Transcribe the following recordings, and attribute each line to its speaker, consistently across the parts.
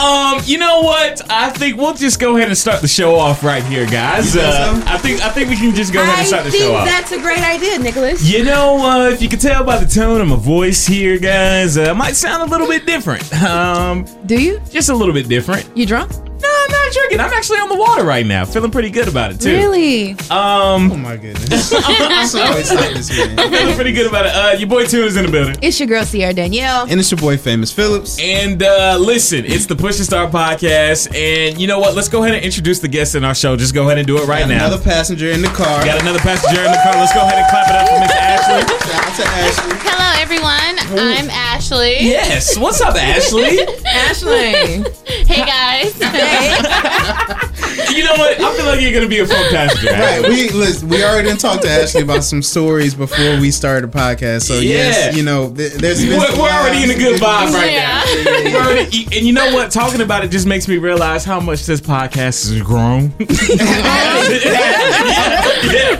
Speaker 1: Um, you know what? I think we'll just go ahead and start the show off right here, guys. Uh, I think I think we can just go ahead
Speaker 2: I
Speaker 1: and start the
Speaker 2: think
Speaker 1: show off.
Speaker 2: that's a great idea, Nicholas.
Speaker 1: You know, uh, if you can tell by the tone of my voice here, guys, uh, I might sound a little bit different. Um,
Speaker 2: Do you?
Speaker 1: just a little bit different.
Speaker 2: You drunk?
Speaker 1: No, I'm not drinking. I'm actually on the water right now, feeling pretty good about it too.
Speaker 2: Really?
Speaker 1: Um,
Speaker 3: Oh my goodness. I'm sorry, it's not this man.
Speaker 1: feeling pretty good about it. Uh, your boy Tuna's in the building.
Speaker 2: It's your girl Sierra Danielle.
Speaker 3: And it's your boy Famous Phillips.
Speaker 1: And uh, listen, it's the Push and Start podcast, and you know what? Let's go ahead and introduce the guests in our show. Just go ahead and do it right
Speaker 3: Got
Speaker 1: now.
Speaker 3: Another passenger in the car.
Speaker 1: Got another passenger in the car. Let's go ahead and clap it up for Miss Ashley.
Speaker 3: Shout out to Ashley.
Speaker 4: Hello, everyone. I'm Ashley.
Speaker 1: Yes, what's up, Ashley?
Speaker 2: Ashley.
Speaker 4: Hey, guys.
Speaker 1: You know what? I feel like you're gonna be a fun passenger.
Speaker 3: Right,
Speaker 1: Ashley.
Speaker 3: we listen, we already didn't talk to Ashley about some stories before we started the podcast. So
Speaker 1: Yeah.
Speaker 3: yes, you know, th- there's been
Speaker 1: We're,
Speaker 3: some
Speaker 1: we're already in a good vibe right
Speaker 4: Yeah.
Speaker 1: now. We're already- and you know what? Talking about it just makes me realize how much this podcast has grown. Yeah.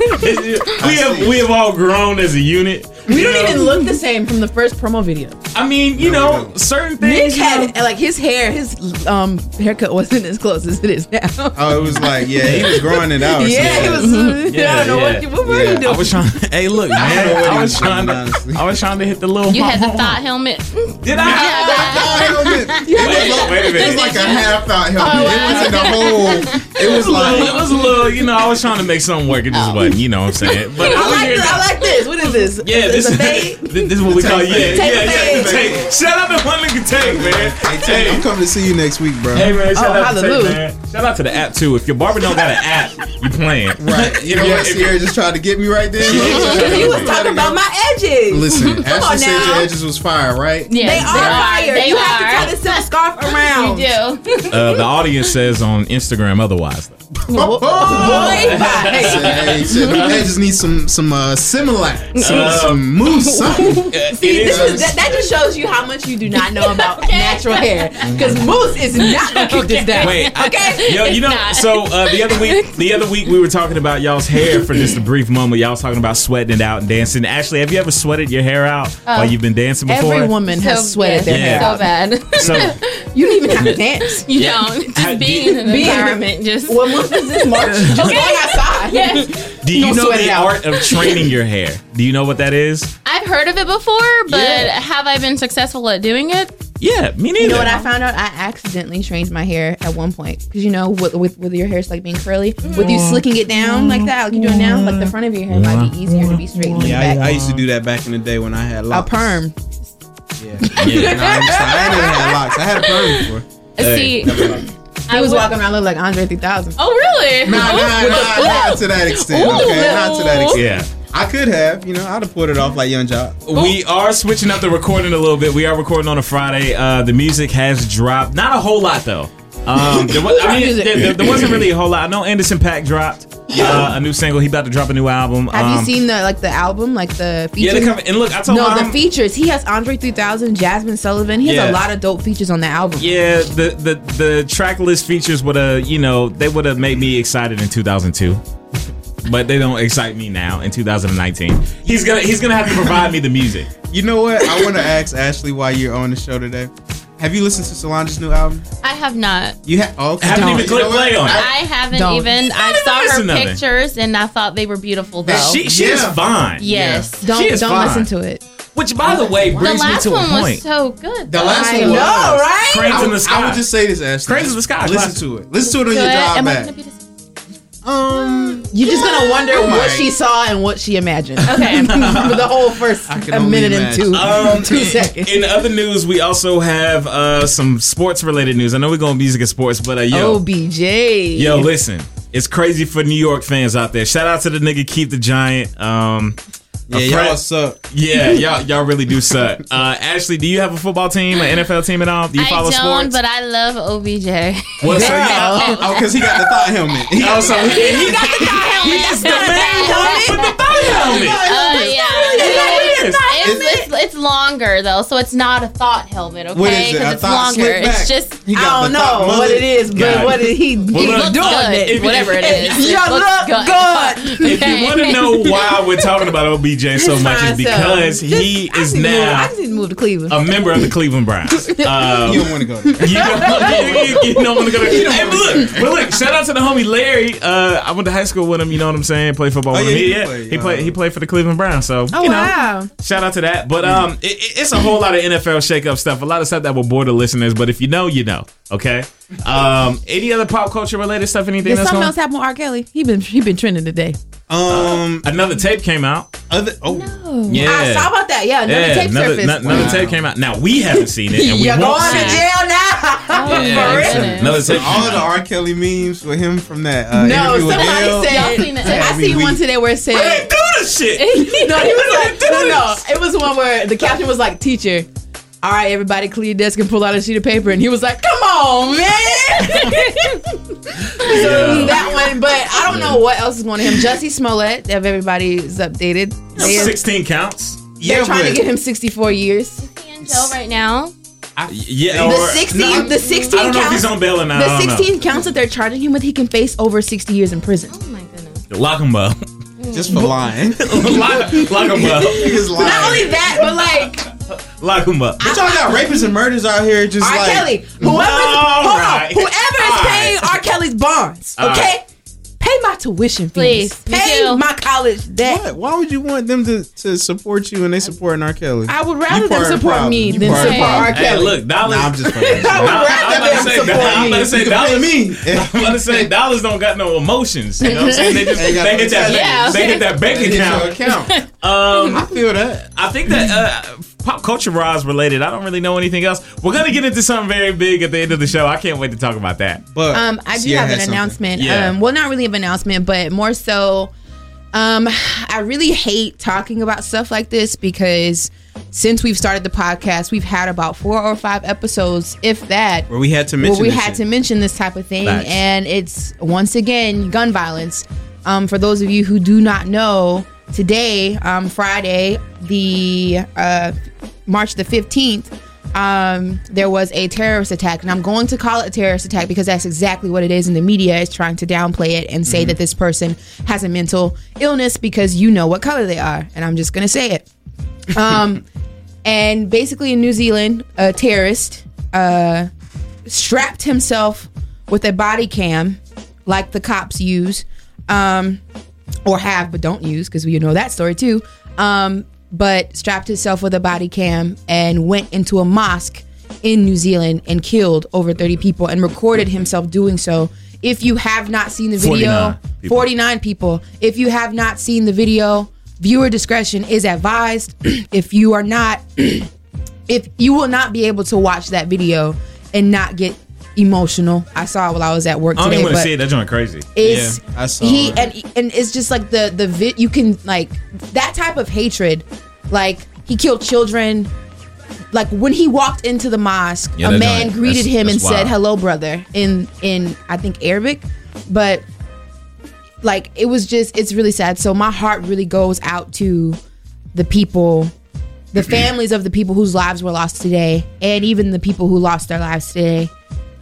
Speaker 1: We have we have all grown as a unit.
Speaker 5: We
Speaker 1: You
Speaker 5: don't
Speaker 1: know?
Speaker 5: even look the same from the first promo video.
Speaker 1: I mean, you
Speaker 3: No, we
Speaker 1: know,
Speaker 3: don't.
Speaker 1: certain
Speaker 5: Nick
Speaker 1: things. you know-
Speaker 5: had like his hair, his um haircut wasn't as close as it is now.
Speaker 3: Oh, it was like yeah, he was growing it out. or
Speaker 5: yeah,
Speaker 3: something.
Speaker 5: it was. uh,
Speaker 1: Yeah,
Speaker 5: I don't know
Speaker 1: yeah.
Speaker 5: what, you- what were
Speaker 3: Yeah,
Speaker 5: you
Speaker 3: I
Speaker 1: I
Speaker 5: doing?
Speaker 1: was trying. Hey, look,
Speaker 3: I don't know
Speaker 1: man.
Speaker 3: what
Speaker 1: I
Speaker 3: he
Speaker 1: was
Speaker 3: was
Speaker 1: trying
Speaker 3: doing,
Speaker 1: to.
Speaker 3: honestly.
Speaker 1: I was trying to hit the little.
Speaker 4: You had the thought helmet.
Speaker 1: Did I?
Speaker 3: Oh, it was-
Speaker 1: Wait, wait a
Speaker 3: It
Speaker 1: minute.
Speaker 3: was like a half out helmet.
Speaker 5: Oh,
Speaker 3: It wasn't a whole. It was
Speaker 1: It
Speaker 3: like
Speaker 1: was a little, you know, I was trying to make something work. It just wasn't, you know what I'm saying? But
Speaker 5: I
Speaker 1: over
Speaker 5: like,
Speaker 1: here
Speaker 5: this,
Speaker 1: now-
Speaker 5: I like this. What is this?
Speaker 1: Yeah,
Speaker 5: Is
Speaker 1: this
Speaker 5: it
Speaker 1: is
Speaker 5: a fade?
Speaker 1: this is what we call yeah, yeah,
Speaker 3: Take
Speaker 5: the
Speaker 1: yeah,
Speaker 5: fade.
Speaker 1: the tape. Shout out to one nigga take, man.
Speaker 3: Hey, I'm coming to see you next week, bro.
Speaker 1: Hey man, shout
Speaker 5: Oh,
Speaker 1: out to Tate,
Speaker 5: hallelujah.
Speaker 1: man. Shout out to the app too. If your barber don't got an app, you playing.
Speaker 3: Right. You know
Speaker 1: Yeah,
Speaker 3: what?
Speaker 1: if-
Speaker 3: Sierra just tried to get me right there.
Speaker 5: You was talking about my edges.
Speaker 3: Listen,
Speaker 5: Come
Speaker 3: Ashley
Speaker 5: on
Speaker 3: said your
Speaker 5: now.
Speaker 3: edges was fire, right?
Speaker 5: They are
Speaker 4: Yes,
Speaker 5: fire.
Speaker 4: They
Speaker 5: you
Speaker 4: are.
Speaker 5: have to tie this silk scarf around.
Speaker 4: You do.
Speaker 1: Uh, the audience says on Instagram otherwise. though.
Speaker 5: Boy,
Speaker 3: Said,
Speaker 5: bye.
Speaker 3: hey, said, the edges need some some uh, Similac, some, some mousse, something.
Speaker 5: See, this
Speaker 3: is-
Speaker 5: is, that, that just shows you how much you do not know about natural hair. Because Moose is not gonna kick this down.
Speaker 1: Mm-hmm. Wait, I-
Speaker 5: okay.
Speaker 1: Yo, you know,
Speaker 4: not.
Speaker 1: so uh, the other week, the other week we were talking about y'all's hair for just a brief moment. Y'all was talking about sweating it out and dancing. Ashley, have you ever sweated your hair out while you've been dancing before?
Speaker 5: Uh, Every woman has sweated their
Speaker 1: yeah.
Speaker 5: hair.
Speaker 1: Yeah.
Speaker 4: So bad.
Speaker 1: So,
Speaker 5: You don't even have to dance.
Speaker 4: You
Speaker 1: Yeah.
Speaker 4: don't. Just
Speaker 1: How-
Speaker 4: being
Speaker 1: do-
Speaker 4: in an
Speaker 5: Being-
Speaker 4: environment. Just.
Speaker 5: What month is this? March. Just going outside.
Speaker 4: Yes.
Speaker 1: do you
Speaker 5: Don't
Speaker 1: know
Speaker 5: sweat
Speaker 1: the
Speaker 5: it out.
Speaker 1: art of training your hair? Do you know what that is?
Speaker 4: I've heard of it before, but
Speaker 1: Yeah.
Speaker 4: have I been successful at doing it?
Speaker 1: Yeah, me neither.
Speaker 5: You know what I found out? I accidentally trained my hair at one point because you know, with, with with your hair like being curly, with
Speaker 1: Mm.
Speaker 5: you slicking it down like that, like you doing now, like the front of your hair might be easier to be straight than the
Speaker 3: Yeah, I, I
Speaker 5: back.
Speaker 3: used to do that back in the day when I had
Speaker 5: A
Speaker 3: locks.
Speaker 5: perm.
Speaker 3: Yeah. yeah. No, I, used to, I ain't even had locks. I had a perm before.
Speaker 4: See,
Speaker 3: Never locks.
Speaker 5: I was
Speaker 4: would-
Speaker 5: walking around look like Andre 3000.
Speaker 4: Oh, really?
Speaker 3: Nah, nah,
Speaker 4: Oh,
Speaker 3: nah, not to that extent.
Speaker 4: Ooh.
Speaker 3: Okay, not to that extent.
Speaker 1: yeah.
Speaker 3: I could have, you know, I'd have pulled it off like Young Jock.
Speaker 1: We are switching up the recording a little bit. We are recording on a Friday. Uh, the music has dropped. Not a whole lot though. Um, there, was, I mean,
Speaker 5: music?
Speaker 1: there, there- there wasn't really a whole lot. I know Anderson Pack dropped uh, a new single. He about to drop a new album.
Speaker 5: Have
Speaker 1: um,
Speaker 5: you seen the like the album, like the
Speaker 1: Yeah,
Speaker 5: features?
Speaker 1: they come and look. I told
Speaker 5: no,
Speaker 1: mom.
Speaker 5: the features. He has Andre 3000, Jasmine Sullivan. He has
Speaker 1: Yeah.
Speaker 5: a lot of dope features on the album.
Speaker 1: yeah, the, the the track list features would have you know they would have made me excited in 2002, but they don't excite me now in 2019. He's gonna he's gonna have to provide me the music.
Speaker 3: You know what? I want to ask Ashley why you're on the show today. Have you listened to Solange's new album?
Speaker 4: I have not.
Speaker 3: You ha- oh, okay.
Speaker 1: Haven't
Speaker 5: Don't.
Speaker 1: even clicked
Speaker 3: You know what?
Speaker 1: play on it.
Speaker 4: I haven't
Speaker 5: Don't.
Speaker 4: even. I
Speaker 1: even
Speaker 4: saw
Speaker 1: listen to
Speaker 4: her
Speaker 1: them.
Speaker 4: pictures and I thought they were beautiful, though.
Speaker 1: she she is
Speaker 3: Yeah.
Speaker 1: fine.
Speaker 4: yes.
Speaker 5: Don't
Speaker 1: She is
Speaker 5: don't
Speaker 1: fine.
Speaker 5: listen to it.
Speaker 1: Which, by the way,
Speaker 4: The
Speaker 1: brings me
Speaker 4: last
Speaker 1: to a
Speaker 4: one was
Speaker 1: point.
Speaker 4: so good.
Speaker 3: The
Speaker 4: though.
Speaker 3: last
Speaker 5: I
Speaker 3: one
Speaker 5: know,
Speaker 3: was.
Speaker 5: right?
Speaker 1: Cranes
Speaker 3: I
Speaker 1: in the
Speaker 3: would-
Speaker 1: sky.
Speaker 3: I would just say this, Ashley.
Speaker 1: Cranes in the sky.
Speaker 3: Listen to it. Listen to it on
Speaker 4: Good.
Speaker 3: your drive
Speaker 4: Am I
Speaker 3: back.
Speaker 4: gonna be dis-
Speaker 3: um,
Speaker 5: You're just gonna wonder
Speaker 3: Oh
Speaker 5: what
Speaker 3: my-
Speaker 5: she saw and what she imagined.
Speaker 4: Okay.
Speaker 5: For the whole first
Speaker 3: can
Speaker 5: a
Speaker 3: only
Speaker 5: minute and
Speaker 3: imagine.
Speaker 5: two,
Speaker 1: Um,
Speaker 5: two
Speaker 1: in-
Speaker 5: seconds.
Speaker 1: In other news, we also have uh, some sports related news. I know we're going music and sports, but uh, yo,
Speaker 4: Oh,
Speaker 5: OBJ.
Speaker 1: yo, listen, it's crazy for New York fans out there. Shout out to the nigga Keith the Giant. Um,
Speaker 3: yeah,
Speaker 1: A
Speaker 3: y'all
Speaker 1: friend-
Speaker 3: suck.
Speaker 1: yeah, y'all y'all really do suck. Uh, Ashley, do you have a football team, an NFL team at all? Do you
Speaker 4: I
Speaker 1: follow
Speaker 4: don't,
Speaker 1: sports?
Speaker 4: but I love OBJ.
Speaker 1: What's
Speaker 5: Girl.
Speaker 3: Oh, because he got the thought helmet. He got
Speaker 1: Also,
Speaker 3: the-
Speaker 1: he's the man
Speaker 4: That's
Speaker 1: with the thigh helmet.
Speaker 4: Uh, yeah.
Speaker 5: It's not really
Speaker 1: is.
Speaker 4: It's,
Speaker 3: Is it?
Speaker 4: it's, it's longer though, so it's not a thought helmet, okay?
Speaker 3: What is it?
Speaker 4: Because
Speaker 3: A
Speaker 4: it's
Speaker 3: thought
Speaker 4: longer.
Speaker 3: slick back?
Speaker 4: It's just
Speaker 3: He
Speaker 4: he
Speaker 3: got
Speaker 6: I don't
Speaker 3: the top
Speaker 6: know what
Speaker 3: mullet.
Speaker 6: it is, but
Speaker 1: Got it.
Speaker 6: what did he?
Speaker 1: Well,
Speaker 6: he
Speaker 1: look-
Speaker 6: was
Speaker 4: looks
Speaker 6: doing
Speaker 4: good,
Speaker 6: it.
Speaker 4: whatever it is.
Speaker 6: You
Speaker 4: It looks
Speaker 6: look
Speaker 4: good.
Speaker 6: good.
Speaker 1: If you
Speaker 4: Okay.
Speaker 1: want to know why we're talking about OBJ so much, is
Speaker 5: Fine, so
Speaker 1: because
Speaker 5: just-
Speaker 1: he
Speaker 5: I
Speaker 1: is
Speaker 5: just need to move- I
Speaker 1: now
Speaker 5: just need to move to Cleveland.
Speaker 1: a member of the Cleveland Browns. Um,
Speaker 3: You don't want to go. There.
Speaker 1: You don't, you, you don't want to go to.
Speaker 3: don't
Speaker 1: Hey, but look, but look, shout out to the homie Larry. Uh, I went to high school with him. You know what I'm saying? Played football
Speaker 3: Oh,
Speaker 1: with
Speaker 3: yeah,
Speaker 1: him.
Speaker 3: he
Speaker 1: He,
Speaker 3: did
Speaker 1: yeah,
Speaker 3: play,
Speaker 1: he
Speaker 3: uh,
Speaker 1: played. He played for the Cleveland Browns. So
Speaker 5: Oh
Speaker 1: you know,
Speaker 5: wow!
Speaker 1: shout out to that. But um, it, it- it's a whole lot of NFL shakeup stuff. A lot of stuff that will bore the listeners. But if you know, you know. Okay. Um, any other pop culture related stuff? Anything
Speaker 5: Did
Speaker 1: that's
Speaker 5: something
Speaker 1: going?
Speaker 5: else happen with R. Kelly? He been he been trending today.
Speaker 3: Um,
Speaker 1: Another tape came out.
Speaker 3: other. Oh,
Speaker 1: Yeah.
Speaker 5: I saw about that. Yeah, another
Speaker 1: yeah,
Speaker 5: tape
Speaker 1: another,
Speaker 5: surfaced.
Speaker 1: no- another tape came out. Now we haven't seen it, and we
Speaker 6: You're
Speaker 1: won't
Speaker 6: going
Speaker 1: see
Speaker 6: to
Speaker 1: it.
Speaker 6: jail now.
Speaker 1: Yeah,
Speaker 4: For real?
Speaker 1: so another tape.
Speaker 3: all
Speaker 1: came
Speaker 3: of the
Speaker 1: out.
Speaker 3: R. Kelly memes with him from that. Uh,
Speaker 5: no,
Speaker 3: interview with
Speaker 5: somebody
Speaker 3: Dale.
Speaker 5: said.
Speaker 4: Y'all seen it?
Speaker 5: so I
Speaker 3: Yeah, we-
Speaker 5: seen one
Speaker 3: we-
Speaker 5: today where it said.
Speaker 1: They do this shit.
Speaker 5: no, he was like,
Speaker 1: They do
Speaker 5: no, no.
Speaker 1: this.
Speaker 5: It was one where the captain was like, teacher. All right, everybody, clear your desk and pull out a sheet of paper. And he was like, "Come on, man!"
Speaker 1: Yeah.
Speaker 5: that one, but I don't know what else is going to him. Jussie Smollett, if everybody's updated, they are,
Speaker 1: 16 counts.
Speaker 5: they're
Speaker 3: Yeah,
Speaker 5: trying to
Speaker 3: but-
Speaker 5: give him 64 years.
Speaker 4: He in jail right now.
Speaker 1: Yeah,
Speaker 5: The
Speaker 1: or-
Speaker 5: 16,
Speaker 1: no, I-
Speaker 5: the
Speaker 1: I
Speaker 5: 16
Speaker 1: don't know if he's
Speaker 5: counts,
Speaker 1: on bail or not.
Speaker 5: the
Speaker 1: I don't
Speaker 5: 16 counts that they're charging him with, he can face over 60 years in prison.
Speaker 4: Oh my goodness.
Speaker 1: know. Lock him up.
Speaker 3: just for lying.
Speaker 1: lock, lock him up.
Speaker 3: He's lying.
Speaker 5: Not only that, but like
Speaker 1: Lock him up.
Speaker 3: But y'all got rapists and murders out here just
Speaker 5: R.
Speaker 3: like
Speaker 5: Kelly, whoever,
Speaker 1: All
Speaker 5: hold
Speaker 1: right.
Speaker 5: on, whoever is
Speaker 1: All
Speaker 5: paying
Speaker 1: right.
Speaker 5: R. Kelly's bonds,
Speaker 1: All
Speaker 5: okay,
Speaker 1: right.
Speaker 5: pay my tuition fees,
Speaker 4: Please, me
Speaker 5: pay
Speaker 4: too.
Speaker 5: my college debt.
Speaker 3: What? Why would you want them to, to support you and they supporting R. Kelly?
Speaker 5: I would
Speaker 3: You
Speaker 5: rather
Speaker 3: part
Speaker 5: them
Speaker 3: of the
Speaker 5: support
Speaker 3: problem.
Speaker 5: me
Speaker 3: You
Speaker 5: than
Speaker 3: part of the
Speaker 5: support R.
Speaker 3: problem.
Speaker 5: Kelly.
Speaker 1: Hey, look, dollars.
Speaker 3: Nah, I'm just fucking.
Speaker 5: I would
Speaker 1: Nah, I'm about to
Speaker 5: rather them
Speaker 1: say, nah,
Speaker 5: support
Speaker 1: I'm
Speaker 5: me.
Speaker 1: about to say
Speaker 3: You can pay
Speaker 1: dollars.
Speaker 3: me.
Speaker 1: I'm about to say dollars don't got no emotions. You know what I'm saying? They just
Speaker 3: They
Speaker 1: they,
Speaker 3: got
Speaker 1: hit that
Speaker 4: Yeah.
Speaker 1: they hit that bank
Speaker 3: It's your
Speaker 1: account.
Speaker 3: account.
Speaker 1: Um,
Speaker 3: I feel that.
Speaker 1: I think that uh, pop culture rise related. I don't really know anything else. We're gonna get into something very big at the end of the show. I can't wait to talk about that.
Speaker 3: But
Speaker 5: Um, I do
Speaker 3: Sierra
Speaker 5: have
Speaker 3: has
Speaker 5: an
Speaker 3: something.
Speaker 5: announcement.
Speaker 1: Yeah.
Speaker 5: Um, well, not really an announcement, but more so, um, I really hate talking about stuff like this because since we've started the podcast, we've had about four or five episodes, if that,
Speaker 3: Where we had to mention.
Speaker 5: well, we
Speaker 3: this
Speaker 5: had
Speaker 3: shit.
Speaker 5: to mention this type of thing,
Speaker 1: Facts.
Speaker 5: and it's once again gun violence. Um, for those of you who do not know, today, um, Friday, the uh, March the fifteenth, um, there was a terrorist attack, and I'm going to call it a terrorist attack because that's exactly what it is. And the media is trying to downplay it and
Speaker 3: Mm-hmm.
Speaker 5: say that this person has a mental illness because you know what color they are, and I'm just gonna say it. Um, and basically, in New Zealand, a terrorist uh, strapped himself with a body cam, like the cops use, um, or have but don't use, because we know that story too. Um, but strapped himself with a body cam and went into a mosque in New Zealand and killed over 30 people and recorded himself doing so. If you have not seen the video,
Speaker 1: 49 people.
Speaker 5: 49 people. If you have not seen the video, viewer discretion is advised. if you are not, if you will not be able to watch that video and not get emotional. I saw it while I was at work
Speaker 1: I don't
Speaker 5: today,
Speaker 1: even want
Speaker 5: but
Speaker 1: to see it. That joint crazy.
Speaker 5: it's
Speaker 3: Yeah, I saw
Speaker 5: he
Speaker 3: it.
Speaker 5: and and it's just like the the vi- you can like that type of hatred. Like he killed children. Like when he walked into the mosque,
Speaker 1: Yeah,
Speaker 5: a
Speaker 1: that
Speaker 5: man
Speaker 1: joint-
Speaker 5: greeted
Speaker 1: that's-
Speaker 5: him
Speaker 1: that's
Speaker 5: and said
Speaker 1: wild.
Speaker 5: "Hello, brother" in in I think Arabic, but like it was just it's really sad so my heart really goes out to the people the families of the people whose lives were lost today and even the people who lost their lives today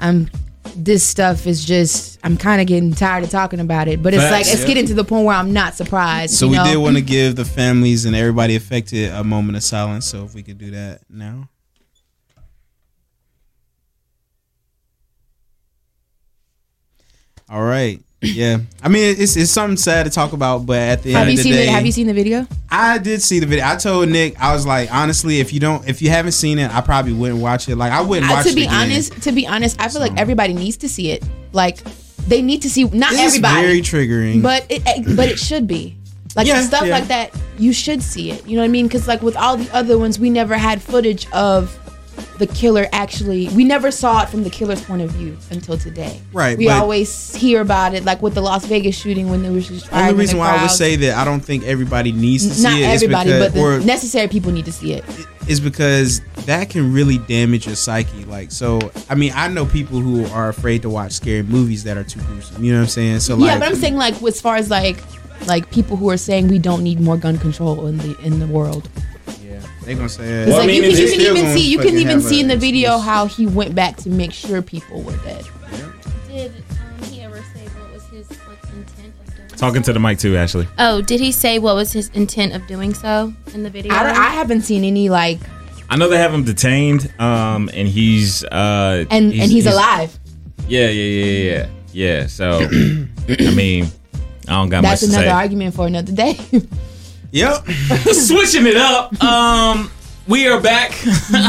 Speaker 5: um this stuff is just i'm kind of getting tired of talking about it but it's
Speaker 1: Facts,
Speaker 5: like it's
Speaker 1: yeah.
Speaker 5: getting to the point where i'm not surprised
Speaker 3: So
Speaker 5: you
Speaker 3: we
Speaker 5: know?
Speaker 3: did want to give the families and everybody affected a moment of silence. So if we could do that now. All right. Yeah. I mean, it's it's something sad to talk about, but at the end
Speaker 5: have
Speaker 3: of
Speaker 5: you
Speaker 3: the
Speaker 5: seen
Speaker 3: day,
Speaker 5: it have you seen the video
Speaker 3: I did see the video. I told Nick, I was like, honestly, if you don't, if you haven't seen it, I probably wouldn't watch it. Like, I wouldn't
Speaker 5: I,
Speaker 3: watch
Speaker 5: Uh, to
Speaker 3: it
Speaker 5: be
Speaker 3: again.
Speaker 5: honest to be honest i feel like everybody needs to see it like they need to see not
Speaker 3: This is
Speaker 5: everybody
Speaker 3: very triggering.
Speaker 5: but it it- but it should be like
Speaker 3: Yeah,
Speaker 5: stuff
Speaker 3: yeah.
Speaker 5: like that you should see it you know what i mean because like with all the other ones we never had footage of the killer actually we never saw it from the killer's point of view until today
Speaker 3: Right,
Speaker 5: we
Speaker 3: but-
Speaker 5: always hear about it like with the las vegas shooting when there was just
Speaker 3: only
Speaker 5: firing in
Speaker 3: reason
Speaker 5: the
Speaker 3: why I would
Speaker 5: crowds.
Speaker 3: say that I don't think everybody needs to see
Speaker 5: not
Speaker 3: it is
Speaker 5: everybody
Speaker 3: because,
Speaker 5: but the
Speaker 3: or-
Speaker 5: necessary people need to see it
Speaker 3: is because that can really damage your psyche. Like, so I mean, I know people who are afraid to watch scary movies that are too gruesome. You know what I'm saying? So like,
Speaker 5: yeah but i'm saying like as far as like like people who are saying we don't need more gun control in the in the world
Speaker 3: They're gonna say
Speaker 5: It's
Speaker 1: Well, I
Speaker 5: like
Speaker 1: mean,
Speaker 5: you can,
Speaker 1: they
Speaker 5: you can
Speaker 3: still
Speaker 5: even
Speaker 3: gonna
Speaker 5: see you can
Speaker 3: fucking
Speaker 5: even
Speaker 3: have
Speaker 5: see
Speaker 3: a-
Speaker 5: in the video how he went back to make sure people were dead.
Speaker 4: Did um, he ever say what was his like, intent of doing
Speaker 1: Talking to the mic too, Ashley.
Speaker 4: Oh, did he say what was his intent of doing so in the video?
Speaker 5: I, don't, I haven't seen any like
Speaker 1: I know they have him detained, um, and he's uh,
Speaker 5: and and he's alive.
Speaker 1: Yeah, yeah, yeah, yeah, yeah. So, I mean, I don't got
Speaker 5: That's
Speaker 1: much
Speaker 5: another
Speaker 1: to
Speaker 5: argument for another day.
Speaker 3: Yep.
Speaker 1: say. Switching it up. Um, we are back.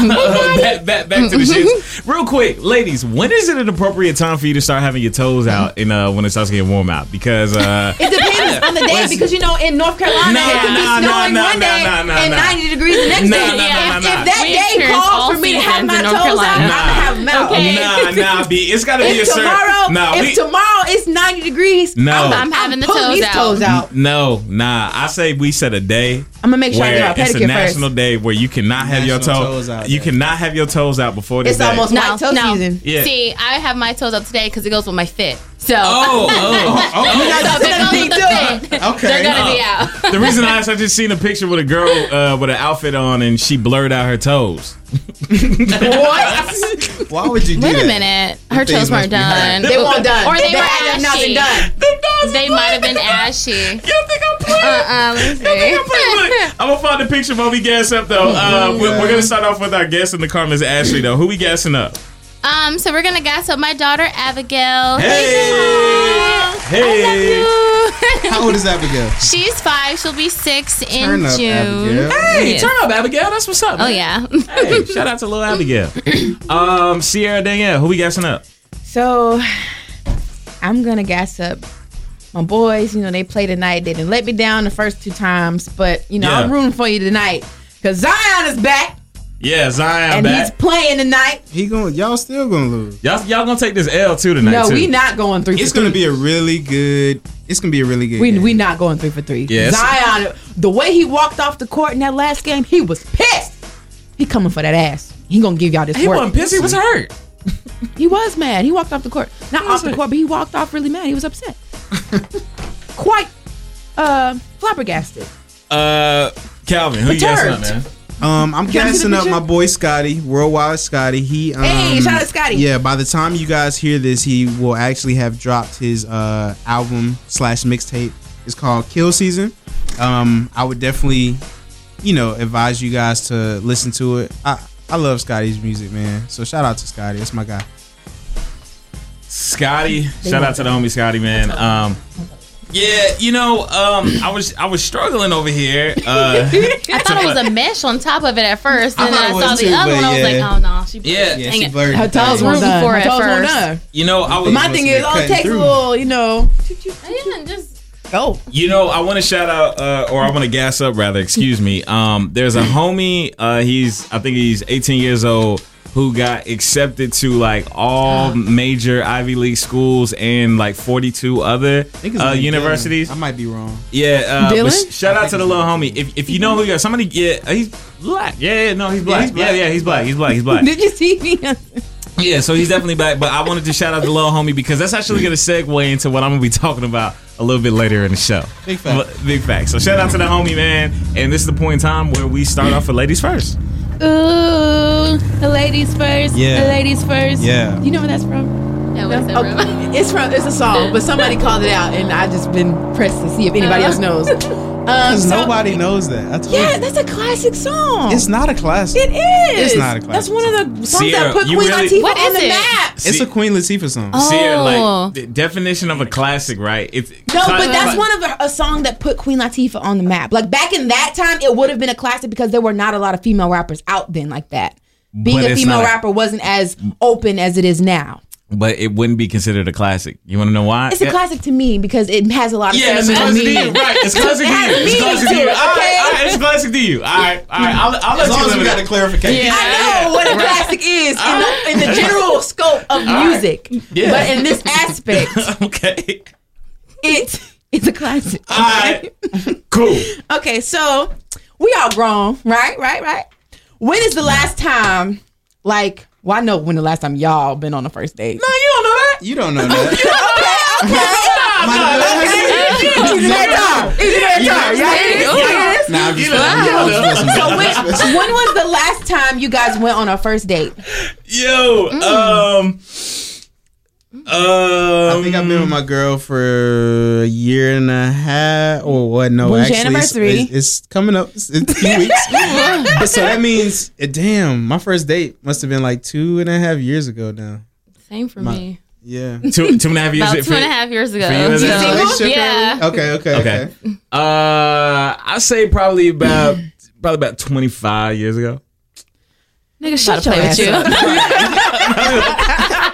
Speaker 1: back, back, back to the shits. Real quick, ladies, when is it an appropriate time for you to start having your toes out and uh, when it starts getting warm out? Because uh,
Speaker 5: it depends on the day because you know in North Carolina
Speaker 1: Nah,
Speaker 5: it could be
Speaker 1: nah, nah,
Speaker 5: snowing
Speaker 1: nah,
Speaker 5: one
Speaker 1: nah,
Speaker 5: day
Speaker 1: nah, nah,
Speaker 5: and
Speaker 1: nah.
Speaker 5: 90 degrees the next
Speaker 1: Nah,
Speaker 5: day.
Speaker 1: nah, nah,
Speaker 5: if,
Speaker 1: nah,
Speaker 5: if
Speaker 1: nah.
Speaker 5: that
Speaker 4: We
Speaker 5: day
Speaker 4: experience all
Speaker 5: calls for me to have
Speaker 4: seasons
Speaker 5: my
Speaker 4: in
Speaker 5: toes
Speaker 4: North
Speaker 5: out,
Speaker 4: Carolina.
Speaker 5: I'm gonna have them out.
Speaker 4: Okay.
Speaker 1: nah, nah, be it's got to be a
Speaker 5: If
Speaker 1: certain.
Speaker 5: tomorrow,
Speaker 1: nah,
Speaker 5: if
Speaker 1: we,
Speaker 5: tomorrow it's 90 degrees,
Speaker 1: No.
Speaker 5: I'm,
Speaker 1: I'm
Speaker 4: having the
Speaker 5: pulling
Speaker 4: toes
Speaker 5: these
Speaker 4: out.
Speaker 5: toes out.
Speaker 1: no, nah. I say we set a day
Speaker 5: I'm gonna make sure I
Speaker 1: where
Speaker 5: get my
Speaker 1: it's a
Speaker 5: pedicure
Speaker 1: national
Speaker 5: first.
Speaker 1: day where you cannot have your
Speaker 3: National
Speaker 1: toe,
Speaker 3: toes out
Speaker 1: you
Speaker 3: day.
Speaker 1: cannot have your toes out before the
Speaker 5: It's
Speaker 1: day.
Speaker 5: almost
Speaker 4: No,
Speaker 5: white toe
Speaker 4: no.
Speaker 5: season.
Speaker 1: Yeah.
Speaker 4: See, I have my toes up today because it goes with my fit. So,
Speaker 1: Oh, oh, oh,
Speaker 5: You guys
Speaker 4: So
Speaker 5: are
Speaker 4: if it
Speaker 5: gonna
Speaker 4: goes
Speaker 5: be
Speaker 4: with
Speaker 5: doing-
Speaker 4: the fit,
Speaker 3: Okay.
Speaker 4: they're gonna
Speaker 1: Oh.
Speaker 4: be out.
Speaker 1: The reason I asked, I just seen a picture with a girl uh, with an outfit on and she blurred out her toes.
Speaker 5: What?
Speaker 3: Why would you do
Speaker 4: Wait
Speaker 3: that?
Speaker 4: a minute, her
Speaker 3: things
Speaker 4: toes weren't
Speaker 3: must be
Speaker 4: done.
Speaker 3: hot.
Speaker 5: They weren't done.
Speaker 4: or they,
Speaker 5: They
Speaker 4: were
Speaker 5: had
Speaker 4: ashy.
Speaker 5: nothing done.
Speaker 4: They might have been ashy.
Speaker 1: You think I'm playing?
Speaker 6: Uh,
Speaker 4: Uh-uh, let me see.
Speaker 1: I'm gonna find the picture while we gas up though. Uh, we- we're, gonna start off with our guest in the comments, Ashley. Though, who we gassing up?
Speaker 4: Um, so we're gonna gas up my daughter Abigail.
Speaker 1: Hey, hey,
Speaker 3: How old is Abigail?
Speaker 4: She's five. She'll be six in
Speaker 3: Turn up,
Speaker 4: June.
Speaker 3: Abigail.
Speaker 1: hey,
Speaker 4: Yes.
Speaker 1: turn up, Abigail. That's what's up.
Speaker 4: Oh
Speaker 1: man.
Speaker 4: yeah.
Speaker 1: Hey, shout out to little Abigail. um, Sierra Danielle, who we gassing up?
Speaker 5: So I'm gonna gas up my boys. You know, they play tonight. They didn't let me down the first two times, but you know,
Speaker 1: Yeah.
Speaker 5: I'm rooting for you tonight. Cause Zion is back
Speaker 1: Yeah, Zion
Speaker 5: and
Speaker 1: back.
Speaker 5: he's playing tonight.
Speaker 3: He going y'all still gonna lose.
Speaker 1: Y'all, y'all gonna take this L too tonight.
Speaker 5: No,
Speaker 1: too.
Speaker 5: we not going three
Speaker 3: It's
Speaker 5: for
Speaker 3: gonna
Speaker 5: three.
Speaker 3: be a really good it's gonna be a really good
Speaker 5: we,
Speaker 3: game.
Speaker 5: we not going three for three.
Speaker 1: Yeah, it's-
Speaker 5: Zion, the way he walked off the court in that last game, he was pissed. He coming for that ass. He gonna give y'all this
Speaker 1: He
Speaker 5: work.
Speaker 1: wasn't pissed. He was hurt.
Speaker 5: He was mad. He walked off the court. Not
Speaker 1: was
Speaker 5: off the
Speaker 1: it?
Speaker 5: court, but he walked off really mad. He was upset. Quite uh, flabbergasted.
Speaker 1: Uh, Calvin, who you gassing up,
Speaker 5: Perturbed.
Speaker 1: man?
Speaker 3: Um, I'm
Speaker 5: Y'all see
Speaker 3: gassing
Speaker 5: the
Speaker 3: up
Speaker 5: picture?
Speaker 3: my boy Scotty, worldwide Scotty. He um,
Speaker 5: Hey, shout out to Scotty.
Speaker 3: Yeah, by the time you guys hear this, he will actually have dropped his uh, album slash mixtape. It's called Kill Season. Um, I would definitely, you know, advise you guys to listen to it. I I love Scotty's music, man. So shout out to Scotty. That's my guy.
Speaker 1: Scotty, shout out to the homie Scotty, man. Um, yeah, you know, um, I was I was struggling over here. Uh,
Speaker 4: I thought it was a mesh on top of it at first,
Speaker 3: I
Speaker 4: and then I
Speaker 3: thought it was
Speaker 4: saw the
Speaker 3: too,
Speaker 4: other
Speaker 3: but
Speaker 4: one. I was
Speaker 3: yeah.
Speaker 4: like, oh no, she.
Speaker 1: Yeah.
Speaker 3: Yeah,
Speaker 4: Dang
Speaker 3: she
Speaker 4: it.
Speaker 3: blurred.
Speaker 5: Her
Speaker 3: the
Speaker 5: toes
Speaker 3: thing.
Speaker 5: were
Speaker 4: Rooting
Speaker 5: done.
Speaker 4: for
Speaker 5: Her
Speaker 4: it
Speaker 5: toes were
Speaker 4: first.
Speaker 5: done.
Speaker 1: you know, I was
Speaker 5: My thing is, all it takes a little, you know,
Speaker 4: I didn't just.
Speaker 5: go.
Speaker 1: You know, I want to shout out, uh, or I want to gas up rather. Excuse me. Um, there's a homie. Uh, he's I think he's 18 years old who got accepted to like
Speaker 4: Ah.
Speaker 1: all major Ivy League schools and like 42 other
Speaker 3: I think it's
Speaker 1: uh,
Speaker 3: Lil Dylan.
Speaker 1: universities.
Speaker 3: I might be wrong.
Speaker 1: Yeah, uh,
Speaker 5: Dylan?
Speaker 1: but sh- shout out to the little homie. If, if you know who you are, somebody get. he's black. Yeah, yeah, no, he's black. Yeah,
Speaker 3: he's black.
Speaker 1: yeah, he's black. He's black. He's black.
Speaker 5: Did you see me?
Speaker 1: yeah, so he's definitely black. But I wanted to shout out the little homie because that's actually going to segue into what I'm going to be talking about a little bit later in the show.
Speaker 3: Big fact.
Speaker 1: But- Big fact. So shout out to the homie, man. And this is the point in time where we start off with ladies first.
Speaker 5: Ooh, the ladies first.
Speaker 3: Yeah.
Speaker 5: The ladies first.
Speaker 3: Yeah.
Speaker 5: You know where that's from?
Speaker 4: No, what is that,
Speaker 5: Okay.
Speaker 4: bro?
Speaker 5: Oh, It's from it's a song, but somebody called it out, and I just been pressed to see if anybody else knows. Um,
Speaker 3: Because
Speaker 5: so-
Speaker 3: nobody knows that. I told
Speaker 5: Yeah,
Speaker 3: you.
Speaker 5: that's a classic song.
Speaker 3: it's not a classic.
Speaker 5: It is.
Speaker 3: It's not a classic
Speaker 5: That's one of the songs
Speaker 1: Sierra,
Speaker 5: that put
Speaker 1: you
Speaker 5: Queen
Speaker 1: really-
Speaker 5: Latifah
Speaker 4: What
Speaker 5: on
Speaker 4: is
Speaker 5: the
Speaker 4: it?
Speaker 5: map.
Speaker 3: It's a Queen Latifah song.
Speaker 4: Oh.
Speaker 1: See,
Speaker 4: Oh.
Speaker 1: like the definition of a classic, right? It's
Speaker 5: No, but that's one of the, a song that put Queen Latifah on the map. Like back in that time, it would have been a classic because there were not a lot of female rappers out then like that. Being
Speaker 1: But
Speaker 5: a
Speaker 1: it's
Speaker 5: female
Speaker 1: not a-
Speaker 5: rapper wasn't as open as it is now.
Speaker 1: But it wouldn't be considered a classic. You want to know why?
Speaker 5: It's a
Speaker 1: Yeah.
Speaker 5: classic to me because it has a lot of
Speaker 1: Yeah, it's
Speaker 5: sentimental
Speaker 1: classic to you,
Speaker 5: meaning.
Speaker 1: right? It's classic to you.
Speaker 5: has
Speaker 1: It's
Speaker 5: meaning
Speaker 1: classic to
Speaker 5: to
Speaker 1: you.
Speaker 5: it,
Speaker 1: All right,
Speaker 5: okay?
Speaker 1: all right, it's classic to you. All right, all right. I'll, I'll let
Speaker 3: As
Speaker 1: you
Speaker 3: long as
Speaker 1: live
Speaker 3: we
Speaker 1: with
Speaker 3: got
Speaker 1: it.
Speaker 3: a clarification.
Speaker 4: Yeah.
Speaker 5: I know what a classic is in, the, in the general scope of music,
Speaker 1: Yeah.
Speaker 5: but in this aspect,
Speaker 1: okay.
Speaker 5: it is a classic.
Speaker 1: All right. Cool.
Speaker 5: Okay, so we all grown, right? Right? Right? When is the last time, like, well, I know when the last time y'all been on the first date.
Speaker 1: No, you don't know that.
Speaker 3: You don't know that.
Speaker 5: okay, okay.
Speaker 3: Might have been-
Speaker 5: Easy that time. Easy that time.
Speaker 3: Nah, I'm just
Speaker 5: So when, when was the last time you guys went on a first date?
Speaker 1: Yo,
Speaker 6: Mm.
Speaker 1: um, um,
Speaker 3: I think I've been with my girl for a year and a half, or what? No,
Speaker 5: When's your
Speaker 3: actually, it's-
Speaker 5: anniversary?
Speaker 3: It's, it's coming up. It's, it's a few weeks. but so that means, eh, damn, my first date must have been like two and a half years ago now.
Speaker 6: Same for
Speaker 3: My-
Speaker 6: me.
Speaker 3: Yeah.
Speaker 1: two two and a half years.
Speaker 6: About
Speaker 1: it
Speaker 6: two and
Speaker 1: for-
Speaker 6: a half years ago.
Speaker 1: you as well?
Speaker 6: So,
Speaker 3: Relationship
Speaker 6: yeah.
Speaker 3: Okay. Okay.
Speaker 1: Okay.
Speaker 3: Okay.
Speaker 1: Uh, I say probably about probably about twenty five years ago.
Speaker 6: Nigga, shut
Speaker 5: your
Speaker 6: play
Speaker 5: ass
Speaker 6: with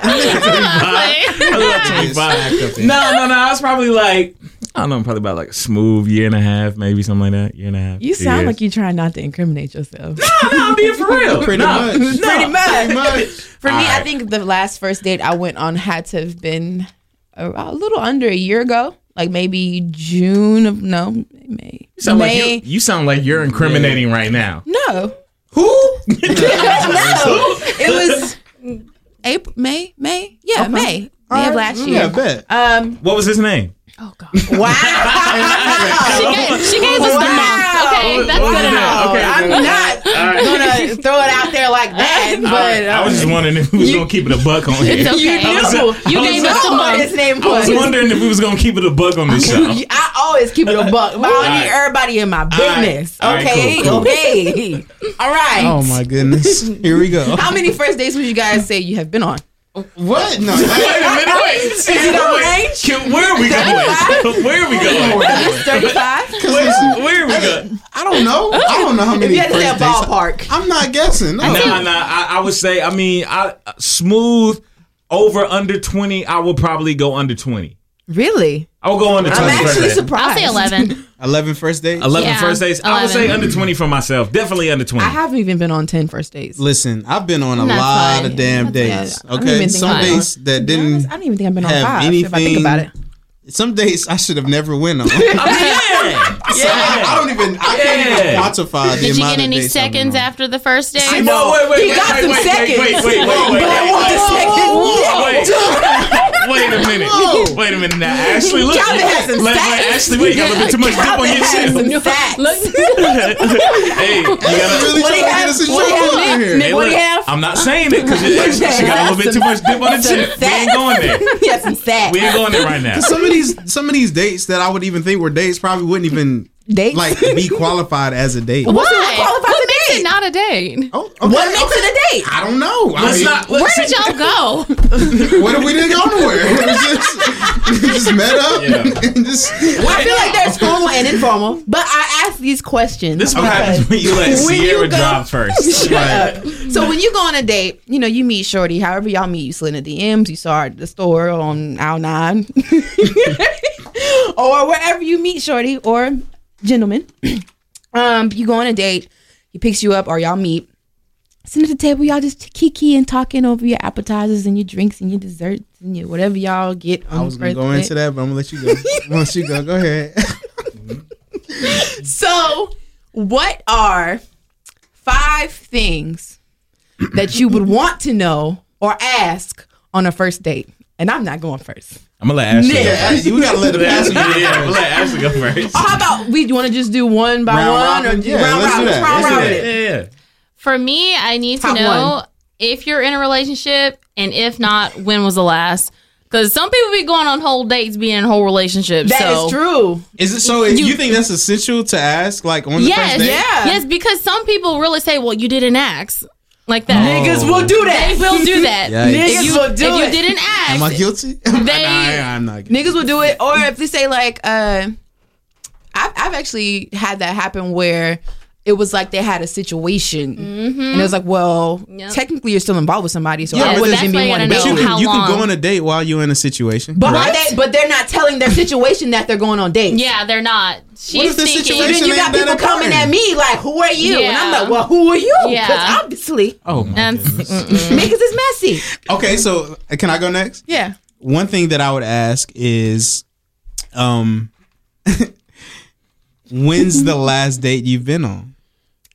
Speaker 6: you.
Speaker 1: I was about
Speaker 3: It's
Speaker 1: 25.
Speaker 3: smacked up in-
Speaker 1: No, no, no. I was probably like I don't know, probably about like a smooth year and a half, maybe something like that. Year and a half.
Speaker 7: You
Speaker 1: two
Speaker 7: sound
Speaker 1: years.
Speaker 7: like you trying not to incriminate yourself.
Speaker 1: No, I'm being for real.
Speaker 3: Pretty
Speaker 1: no,
Speaker 3: much.
Speaker 1: No.
Speaker 5: Pretty much.
Speaker 3: Much.
Speaker 5: For me, I
Speaker 1: Alright.
Speaker 5: think the last first date I went on had to have been a, a little under a year ago, like maybe June of no May.
Speaker 1: You sound, like
Speaker 5: May.
Speaker 1: you, you sound like you're incriminating right now.
Speaker 5: no,
Speaker 1: Who?
Speaker 5: no, it was April, May, May, yeah, May, May of last year.
Speaker 3: Yeah, I bet.
Speaker 5: Um,
Speaker 1: What was his name?
Speaker 5: wow.
Speaker 6: She gave, she gave us the
Speaker 5: Wow.
Speaker 6: month. Okay,
Speaker 1: What
Speaker 6: that's
Speaker 1: was
Speaker 6: good
Speaker 1: it?
Speaker 6: enough.
Speaker 1: Okay,
Speaker 5: I'm
Speaker 1: all
Speaker 5: not
Speaker 1: right.
Speaker 5: gonna throw it out there like that, but um,
Speaker 1: I was just wondering if we was gonna keep it a buck on here.
Speaker 6: It's okay.
Speaker 5: You
Speaker 1: I was-
Speaker 5: knew.
Speaker 1: I
Speaker 6: You
Speaker 1: was-
Speaker 6: gave
Speaker 5: I don't
Speaker 6: us the
Speaker 5: know what
Speaker 6: month.
Speaker 5: his name
Speaker 1: I was
Speaker 5: was.
Speaker 1: wondering if we was gonna keep it a buck on this show.
Speaker 5: I always keep it a buck, but I
Speaker 1: Alright.
Speaker 5: need everybody in my business.
Speaker 1: Alright,
Speaker 5: Okay,
Speaker 1: cool, cool.
Speaker 5: okay, all right.
Speaker 3: Oh my goodness. Here we go.
Speaker 5: How many first dates would you guys say you have been on?
Speaker 3: What? No.
Speaker 1: Wait a minute, wait.
Speaker 5: it a
Speaker 1: Wait.
Speaker 5: range?
Speaker 1: Can- where are we going? Where are we going?
Speaker 5: At least 35?
Speaker 1: Where, where are we going?
Speaker 3: I don't know. I don't know how
Speaker 5: if
Speaker 3: many
Speaker 5: you had to
Speaker 3: first
Speaker 5: say a
Speaker 3: dates.
Speaker 5: ballpark.
Speaker 3: I'm not guessing. No.
Speaker 1: Nah, nah. I, I would say. I mean, I smooth over under twenty. I will probably go under twenty.
Speaker 5: Really?
Speaker 1: I will go under
Speaker 5: I'm
Speaker 1: twenty. first
Speaker 5: actually
Speaker 1: day.
Speaker 5: surprised.
Speaker 6: I'll say 11.
Speaker 3: 11 first dates.
Speaker 1: 11
Speaker 6: Yeah,
Speaker 1: first days. I would
Speaker 6: 11.
Speaker 1: say under 20 for myself. Definitely under 20.
Speaker 7: I haven't even been on 10 first dates.
Speaker 3: Listen, I've been on a
Speaker 6: That's
Speaker 3: lot
Speaker 6: fine.
Speaker 3: of damn
Speaker 5: That's
Speaker 3: dates.
Speaker 5: fine. I don't
Speaker 3: Okay,
Speaker 5: even think
Speaker 3: some
Speaker 6: I-
Speaker 3: dates that
Speaker 5: I
Speaker 3: didn't.
Speaker 5: don't even think I've been on
Speaker 3: have
Speaker 5: five if I think
Speaker 3: anything-
Speaker 5: about it.
Speaker 3: Some dates I should have never went on. I,
Speaker 1: yeah.
Speaker 3: I don't even. I
Speaker 1: Yeah.
Speaker 3: can't even quantify the
Speaker 6: Did you
Speaker 3: amount
Speaker 6: get
Speaker 3: of
Speaker 6: any
Speaker 3: dates I've been
Speaker 6: seconds
Speaker 3: on.
Speaker 6: after the first day?
Speaker 1: I know. Wait, wait,
Speaker 5: He
Speaker 1: wait,
Speaker 5: got
Speaker 1: wait,
Speaker 5: some
Speaker 1: wait,
Speaker 5: seconds.
Speaker 1: Wait, wait, wait, wait, wait.
Speaker 5: But I want the second
Speaker 1: Wait, wait a minute. Wait a minute now. Ashley, look.
Speaker 5: Calvin has some
Speaker 1: Like, like,
Speaker 5: stats.
Speaker 1: Ashley, wait, you got a little bit too much dip on your chin.
Speaker 5: Some facts.
Speaker 1: hey, you
Speaker 3: You
Speaker 1: gotta.
Speaker 3: really
Speaker 5: What
Speaker 3: trying
Speaker 5: he
Speaker 3: to get
Speaker 5: have-
Speaker 3: us in
Speaker 5: what he
Speaker 3: trouble
Speaker 5: have-
Speaker 3: out here.
Speaker 5: Nick,
Speaker 1: Hey,
Speaker 5: what do you
Speaker 1: look,
Speaker 5: have?
Speaker 1: I'm not saying it because she got a little bit too much dip on the chip. We ain't going there.
Speaker 5: He has some facts.
Speaker 1: We ain't going there right now.
Speaker 3: Some of these, some of these dates that I would even think were dates probably wouldn't even
Speaker 5: Dates?
Speaker 3: like be qualified as a date.
Speaker 5: What's it- what
Speaker 6: What?
Speaker 5: qualifies
Speaker 6: What
Speaker 5: a
Speaker 6: makes
Speaker 5: date?
Speaker 6: it not a date?
Speaker 3: Oh, okay,
Speaker 5: What makes
Speaker 3: okay.
Speaker 5: it a date?
Speaker 3: I don't know. I
Speaker 1: Let's
Speaker 3: mean,
Speaker 1: not.
Speaker 6: Where
Speaker 1: Let's
Speaker 6: did
Speaker 1: see-
Speaker 6: y'all Oh, go?
Speaker 3: What if we didn't go nowhere? It was just, we just met up.
Speaker 1: Yeah.
Speaker 3: And just,
Speaker 5: I feel like there's formal and informal, but I ask these questions.
Speaker 1: This is what
Speaker 5: because-
Speaker 1: happens when you let
Speaker 5: When you
Speaker 1: Sierra
Speaker 5: go-
Speaker 1: drop first.
Speaker 5: Shut up. So when you go on a date, you know you meet Shorty. However y'all meet, you slid in the DMs, you saw her at the store on aisle nine, or wherever you meet Shorty or gentleman. um, you go on a date. He picks you up, or y'all meet. Sitting at the table, y'all just kiki and talking over your appetizers and your drinks and your desserts and your whatever y'all get. On
Speaker 3: I was gonna
Speaker 5: the first
Speaker 3: go
Speaker 5: date.
Speaker 3: into that, but I'm gonna let you go. Once you go, go ahead.
Speaker 5: So, what are five things that you would want to know or ask on a first date? And I'm not going first.
Speaker 1: I'm gonna let Ashley go
Speaker 5: Yeah.
Speaker 1: first.
Speaker 3: You gotta let the
Speaker 1: Yeah,
Speaker 3: passenger
Speaker 1: yeah, yeah, I'm gonna let Ashley go first.
Speaker 5: Or how about we want to just do one by
Speaker 3: Round
Speaker 5: one
Speaker 3: robin?
Speaker 5: or
Speaker 3: Yeah,
Speaker 5: round
Speaker 3: let's do
Speaker 5: robin?
Speaker 3: that.
Speaker 5: round
Speaker 3: Let's do
Speaker 5: robin
Speaker 3: that.
Speaker 5: it.
Speaker 1: Yeah.
Speaker 6: For me, I need to
Speaker 5: Top
Speaker 6: know
Speaker 5: one.
Speaker 6: if you're in a relationship, and if not, when was the last? Because some people be going on whole dates being in whole relationships.
Speaker 5: That is
Speaker 6: so.
Speaker 5: true.
Speaker 3: Is it so? You, think that's essential to ask, like on the
Speaker 6: Yes,
Speaker 3: first date?
Speaker 5: Yeah.
Speaker 6: yes, because some people really say, "Well, you didn't ask," like that.
Speaker 5: Niggas will do that.
Speaker 6: They will do that.
Speaker 3: Yeah.
Speaker 5: Niggas
Speaker 6: If you,
Speaker 5: will do
Speaker 6: if
Speaker 5: it.
Speaker 6: you didn't ask,
Speaker 3: Am I guilty? They, nah, I,
Speaker 6: They-
Speaker 3: am not guilty.
Speaker 5: Niggas will do it. Or if they say like, uh, I've, I've actually had that happen where it was like they had a situation and it was like, well,
Speaker 6: Yep.
Speaker 5: technically you're still involved with somebody, so
Speaker 3: Yeah,
Speaker 5: I
Speaker 3: but
Speaker 5: wouldn't
Speaker 3: that's
Speaker 5: even
Speaker 6: why
Speaker 5: be
Speaker 6: you
Speaker 5: one
Speaker 6: gotta
Speaker 5: to
Speaker 6: know
Speaker 3: But
Speaker 5: date
Speaker 3: you
Speaker 5: with.
Speaker 6: how
Speaker 3: can, you can
Speaker 6: long?
Speaker 3: go on a date while you're in a situation.
Speaker 5: But
Speaker 3: right?
Speaker 5: are they? But they're not telling their situation that they're going on dates.
Speaker 6: yeah, they're not.
Speaker 3: What
Speaker 6: She's
Speaker 3: if the
Speaker 6: thinking.
Speaker 5: And
Speaker 3: situation-
Speaker 5: then you got
Speaker 3: Ain't that
Speaker 5: people
Speaker 3: a
Speaker 5: coming
Speaker 3: burn?
Speaker 5: at me like, "Who are you?" And I'm
Speaker 6: Yeah.
Speaker 5: like, "Well, who are you?" Because
Speaker 6: Yeah.
Speaker 5: obviously,
Speaker 3: Uh-huh.
Speaker 1: Oh my
Speaker 6: That's- mm-mm.
Speaker 5: niggas is messy.
Speaker 3: okay, so uh, can I go next?
Speaker 5: Yeah.
Speaker 3: One thing that I would ask is, um, when's the last date you've been on?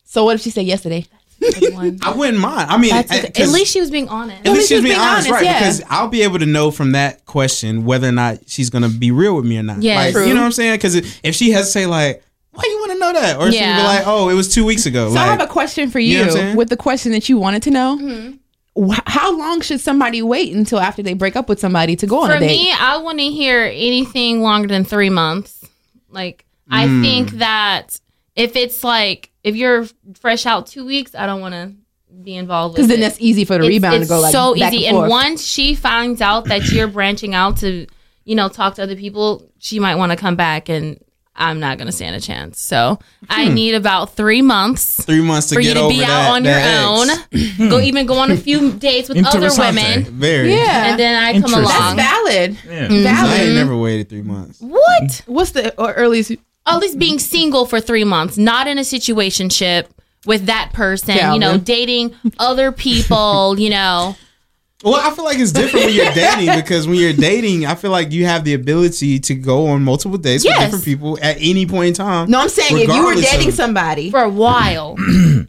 Speaker 5: So what if she said yesterday?
Speaker 6: with one.
Speaker 3: I wouldn't mind. I mean,
Speaker 6: That's
Speaker 3: I-
Speaker 6: it. at
Speaker 3: 'cause-
Speaker 6: least she was being honest.
Speaker 3: at least she's being honest, right?
Speaker 5: yeah.
Speaker 3: Because I'll be able to know from that question whether or not she's gonna be real with me or not.
Speaker 6: Yes.
Speaker 3: like,
Speaker 6: True.
Speaker 3: you know what I'm saying? Because if she has to say like, "Why you want to know that?" or if she'd
Speaker 6: Yeah.
Speaker 3: be like, "Oh, it was two weeks ago,"
Speaker 5: So I
Speaker 3: like,
Speaker 5: have a question for
Speaker 3: You know
Speaker 5: you,
Speaker 3: what I'm saying?
Speaker 5: with the question that you wanted to know.
Speaker 6: Mm-hmm.
Speaker 5: Wh- How long should somebody wait until after they break up with somebody to go on
Speaker 6: For
Speaker 5: a date?
Speaker 6: me, I wouldn't hear anything longer than three months. Like, I
Speaker 5: Hmm.
Speaker 6: think that if it's like, if you're fresh out two weeks, I don't want to be involved with
Speaker 5: because then
Speaker 6: it.
Speaker 5: that's easy for the
Speaker 6: It's-
Speaker 5: rebound
Speaker 6: it's
Speaker 5: to go like
Speaker 6: so
Speaker 5: back
Speaker 6: easy.
Speaker 5: And,
Speaker 6: And,
Speaker 5: forth.
Speaker 6: once she finds out that you're branching out to, you know, talk to other people, she might want to come back and. I'm not gonna stand a chance. So I
Speaker 5: Hmm.
Speaker 6: need about three months
Speaker 3: three months to
Speaker 6: for
Speaker 3: get
Speaker 6: you to
Speaker 3: over
Speaker 6: be
Speaker 3: that,
Speaker 6: out on your
Speaker 3: that ex.
Speaker 6: own. go even go on a few dates with other
Speaker 3: Interessante.
Speaker 6: women.
Speaker 3: Very.
Speaker 5: yeah,
Speaker 6: and then I come
Speaker 1: Interesting.
Speaker 6: along.
Speaker 1: That's
Speaker 5: valid.
Speaker 1: Yeah.
Speaker 6: Mm.
Speaker 3: I ain't
Speaker 6: Mm-hmm.
Speaker 5: Valid.
Speaker 3: never waited three months.
Speaker 6: What?
Speaker 5: What's the or earliest?
Speaker 6: At least being single for three months, not in a situationship with that person, you know,
Speaker 5: Calvin.
Speaker 6: dating other people, you know.
Speaker 3: Well, I feel like it's different when you're dating because when you're dating, I feel like you have the ability to go on multiple dates
Speaker 6: Yes.
Speaker 3: with different people at any point in time.
Speaker 5: No, I'm saying if you were
Speaker 3: Regardless
Speaker 5: dating
Speaker 3: of-
Speaker 5: somebody
Speaker 6: For a while,
Speaker 3: right.
Speaker 5: and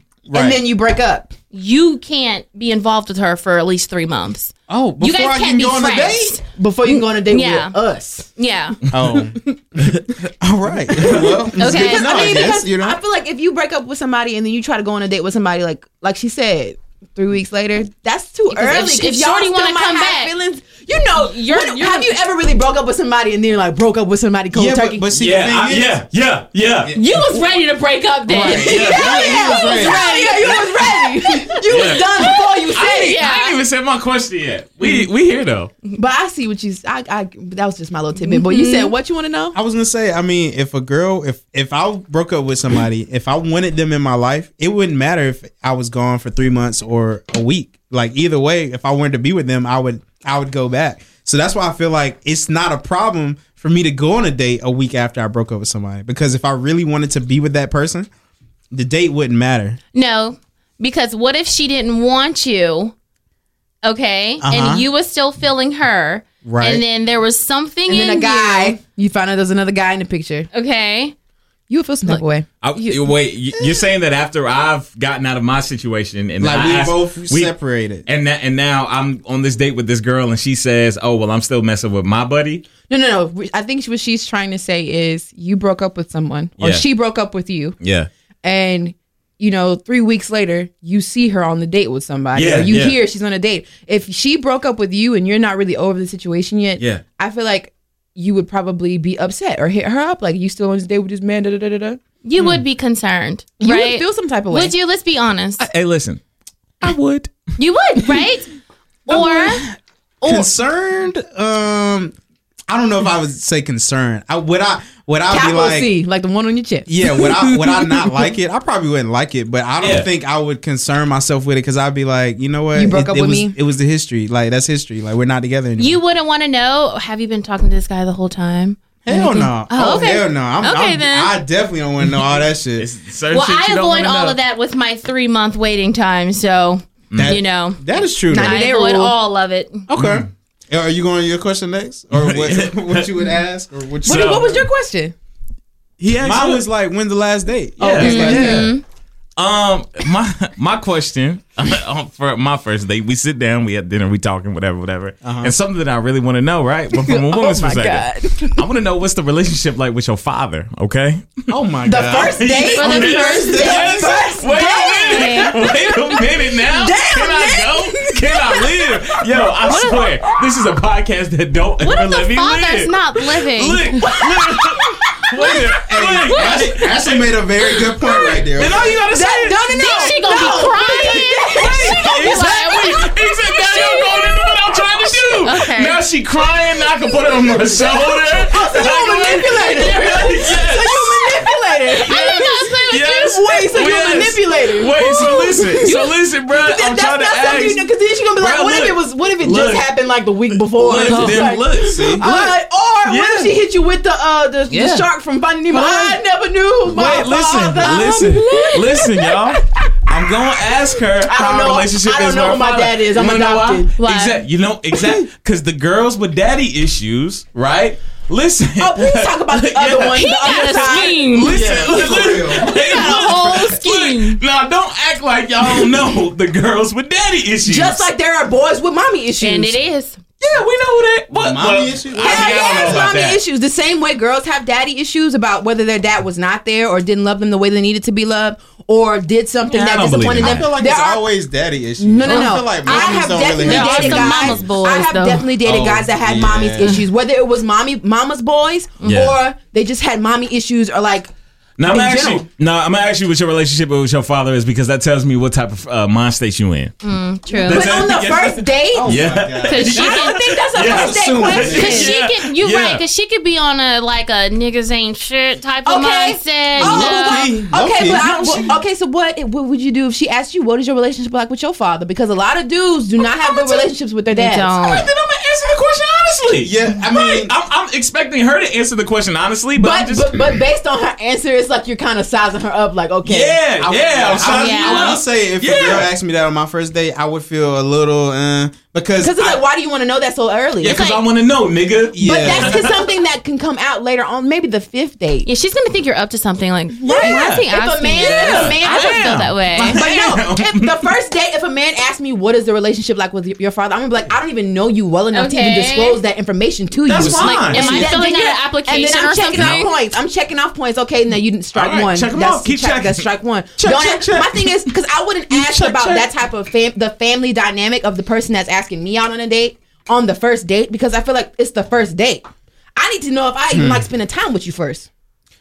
Speaker 5: then you break up,
Speaker 6: you can't be involved with her for at least three months.
Speaker 3: oh, before
Speaker 6: you guys
Speaker 3: I
Speaker 6: can't
Speaker 3: can
Speaker 6: be
Speaker 3: go on a
Speaker 6: friends.
Speaker 3: date.
Speaker 5: before you can go on a date
Speaker 6: Yeah.
Speaker 5: with us,
Speaker 6: Yeah.
Speaker 3: Oh. All right. Well, okay.
Speaker 6: Okay.
Speaker 3: Good to know,
Speaker 5: I
Speaker 3: I, guess,
Speaker 5: mean, because
Speaker 3: you know.
Speaker 5: I feel like if you break up with somebody and then you try to go on a date with somebody, like like she said, three weeks later, that's too
Speaker 6: Because if
Speaker 5: early.
Speaker 6: sh-
Speaker 5: If,
Speaker 6: if
Speaker 5: y'all
Speaker 6: Shorty
Speaker 5: still
Speaker 6: wanna
Speaker 5: might
Speaker 6: come
Speaker 5: have
Speaker 6: back,
Speaker 5: feelings, you know,
Speaker 6: you're-
Speaker 5: when-
Speaker 6: you're-
Speaker 5: have you ever really broke up with somebody and then like broke up with somebody cold
Speaker 3: yeah,
Speaker 5: turkey?
Speaker 3: but, but see,
Speaker 1: Yeah,
Speaker 3: the
Speaker 1: I-
Speaker 3: thing is,
Speaker 1: yeah, yeah, yeah, yeah.
Speaker 6: You was ready to break up then.
Speaker 1: yeah.
Speaker 5: Hell yeah,
Speaker 3: was
Speaker 5: you was
Speaker 3: ready.
Speaker 5: ready. Yeah, you was ready. You
Speaker 1: Yeah.
Speaker 5: was done before you said it.
Speaker 1: I didn't even said my question yet. We we here though.
Speaker 5: But I see what you. I, I that was just my little tidbit. But you
Speaker 6: Mm-hmm.
Speaker 5: said what you want to know?
Speaker 3: I was gonna say, I mean, if a girl, if if I broke up with somebody, if I wanted them in my life, it wouldn't matter if I was gone for three months or a week. Like either way, if I wanted to be with them, I would I would go back. So that's why I feel like it's not a problem for me to go on a date a week after I broke up with somebody because if I really wanted to be with that person, the date wouldn't matter.
Speaker 6: No, because what if she didn't want you? Okay,
Speaker 3: Uh-huh.
Speaker 6: and you was still feeling her,
Speaker 3: Right.
Speaker 6: And then there was something
Speaker 5: And
Speaker 6: in
Speaker 5: then a
Speaker 6: You,
Speaker 5: guy, you found out there's another guy in the picture.
Speaker 6: okay,
Speaker 5: You would feel some type of way.
Speaker 1: I, wait, you- you're saying that after I've gotten out of my situation and
Speaker 3: Like
Speaker 1: I
Speaker 3: we
Speaker 1: asked-
Speaker 3: both
Speaker 1: we-
Speaker 3: separated.
Speaker 1: and that, and now I'm on this date with this girl, and she says, "Oh, well, I'm still messing with my buddy."
Speaker 5: No, no, no. I think what she's trying to say is you broke up with someone, or
Speaker 1: Yeah.
Speaker 5: she broke up with you,
Speaker 1: Yeah,
Speaker 5: and you know, three weeks later, you see her on the date with somebody,
Speaker 1: Yeah,
Speaker 5: or you
Speaker 1: yeah.
Speaker 5: hear she's on a date. If she broke up with you and you're not really over the situation yet,
Speaker 1: Yeah.
Speaker 5: I feel like you would probably be upset or hit her up, like you still on this date with this man. Da da da da da.
Speaker 6: you would be concerned,
Speaker 5: You
Speaker 6: right?
Speaker 5: would feel some type of way.
Speaker 6: Would you? Let's be honest.
Speaker 1: Hey, listen, I would.
Speaker 6: You would, right? or
Speaker 3: concerned um i don't know if i would say concerned i would i would i be
Speaker 5: Capital
Speaker 3: like
Speaker 5: C, like the one on your chest.
Speaker 3: yeah would i would i not like it i probably wouldn't like it but i don't
Speaker 1: Yeah.
Speaker 3: think i would concern myself with it because i'd be like you know what
Speaker 5: You broke
Speaker 3: it,
Speaker 5: up
Speaker 3: it
Speaker 5: with
Speaker 3: was
Speaker 5: me?
Speaker 3: it was the history like that's history like we're not together anymore
Speaker 6: you wouldn't want to know. Have you been talking to this guy the whole time?
Speaker 3: hell no
Speaker 6: Oh,
Speaker 3: oh,
Speaker 6: okay.
Speaker 3: hell no I'm,
Speaker 6: Okay,
Speaker 3: I'm-
Speaker 6: then.
Speaker 3: i definitely don't want to know all that shit
Speaker 6: Well, I avoid all of that with my three month waiting time, so
Speaker 3: That-
Speaker 6: you know
Speaker 3: that is true though.
Speaker 6: I
Speaker 5: Ninety day
Speaker 6: avoid
Speaker 5: rule.
Speaker 6: all of it.
Speaker 3: okay Uh, are you going to your question next or what, what you would ask or what you
Speaker 5: What,
Speaker 1: So-
Speaker 5: what was your question?
Speaker 1: He
Speaker 3: mine was like when's the last date
Speaker 1: Yeah.
Speaker 3: It's like,
Speaker 5: Mm-hmm.
Speaker 1: Um, my my question um, for my first date, we sit down, we have dinner, we talking, whatever, whatever,
Speaker 6: Uh-huh.
Speaker 1: and something that I really want to know, right? But from a
Speaker 6: Oh
Speaker 1: woman's
Speaker 5: my
Speaker 1: perspective, I want to know what's the relationship like with your father, okay?
Speaker 3: oh my god
Speaker 5: First date.
Speaker 6: For the first date.
Speaker 1: Yes. Wait a minute. Wait a minute now. Can I go? Can I live? Yo, I swear, this is a podcast that don't
Speaker 6: What
Speaker 1: ever
Speaker 6: if
Speaker 1: let
Speaker 6: the
Speaker 1: me
Speaker 6: father's
Speaker 1: live.
Speaker 6: not living?
Speaker 1: Look, look, look, look.
Speaker 3: Ashley- Ashley made a very good point right there.
Speaker 1: And all you gotta say is,
Speaker 6: Then she gonna be crying.
Speaker 1: Exactly. Exactly. Now y'all going into what I'm trying to do.
Speaker 6: Okay.
Speaker 1: Now she crying. Now I can put it on my shoulder. so you
Speaker 5: manipulator.
Speaker 1: yes.
Speaker 5: So you manipulated.
Speaker 1: Yes.
Speaker 5: Wait, so you
Speaker 1: Yes.
Speaker 5: manipulated.
Speaker 1: Wait. So listen. So listen, bro. I'm
Speaker 5: that's
Speaker 1: trying to
Speaker 5: not something you
Speaker 1: ask.
Speaker 5: know, because then she's gonna be like,
Speaker 1: Bruh,
Speaker 5: what if
Speaker 1: look.
Speaker 5: it was, what if it
Speaker 1: Look.
Speaker 5: just happened like the week before?
Speaker 1: Look,
Speaker 5: It's just
Speaker 1: then
Speaker 5: like,
Speaker 1: look. See.
Speaker 5: uh, or what
Speaker 1: Yeah.
Speaker 5: if she hit you with the uh, the, the
Speaker 7: Yeah.
Speaker 5: shark from Finding Nemo? I never knew. My
Speaker 1: Wait, listen,
Speaker 5: father.
Speaker 1: listen, listen, y'all. I'm gonna ask her how
Speaker 5: know-
Speaker 1: our relationship
Speaker 5: I don't
Speaker 1: is.
Speaker 5: know
Speaker 1: with
Speaker 5: who
Speaker 1: her
Speaker 5: my
Speaker 1: father.
Speaker 5: dad is.
Speaker 1: You
Speaker 5: I'm
Speaker 1: wanna know
Speaker 5: adopted.
Speaker 1: Why?
Speaker 6: Why?
Speaker 1: Exact. You know exact. Because the girls with daddy issues, right? Listen.
Speaker 2: Oh, please talk about the other one.
Speaker 6: He
Speaker 2: the other
Speaker 6: got a
Speaker 2: side.
Speaker 6: scheme.
Speaker 1: Listen, listen.
Speaker 6: He got a whole scheme.
Speaker 1: Now, don't act like y'all don't know the girls with daddy issues.
Speaker 2: Just like there are boys with mommy issues.
Speaker 6: And it is.
Speaker 1: yeah, we know that. But,
Speaker 3: Mommy
Speaker 1: well,
Speaker 3: issues?
Speaker 1: I, mean,
Speaker 3: Hell
Speaker 5: Hell
Speaker 1: I
Speaker 5: yeah,
Speaker 1: don't know
Speaker 5: it's
Speaker 1: about
Speaker 5: mommy
Speaker 1: that.
Speaker 5: issues. The same way girls have daddy issues about whether their dad was not there or didn't love them the way they needed to be loved or did something
Speaker 1: Yeah, I
Speaker 5: that
Speaker 1: don't believe
Speaker 5: disappointed
Speaker 1: in
Speaker 5: them.
Speaker 1: that.
Speaker 3: I feel like
Speaker 5: there
Speaker 3: it's
Speaker 5: are
Speaker 3: always daddy issues.
Speaker 5: No, no,
Speaker 3: I
Speaker 5: no. I,
Speaker 3: feel like moms
Speaker 5: have
Speaker 3: don't
Speaker 5: definitely
Speaker 3: really have
Speaker 6: There are
Speaker 5: dated
Speaker 6: some
Speaker 5: guys.
Speaker 6: mama's boys,
Speaker 5: I have
Speaker 6: though.
Speaker 5: definitely dated
Speaker 3: Oh,
Speaker 5: guys that had
Speaker 3: yeah.
Speaker 5: mommy's issues, whether it was mommy mama's boys
Speaker 1: Yeah.
Speaker 5: or they just had mommy issues or like
Speaker 1: Now, I'm
Speaker 5: in
Speaker 1: actually,
Speaker 5: general.
Speaker 1: now, I'm actually with your relationship with your father is because that tells me what type of uh, mind state you in.
Speaker 6: Mm, True.
Speaker 1: That's
Speaker 5: but on the
Speaker 1: Yeah.
Speaker 5: first date.
Speaker 3: Oh,
Speaker 1: yeah.
Speaker 6: Because she
Speaker 5: I
Speaker 6: can
Speaker 5: don't think that's a
Speaker 1: Yeah,
Speaker 5: first date
Speaker 3: assume.
Speaker 5: question.
Speaker 6: Cause
Speaker 1: Yeah.
Speaker 6: she could, you
Speaker 1: Yeah.
Speaker 6: right? Cause she could be on a like a niggas ain't shit type of
Speaker 5: Okay.
Speaker 6: mindset.
Speaker 5: Oh,
Speaker 3: Low-key,
Speaker 5: well, okay,
Speaker 3: low-key.
Speaker 5: but I, well, okay. So what? What would you do if she asked you what is your relationship like with your father? Because a lot of dudes do not have good relationships with their
Speaker 6: no.
Speaker 5: dads.
Speaker 1: Right, then I'm gonna answer the question honestly.
Speaker 3: Yeah, I
Speaker 1: Right,
Speaker 3: mean-
Speaker 1: I'm, I'm expecting her to answer the question honestly, but, I'm
Speaker 5: But,
Speaker 1: just
Speaker 5: but but based on her answer, it's like you're kind of sizing her up. Like okay,
Speaker 1: yeah,
Speaker 3: I would-
Speaker 1: yeah.
Speaker 3: I
Speaker 1: I'm
Speaker 3: would-
Speaker 1: sorry.
Speaker 6: Yeah.
Speaker 3: I would say if
Speaker 1: Yeah.
Speaker 3: a girl asked me that on my first date, I would feel a little uh, because
Speaker 5: Because it's
Speaker 3: I-
Speaker 5: like, why do you want to know that so early?
Speaker 1: Yeah, because
Speaker 6: like-
Speaker 1: I want to know, nigga.
Speaker 3: Yeah.
Speaker 5: But that's just something that can come out later on, maybe the fifth date.
Speaker 6: Yeah, she's gonna think you're up to something. Like, yeah.
Speaker 1: Yeah.
Speaker 6: why is he
Speaker 1: If
Speaker 5: a
Speaker 6: asking?
Speaker 5: man-
Speaker 6: you
Speaker 5: if
Speaker 6: that?
Speaker 5: a man-
Speaker 6: I would
Speaker 1: Damn.
Speaker 6: feel that way.
Speaker 5: But no,
Speaker 1: Damn.
Speaker 5: if the first date, if a man asked me what is the relationship like with your father, I'm gonna be like, I don't even know you well enough to
Speaker 6: Okay.
Speaker 5: even disclose that information to
Speaker 1: That's
Speaker 5: you.
Speaker 1: fine. Like,
Speaker 6: am I
Speaker 5: And then-
Speaker 6: filling
Speaker 5: then
Speaker 6: out an
Speaker 5: you're-
Speaker 6: application
Speaker 5: And then I'm
Speaker 6: or
Speaker 5: checking
Speaker 6: something?
Speaker 5: off points. I'm checking off points. Okay, now you didn't strike
Speaker 1: All right,
Speaker 5: one.
Speaker 1: check 'em
Speaker 5: that's,
Speaker 1: off. Keep
Speaker 5: check-
Speaker 1: checking.
Speaker 5: That's strike one.
Speaker 1: Check,
Speaker 5: Don't
Speaker 1: check,
Speaker 5: ask-
Speaker 1: check.
Speaker 5: My thing is because I wouldn't ask
Speaker 1: check,
Speaker 5: about
Speaker 1: check.
Speaker 5: that type of fam- the family dynamic of the person that's asking me out on a date on the first date because I feel like it's the first date. I need to know if I even like spending time with you first.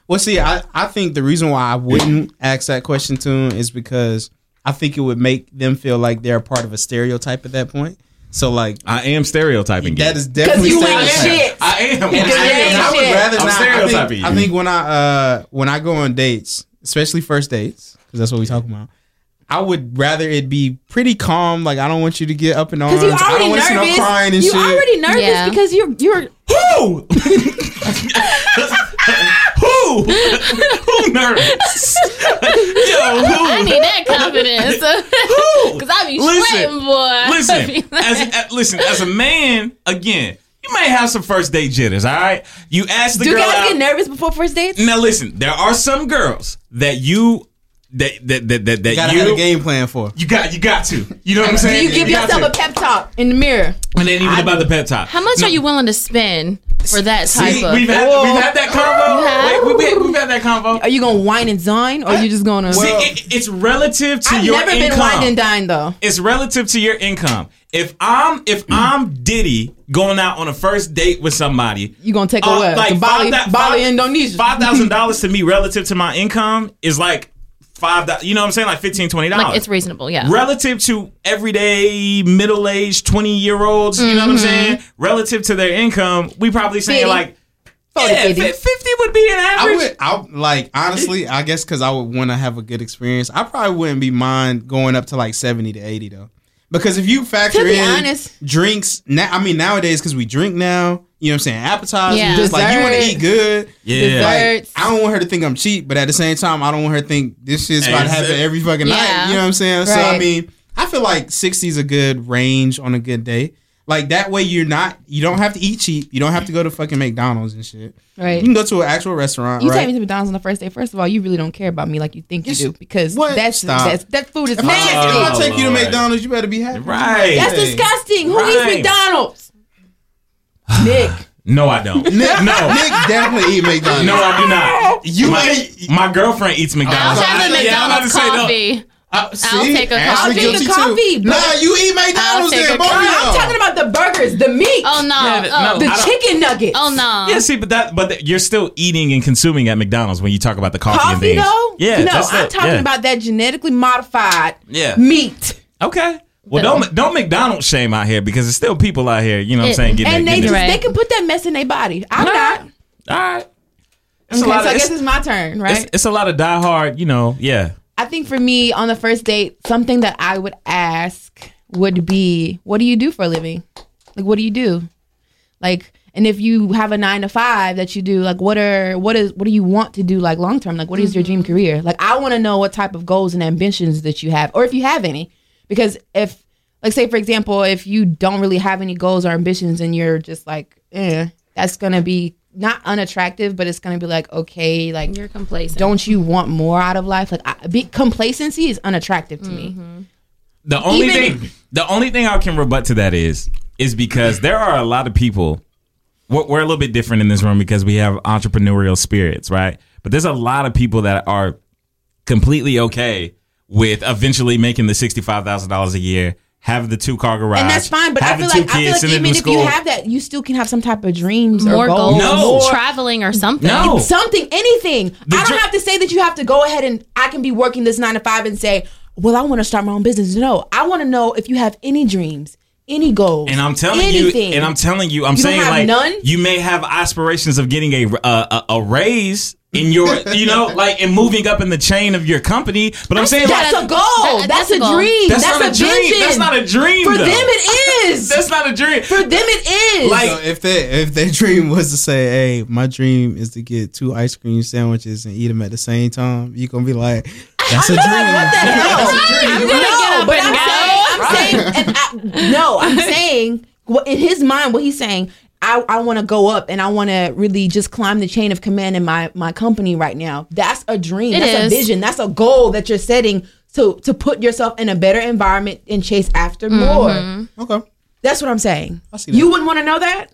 Speaker 3: Well, see, I, I think the reason why I wouldn't ask that question to them is because I think it would make them feel like they're a part of a stereotype at that point. So, like,
Speaker 1: I am stereotyping.
Speaker 3: that
Speaker 1: you.
Speaker 3: is definitely
Speaker 5: you ain't
Speaker 3: stereotype.
Speaker 5: shit.
Speaker 1: I am.
Speaker 5: You
Speaker 3: I,
Speaker 5: ain't
Speaker 3: and I
Speaker 5: shit.
Speaker 3: would rather
Speaker 1: I'm
Speaker 3: not. I think- I
Speaker 1: stereotyping
Speaker 3: think,
Speaker 1: you.
Speaker 3: when I uh, when I go on dates, especially first dates, because that's what we talking about. I would rather it be pretty calm. Like I don't want you to get up in arms.
Speaker 5: Because you're
Speaker 3: I
Speaker 5: already
Speaker 3: don't want to see no
Speaker 5: nervous.
Speaker 3: crying and
Speaker 5: you
Speaker 3: shit.
Speaker 5: already nervous
Speaker 6: Yeah.
Speaker 5: because you're you're
Speaker 1: Who? Who? Who nervous? Yo,
Speaker 6: I
Speaker 1: who?
Speaker 6: need that confidence.
Speaker 1: Who?
Speaker 6: Cause I be
Speaker 1: Listen,
Speaker 6: sweating,
Speaker 1: Listen,
Speaker 6: boy.
Speaker 1: as, as- listen, as a man, again, you may have some first date jitters. All right, you ask the
Speaker 5: do
Speaker 1: girl.
Speaker 5: guys
Speaker 1: out-
Speaker 5: get nervous before first dates?
Speaker 1: now listen, there are some girls that you that that that that, that
Speaker 3: Gotta
Speaker 1: you
Speaker 3: have a game plan for.
Speaker 1: you got you got to. You know what I'm
Speaker 5: Do
Speaker 1: saying?
Speaker 5: you give yourself
Speaker 1: got
Speaker 5: a pep talk in the mirror?
Speaker 1: to. And then even about the pep talk.
Speaker 6: How much are you willing to spend for that type
Speaker 1: See,
Speaker 6: of?
Speaker 1: we've had
Speaker 5: Whoa.
Speaker 1: we've had that convo. Wait, we, we, we've had that convo.
Speaker 5: Are you gonna wine and dine, or are you just gonna?
Speaker 1: See, it, it's relative to
Speaker 5: I've
Speaker 1: your
Speaker 5: never
Speaker 1: income.
Speaker 5: been wine and dine though.
Speaker 1: it's relative to your income. If I'm if I'm Diddy going out on a first date with somebody,
Speaker 5: You gonna take a what? to Bali,
Speaker 1: Uh, five thou-
Speaker 5: Bali,
Speaker 1: five-
Speaker 5: Indonesia.
Speaker 1: Five thousand dollars to me relative to my income is like five. thou- You know what I'm saying? Like 15 dollars.
Speaker 6: like it's reasonable, yeah.
Speaker 1: relative to everyday middle-aged 20 year olds you know what i'm saying relative to their income we probably saying
Speaker 5: 50.
Speaker 1: like
Speaker 5: Forty,
Speaker 1: yeah,
Speaker 5: fifty.
Speaker 1: fi- 50 would be an
Speaker 3: I
Speaker 1: average
Speaker 3: would, I like honestly, I guess because I would want to have a good experience. I probably wouldn't be mind going up to like seventy to eighty though, because if you factor
Speaker 5: To be
Speaker 3: in
Speaker 5: honest-
Speaker 3: drinks, now I mean nowadays because we drink now, you know what I'm saying? Appetizers,
Speaker 6: Yeah.
Speaker 3: just like you want to
Speaker 5: Dessert.
Speaker 3: eat good.
Speaker 1: yeah
Speaker 3: Like,
Speaker 5: Desserts.
Speaker 3: I don't want her to think I'm cheap, but at the same time, I don't want her to think this shit's about to
Speaker 1: Exact-
Speaker 3: happen every fucking night.
Speaker 6: Yeah.
Speaker 3: You know what I'm saying? So I
Speaker 5: Right.
Speaker 3: mean, I feel like sixty is a good range on a good day. Like that way, you're not, you don't have to eat cheap. You don't have to go to fucking McDonald's and shit.
Speaker 5: Right.
Speaker 3: You can go to an actual restaurant.
Speaker 5: You
Speaker 3: right?
Speaker 5: take me to McDonald's on the first day. First of all, you really don't care about me like you think you do because
Speaker 3: What?
Speaker 5: that's,
Speaker 3: Stop.
Speaker 5: that's that food is
Speaker 3: If I, take,
Speaker 5: nasty.
Speaker 3: if I take you to
Speaker 1: Oh, Lord.
Speaker 3: McDonald's, you better be happy.
Speaker 1: Right.
Speaker 5: That's disgusting. Who
Speaker 1: Right.
Speaker 5: eats McDonald's? Nick.
Speaker 1: no i don't
Speaker 3: Nick,
Speaker 1: no
Speaker 3: Nick definitely eat McDonald's.
Speaker 1: no i do not
Speaker 3: You
Speaker 1: my,
Speaker 3: ain't-
Speaker 1: my girlfriend eats
Speaker 6: I'll
Speaker 1: mcdonald's
Speaker 6: have a
Speaker 1: Yeah, I'm about to
Speaker 6: McDonald's
Speaker 1: say no. Uh,
Speaker 6: coffee.
Speaker 3: I'll,
Speaker 6: take a coffee.
Speaker 5: I'll drink a coffee, but-
Speaker 3: Nah, you eat
Speaker 6: I'll
Speaker 3: McDonald's
Speaker 6: take
Speaker 3: then.
Speaker 6: a
Speaker 3: both of
Speaker 6: coffee.
Speaker 3: y'all.
Speaker 5: I'm talking about the burgers, the meat,
Speaker 6: Oh no!
Speaker 1: Yeah, but
Speaker 6: oh.
Speaker 1: no. I
Speaker 5: the
Speaker 1: don't-
Speaker 5: chicken nuggets.
Speaker 6: Oh no!
Speaker 5: Uh-huh.
Speaker 1: yeah, see, but that, but that- you're still eating and consuming at McDonald's when you talk about the coffee, and
Speaker 5: Coffee
Speaker 1: things.
Speaker 5: though?
Speaker 1: yeah,
Speaker 5: No,
Speaker 1: that's
Speaker 5: I'm
Speaker 1: it,
Speaker 5: talking
Speaker 1: yeah.
Speaker 5: about that genetically modified
Speaker 1: Yeah.
Speaker 5: meat.
Speaker 1: Okay. Well, don't don't McDonald's shame out here because there's still people out here. You know what I'm
Speaker 6: It-
Speaker 1: saying? Getting
Speaker 5: and
Speaker 1: that,
Speaker 5: they
Speaker 1: getting
Speaker 5: just
Speaker 1: that-
Speaker 6: Right.
Speaker 5: they can put that mess in their body. I'm
Speaker 1: All
Speaker 5: not.
Speaker 1: right. All right. It's
Speaker 5: Okay,
Speaker 1: a lot
Speaker 5: so
Speaker 1: of,
Speaker 5: I
Speaker 1: it's,
Speaker 5: guess it's my turn, right?
Speaker 1: it's, it's a lot of diehard. You know, yeah.
Speaker 5: I think for me on the first date, something that I would ask would be, "What do you do for a living? Like, what do you do? Like, and if you have a nine to five that you do, like, what are what is what do you want to do like long term? Like, what is your dream career? Like, I want to know what type of goals and ambitions that you have, or if you have any, because if like say for example, if you don't really have any goals or ambitions and you're just like, eh, that's gonna be not unattractive, but it's gonna be like okay, like
Speaker 6: You're complacent.
Speaker 5: don't you want more out of life? Like I, be, complacency is unattractive to
Speaker 6: Mm-hmm.
Speaker 5: me.
Speaker 1: The only
Speaker 5: Even-
Speaker 1: thing, the only thing I can rebut to that is, is because there are a lot of people. We're, we're a little bit different in this room because we have entrepreneurial spirits, right? But there's a lot of people that are completely okay with eventually making the sixty-five thousand dollars a year, have the two-car garage,
Speaker 5: And that's fine, but I
Speaker 1: have
Speaker 5: feel
Speaker 1: the two
Speaker 5: like I feel
Speaker 1: kids,
Speaker 5: like
Speaker 1: send them
Speaker 5: even
Speaker 1: to
Speaker 5: if you
Speaker 1: school.
Speaker 5: have that, you still can have some type of dreams
Speaker 6: more
Speaker 5: or goals,
Speaker 6: goals,
Speaker 1: No.
Speaker 5: More-
Speaker 6: traveling or something.
Speaker 1: No.
Speaker 5: something, anything.
Speaker 1: The
Speaker 5: I don't
Speaker 1: dr-
Speaker 5: have to say that you have to go ahead and I can be working this nine to five and say, well, I want to start my own business. No, I want to know if you have any dreams, any goals,
Speaker 1: And I'm telling
Speaker 5: anything.
Speaker 1: you, and I'm telling you, I'm
Speaker 5: You don't
Speaker 1: saying
Speaker 5: have
Speaker 1: like
Speaker 5: none?
Speaker 1: you may have aspirations of getting a, a a a raise in your, you know, like and moving up in the chain of your company. But I'm saying
Speaker 5: that's
Speaker 1: like
Speaker 5: a goal.
Speaker 6: That-
Speaker 5: that's,
Speaker 6: that's
Speaker 5: a
Speaker 6: a goal.
Speaker 5: dream. That's,
Speaker 1: that's, not a, dream.
Speaker 5: vision.
Speaker 1: That's not a dream.
Speaker 5: For
Speaker 1: though.
Speaker 5: them, it is.
Speaker 1: that's not a dream.
Speaker 5: For them, it is.
Speaker 1: Like-
Speaker 3: So if they if their dream was to say, "Hey, my dream is to get two ice cream sandwiches and eat them at the same time," you gonna be like, "That's a dream."
Speaker 5: hell?
Speaker 6: I'm gonna
Speaker 5: no,
Speaker 6: get up
Speaker 5: but
Speaker 6: and
Speaker 5: I'm
Speaker 6: go.
Speaker 5: saying, I'm saying, and I, no, I'm saying, well, in his mind, what he's saying, I, I want to go up and I want to really just climb the chain of command in my my company right now. That's a dream.
Speaker 6: It
Speaker 5: that's
Speaker 6: is.
Speaker 5: a vision. That's a goal that you're setting to to put yourself in a better environment and chase after more.
Speaker 3: Okay.
Speaker 5: That's what I'm saying.
Speaker 3: I see that.
Speaker 5: You wouldn't want to know that.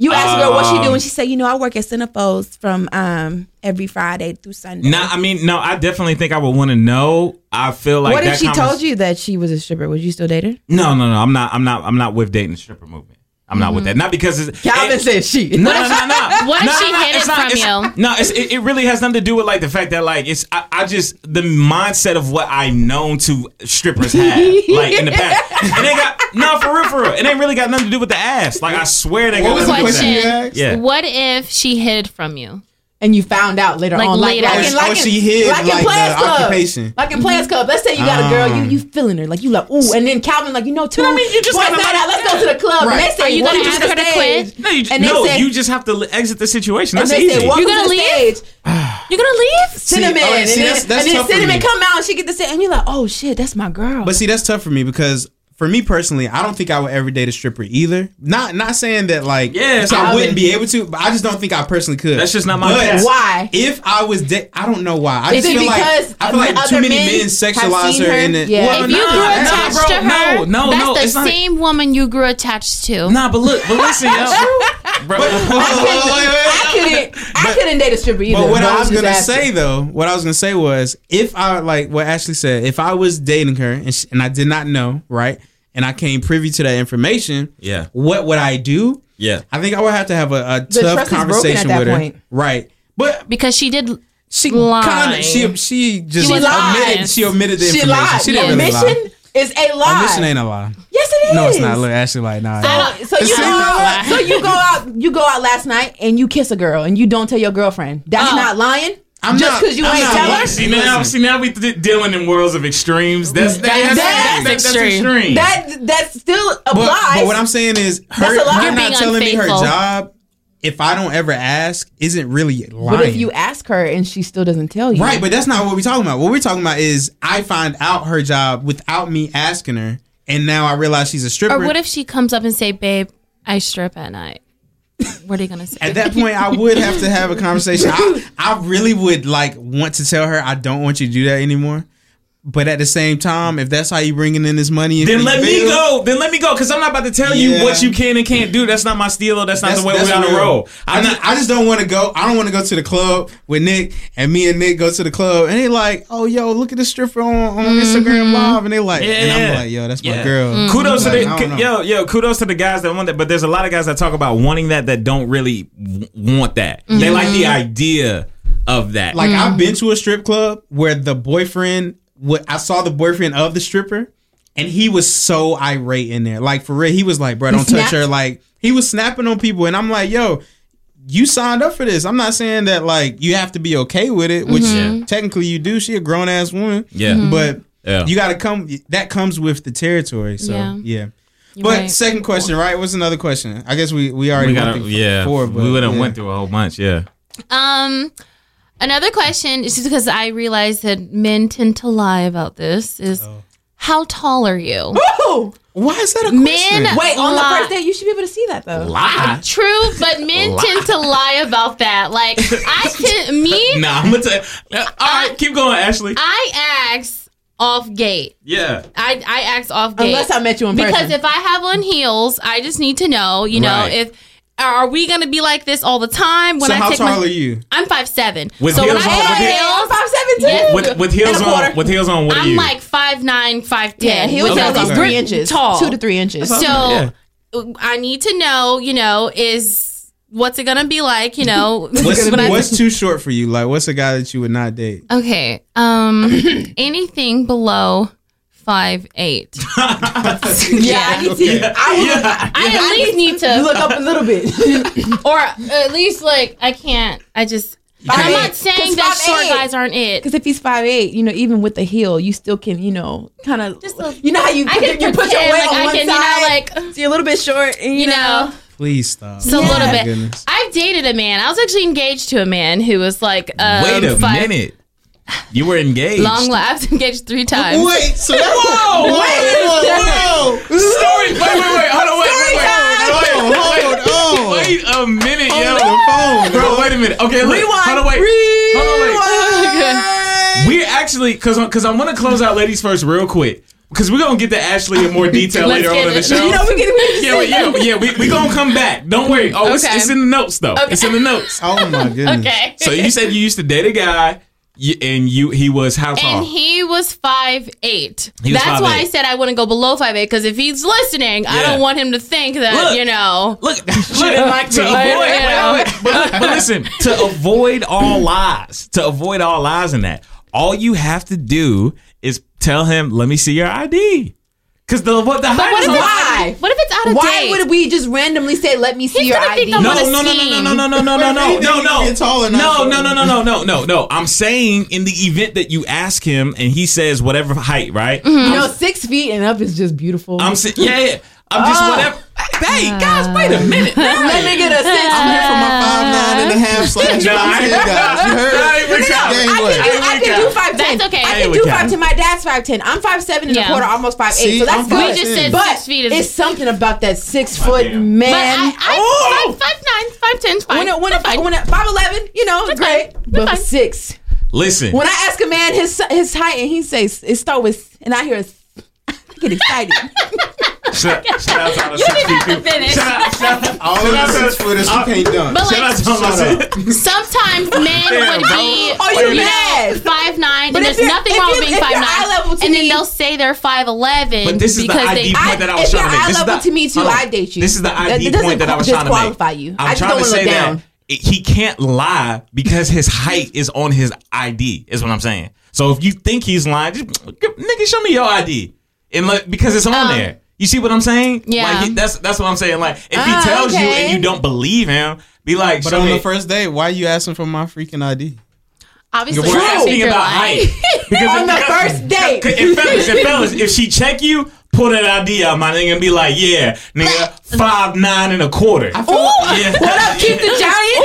Speaker 5: You ask a girl what
Speaker 1: Um,
Speaker 5: she do, and she say, "You know, I work at Cinephos from um, every Friday through Sunday."
Speaker 1: No, I mean, no, I definitely think I would want to know. I feel like
Speaker 5: what
Speaker 1: that
Speaker 5: if she
Speaker 1: convers-
Speaker 5: told you that she was a stripper? Would you still date her?
Speaker 1: No, no, no. I'm not. I'm not. I'm not with dating the stripper movement. I'm not with that. Not because it's it-
Speaker 5: said she.
Speaker 1: No, no, no, no.
Speaker 6: What if
Speaker 1: no, no,
Speaker 6: she
Speaker 1: no,
Speaker 6: hid
Speaker 1: it's
Speaker 6: it
Speaker 1: not-
Speaker 6: from
Speaker 1: it's-
Speaker 6: you?
Speaker 1: No, it's, it, it really has nothing to do with like the fact that like it's I, I just the mindset of what I known to strippers have like in the past. It ain't got no for real, for real. It ain't really got nothing to do with the ass. Like I swear they got
Speaker 3: was the
Speaker 1: nothing to do with
Speaker 6: Question.
Speaker 3: question you
Speaker 1: that.
Speaker 3: asked?
Speaker 1: Yeah.
Speaker 6: What if she hid it from you?
Speaker 5: And you found out later
Speaker 6: Like
Speaker 5: on,
Speaker 6: later.
Speaker 5: like, like, in,
Speaker 6: Or-
Speaker 5: like
Speaker 3: or
Speaker 5: in-
Speaker 3: Oh, she hid,
Speaker 5: like,
Speaker 3: like,
Speaker 5: in
Speaker 3: the
Speaker 5: Players Club,
Speaker 3: occupation.
Speaker 5: like in Players Club. Let's say you got a girl, you you feeling her, like you like ooh, and then Calvin like you know too.
Speaker 1: I mean, you just
Speaker 5: boys
Speaker 1: gotta
Speaker 5: night
Speaker 1: let-
Speaker 5: out, let's go to the club. And
Speaker 3: Right.
Speaker 5: they say,
Speaker 6: Are you
Speaker 5: "Welcome to
Speaker 6: gonna ask her
Speaker 5: the
Speaker 6: to quit?
Speaker 5: stage."
Speaker 1: No, you,
Speaker 5: And they
Speaker 1: no,
Speaker 5: said-
Speaker 1: you just have to l- exit the situation.
Speaker 5: And
Speaker 1: That's
Speaker 5: they
Speaker 1: easy.
Speaker 5: say, "Welcome
Speaker 6: You gonna
Speaker 5: to the
Speaker 6: leave?
Speaker 5: stage,
Speaker 6: You're gonna leave?
Speaker 5: cinnamon,"
Speaker 3: all right,
Speaker 5: and
Speaker 3: see,
Speaker 5: then,
Speaker 3: that's- that's
Speaker 5: and then
Speaker 3: tough for
Speaker 5: cinnamon
Speaker 3: me.
Speaker 5: come out and she get to sit, and you're like, "Oh shit, that's my girl."
Speaker 3: But see, that's tough for me because for me personally, I don't think I would ever date a stripper either. Not not saying that like
Speaker 1: Yeah, it's
Speaker 3: I
Speaker 1: not-
Speaker 3: wouldn't be able to, but I just don't think I personally could.
Speaker 1: That's just not my
Speaker 3: But
Speaker 1: path.
Speaker 5: Why?
Speaker 3: If I was, da- I don't know why. I
Speaker 5: Is
Speaker 3: just
Speaker 5: it
Speaker 3: feel like
Speaker 5: because
Speaker 3: I feel like
Speaker 5: other
Speaker 3: too many
Speaker 5: men
Speaker 3: men,
Speaker 5: have
Speaker 3: sexualize
Speaker 5: seen
Speaker 3: her.
Speaker 5: her?
Speaker 3: And it,
Speaker 5: Yeah.
Speaker 1: Well,
Speaker 6: If you
Speaker 1: nah,
Speaker 6: grew
Speaker 1: nah,
Speaker 6: attached
Speaker 1: bro,
Speaker 6: to her,
Speaker 1: no, no,
Speaker 6: that's
Speaker 1: no,
Speaker 6: the
Speaker 1: it's not-
Speaker 6: same woman you grew attached to.
Speaker 1: Nah, but look, but listen, yo. Bro, oh,
Speaker 3: oh,
Speaker 5: I couldn't, I couldn't date a stripper either.
Speaker 3: But what I
Speaker 5: I'm
Speaker 3: was
Speaker 5: just
Speaker 3: gonna
Speaker 5: asking.
Speaker 3: say though, what I was gonna say was, if I like what Ashley said, if I was dating her and sh and I did not know, right, and I came privy to that information,
Speaker 1: Yeah.
Speaker 3: what would I do?
Speaker 1: Yeah.
Speaker 3: I think I would have to have a, a
Speaker 5: trust
Speaker 3: tough
Speaker 5: is broken at
Speaker 3: conversation
Speaker 5: that
Speaker 3: with her,
Speaker 5: point.
Speaker 3: right? But
Speaker 6: Because she did
Speaker 3: she
Speaker 6: Lie.
Speaker 3: kind of she she just
Speaker 6: She lied.
Speaker 3: omitted she omitted the
Speaker 5: she
Speaker 3: information.
Speaker 5: lied.
Speaker 3: She didn't really
Speaker 5: Omission
Speaker 3: lie.
Speaker 5: is a lie.
Speaker 3: Omission ain't a lie.
Speaker 5: yes, it is.
Speaker 3: No, it's not. Look, Ashley, like nah.
Speaker 5: So, so you
Speaker 3: It's
Speaker 5: go
Speaker 3: not
Speaker 5: out, so you go out you go out last night and you kiss a girl and you don't tell your girlfriend. That's
Speaker 6: Oh.
Speaker 5: not lying.
Speaker 3: I'm
Speaker 5: just
Speaker 3: not-
Speaker 5: because you
Speaker 3: I'm
Speaker 5: ain't
Speaker 3: not
Speaker 5: tell her.
Speaker 3: lying.
Speaker 1: See now, see now we th- dealing in worlds of extremes. That's that's,
Speaker 5: That's
Speaker 1: that's- that's
Speaker 6: extreme.
Speaker 1: extreme.
Speaker 5: That that still applies.
Speaker 3: But, but what I'm saying is, her,
Speaker 5: That's a lie.
Speaker 3: her
Speaker 5: You're
Speaker 3: not
Speaker 6: being
Speaker 3: telling me her
Speaker 6: unfaithful.
Speaker 3: job, if I don't ever ask, isn't really lying.
Speaker 5: What if you ask her and she still doesn't tell you?
Speaker 3: right, but that's not what we're talking about. What we're talking about is I find out her job without me asking her, and now I realize she's a stripper.
Speaker 6: Or what if she comes up and say, "Babe, I strip at night." What are you gonna say?
Speaker 3: At that point, I would have to have a conversation. I, I really would like want to tell her I don't want you to do that anymore. But at the same time, if that's how you bringing in this money, and
Speaker 1: Then
Speaker 3: these
Speaker 1: let me
Speaker 3: bills-
Speaker 1: go. Then let me go. Cause I'm not about to tell
Speaker 3: Yeah.
Speaker 1: you what you can and can't do. That's not my steelo. That's not
Speaker 3: That's,
Speaker 1: the way we
Speaker 3: that's
Speaker 1: on the
Speaker 3: real.
Speaker 1: roll.
Speaker 3: I
Speaker 1: I'm
Speaker 3: just,
Speaker 1: not.
Speaker 3: I just don't want to go. I don't want to go to the club with Nick, and me and Nick go to the club, and they like, "Oh, yo, look at the stripper on, on Instagram Live," and they like, and I'm
Speaker 1: Yeah.
Speaker 3: like, "Yo, that's my
Speaker 1: Yeah. Mm.
Speaker 3: girl."
Speaker 1: Kudos
Speaker 3: Like, I
Speaker 1: to
Speaker 3: don't
Speaker 1: the
Speaker 3: know.
Speaker 1: yo yo. Kudos to the guys that want that. But there's a lot of guys that talk about wanting that that don't really w- want that. They like the
Speaker 5: Mm-hmm.
Speaker 1: idea of that.
Speaker 3: Like I've been
Speaker 6: Mm-hmm.
Speaker 3: to a strip club where the boyfriend, what I saw the boyfriend of the stripper, and he was so irate in there. Like for real, he was like, "Bro, don't touch
Speaker 5: snapped?
Speaker 3: her." Like he was snapping on people, and I'm like, "Yo." You signed up for this. I'm not saying that like you have to be okay with it, which
Speaker 6: Mm-hmm.
Speaker 1: Mhm.
Speaker 3: technically you do. She a grown ass woman.
Speaker 1: Yeah. Mhm.
Speaker 3: But
Speaker 1: Yeah.
Speaker 3: you gotta come that comes with the territory. So yeah.
Speaker 6: Yeah.
Speaker 3: But
Speaker 6: right.
Speaker 3: second question, right? What's another question? I guess we we already
Speaker 1: we
Speaker 3: got
Speaker 1: got yeah.
Speaker 3: four, but
Speaker 1: we would have
Speaker 3: yeah.
Speaker 1: went through a whole bunch. Yeah. Oh.
Speaker 6: Um, another question is just because I realized that men tend to lie about this is How tall are you?
Speaker 5: Woo!
Speaker 3: Why is that a question?
Speaker 6: Men
Speaker 5: Wait, on the
Speaker 6: lie.
Speaker 5: first day, you should be able to see that though.
Speaker 1: Lie.
Speaker 6: True, but men tend to lie about that. Like I can me
Speaker 1: Nah, I'm gonna tell. All right, keep going, Ashley.
Speaker 6: I ask off gate.
Speaker 1: Yeah.
Speaker 6: I I ask off gate.
Speaker 8: Unless I met you in person.
Speaker 6: because if I have on heels, I just need to know, you know,
Speaker 1: Right.
Speaker 6: if are we gonna be like this all the time when
Speaker 3: so
Speaker 6: I
Speaker 3: how
Speaker 6: take
Speaker 3: tall
Speaker 6: my
Speaker 3: are you?
Speaker 6: I'm five seven.
Speaker 1: With
Speaker 6: so when I
Speaker 1: heels on,
Speaker 6: have
Speaker 1: with heels-
Speaker 5: Yeah,
Speaker 6: heels,
Speaker 5: five seven too.
Speaker 6: Yes.
Speaker 1: With with heels
Speaker 5: And a
Speaker 1: on,
Speaker 5: quarter.
Speaker 1: with heels on, what are
Speaker 6: I'm
Speaker 1: you?
Speaker 6: like five nine, five
Speaker 8: yeah,
Speaker 6: ten.
Speaker 8: he was
Speaker 1: Okay.
Speaker 8: at least
Speaker 1: Okay.
Speaker 8: three inches
Speaker 6: Tall.
Speaker 8: two to three inches.
Speaker 6: So
Speaker 1: Yeah.
Speaker 6: I need to know, you know, is what's it gonna be like, you know?
Speaker 3: What's,
Speaker 6: when I-
Speaker 3: what's too short for you? Like, what's a guy that you would not date?
Speaker 6: okay. Um anything below five eight.
Speaker 5: Yeah, I need to. I, will look,
Speaker 6: I at least need
Speaker 5: you
Speaker 6: to
Speaker 5: look up a little bit.
Speaker 6: or at least like I can't I just and I'm not saying
Speaker 5: 'Cause
Speaker 6: that short
Speaker 5: 5'8"
Speaker 6: guys aren't it.
Speaker 8: Because if he's five eight, you know, even with the heel, you still can, you know, kind of.
Speaker 6: Just a-
Speaker 5: You know how you
Speaker 6: I
Speaker 5: put,
Speaker 6: can
Speaker 5: you put your
Speaker 6: pretend
Speaker 5: weight
Speaker 6: like
Speaker 5: on
Speaker 6: I
Speaker 5: one
Speaker 6: can,
Speaker 5: side.
Speaker 6: you know, like
Speaker 8: you're a little bit short, and
Speaker 6: you know,
Speaker 3: Please stop.
Speaker 6: Just a little
Speaker 3: My
Speaker 6: bit.
Speaker 3: goodness.
Speaker 6: I've dated a man. I was actually engaged to a man who was like um,
Speaker 1: Wait a
Speaker 6: five-
Speaker 1: minute. You were engaged.
Speaker 6: Long lives engaged three times.
Speaker 3: Wait, so whoa, whoa, whoa, whoa.
Speaker 1: Story. Wait, wait, wait. Hold on. Wait, wait,
Speaker 3: Hold
Speaker 1: wait.
Speaker 3: on, hold on.
Speaker 1: Wait, wait a minute,
Speaker 6: Oh,
Speaker 1: yo.
Speaker 3: Hold the phone,
Speaker 1: Bro, wait a minute. Okay, look. Hold on, wait. Hold on, wait. We actually, cause cause I want to close out ladies first real quick, cause we're gonna get to Ashley in more detail
Speaker 6: Let's
Speaker 1: later on
Speaker 6: get
Speaker 1: in the
Speaker 6: it.
Speaker 1: show.
Speaker 6: You know,
Speaker 5: we get it.
Speaker 1: yeah, wait, yeah, yeah. We we gonna come back. Don't worry. Oh, it's,
Speaker 6: Okay.
Speaker 1: it's in the notes though. It's in the notes.
Speaker 3: Oh my goodness.
Speaker 6: Okay.
Speaker 1: So you said you used to date a guy, you, and you he was how tall?
Speaker 6: and he was five eight.
Speaker 1: He was
Speaker 6: That's why
Speaker 1: 5'8".
Speaker 6: I said I wouldn't go below five eight because if he's listening, I
Speaker 1: Yeah.
Speaker 6: don't want him to think that
Speaker 1: Look.
Speaker 6: you know.
Speaker 1: Look, look like to avoid,
Speaker 6: Wait, wait,
Speaker 1: wait, wait, but, but listen, to avoid all lies, to avoid all lies in that, all you have to do is tell him, "Let me see your ID," because the what the hide
Speaker 6: What
Speaker 1: is
Speaker 6: if
Speaker 1: a
Speaker 6: it's
Speaker 1: lie.
Speaker 5: Why?
Speaker 6: What if it's out of
Speaker 5: Why
Speaker 6: date?
Speaker 5: would we just randomly say, "Let me see
Speaker 6: He's
Speaker 5: your
Speaker 6: gonna
Speaker 5: ID"?
Speaker 6: think I'm
Speaker 1: No,
Speaker 6: on a
Speaker 1: no, no,
Speaker 6: scene.
Speaker 1: no, no, no, no, no, no, no,
Speaker 3: Maybe
Speaker 1: no,
Speaker 3: you
Speaker 1: no,
Speaker 3: get taller now,
Speaker 1: no,
Speaker 3: so-
Speaker 1: no, no, no, no, no, no, no. I'm saying in the event that you ask him and he says whatever height, right?
Speaker 6: Mm-hmm.
Speaker 8: you know, six feet and up is just beautiful.
Speaker 1: I'm saying, yeah, yeah, I'm just
Speaker 6: Oh.
Speaker 1: whatever. Hey, guys, wait a minute.
Speaker 5: Let me get a sense.
Speaker 3: I'm here for my five nine and a half slash
Speaker 1: Nah, I
Speaker 3: five
Speaker 1: ain't-
Speaker 3: ten guys. You heard?
Speaker 1: I ain't with y'all.
Speaker 3: Dang,
Speaker 5: I
Speaker 3: what?
Speaker 5: can do, I can do five ten.
Speaker 6: That's okay.
Speaker 5: I
Speaker 1: Hey,
Speaker 5: can
Speaker 1: we
Speaker 5: do
Speaker 1: can.
Speaker 5: five ten. My dad's five ten. I'm five seven and
Speaker 6: Yeah.
Speaker 5: a quarter, almost five
Speaker 3: See,
Speaker 5: eight. So that's
Speaker 3: I'm
Speaker 5: good.
Speaker 6: We just said
Speaker 5: but
Speaker 6: six feet is.
Speaker 5: it's something about that six foot
Speaker 1: damn.
Speaker 6: but
Speaker 5: man.
Speaker 6: I, I, five, five nine, five ten, five.
Speaker 5: when it, when
Speaker 6: I'm
Speaker 5: it,
Speaker 6: fine.
Speaker 5: when it, five eleven, you know, it's
Speaker 6: fine.
Speaker 5: great. But
Speaker 6: fine.
Speaker 5: six.
Speaker 1: Listen,
Speaker 5: When I ask a man his his height and he says it start with, and I hear it, I get excited.
Speaker 1: shout shout out to all the
Speaker 6: you
Speaker 1: six
Speaker 6: didn't
Speaker 1: feet
Speaker 6: have to
Speaker 1: people.
Speaker 6: finish.
Speaker 1: Shout out, shout out,
Speaker 3: All of
Speaker 1: shout
Speaker 3: the
Speaker 1: out to-
Speaker 3: six footers you
Speaker 1: uh,
Speaker 3: can't dunk.
Speaker 6: But
Speaker 1: Shout out
Speaker 6: like
Speaker 1: to all my
Speaker 3: Shut
Speaker 1: six-
Speaker 6: sometimes men
Speaker 1: Damn,
Speaker 6: would be
Speaker 1: bro.
Speaker 5: Oh,
Speaker 1: Wait a
Speaker 5: you're
Speaker 1: minute.
Speaker 5: mad.
Speaker 6: five nine,
Speaker 5: But
Speaker 6: and
Speaker 5: if
Speaker 6: there's
Speaker 5: you're-
Speaker 6: nothing
Speaker 5: if
Speaker 6: wrong with
Speaker 5: you're-
Speaker 6: being
Speaker 5: if
Speaker 6: five
Speaker 5: you're eye level
Speaker 6: nine.
Speaker 5: to
Speaker 6: And then
Speaker 5: me-
Speaker 6: they'll say they're five eleven
Speaker 1: But this is the
Speaker 6: because
Speaker 1: ID
Speaker 6: they
Speaker 1: point that I was
Speaker 5: if
Speaker 1: trying to
Speaker 5: you're
Speaker 1: make.
Speaker 5: eye
Speaker 1: This is
Speaker 5: level
Speaker 1: the-
Speaker 5: to me too,
Speaker 1: hold on.
Speaker 5: I date you.
Speaker 1: This is the
Speaker 5: That-
Speaker 1: ID
Speaker 5: that doesn't
Speaker 1: point that I was trying to make.
Speaker 5: disqualify you.
Speaker 1: I'm
Speaker 5: I just
Speaker 1: trying
Speaker 5: don't
Speaker 1: to
Speaker 5: wanna
Speaker 1: say
Speaker 5: look
Speaker 1: that
Speaker 5: down.
Speaker 1: it- he can't lie because his height is on his ID. Is what I'm saying. So if you think he's lying, just nigga, show me your ID, and like, because it's on
Speaker 6: Um,
Speaker 1: there. You see what I'm saying?
Speaker 6: Yeah.
Speaker 1: Like he- that's that's what I'm saying. Like if
Speaker 5: Ah,
Speaker 1: he tells you
Speaker 5: okay.
Speaker 1: and you don't believe him, be like,
Speaker 3: But
Speaker 1: show
Speaker 3: on
Speaker 1: me.
Speaker 3: the first day, why you asking for my freaking ID?
Speaker 6: obviously
Speaker 1: we're
Speaker 6: I
Speaker 1: asking
Speaker 6: think you're
Speaker 1: about
Speaker 6: lying.
Speaker 1: height. Because
Speaker 5: On
Speaker 1: if-
Speaker 5: the
Speaker 1: because-
Speaker 5: first date.
Speaker 1: And fellas, and fellas, if she check you, pull that ID out, my nigga, and be like, yeah, nigga, five nine and a quarter. Yeah.
Speaker 5: What up, Keith the Giant?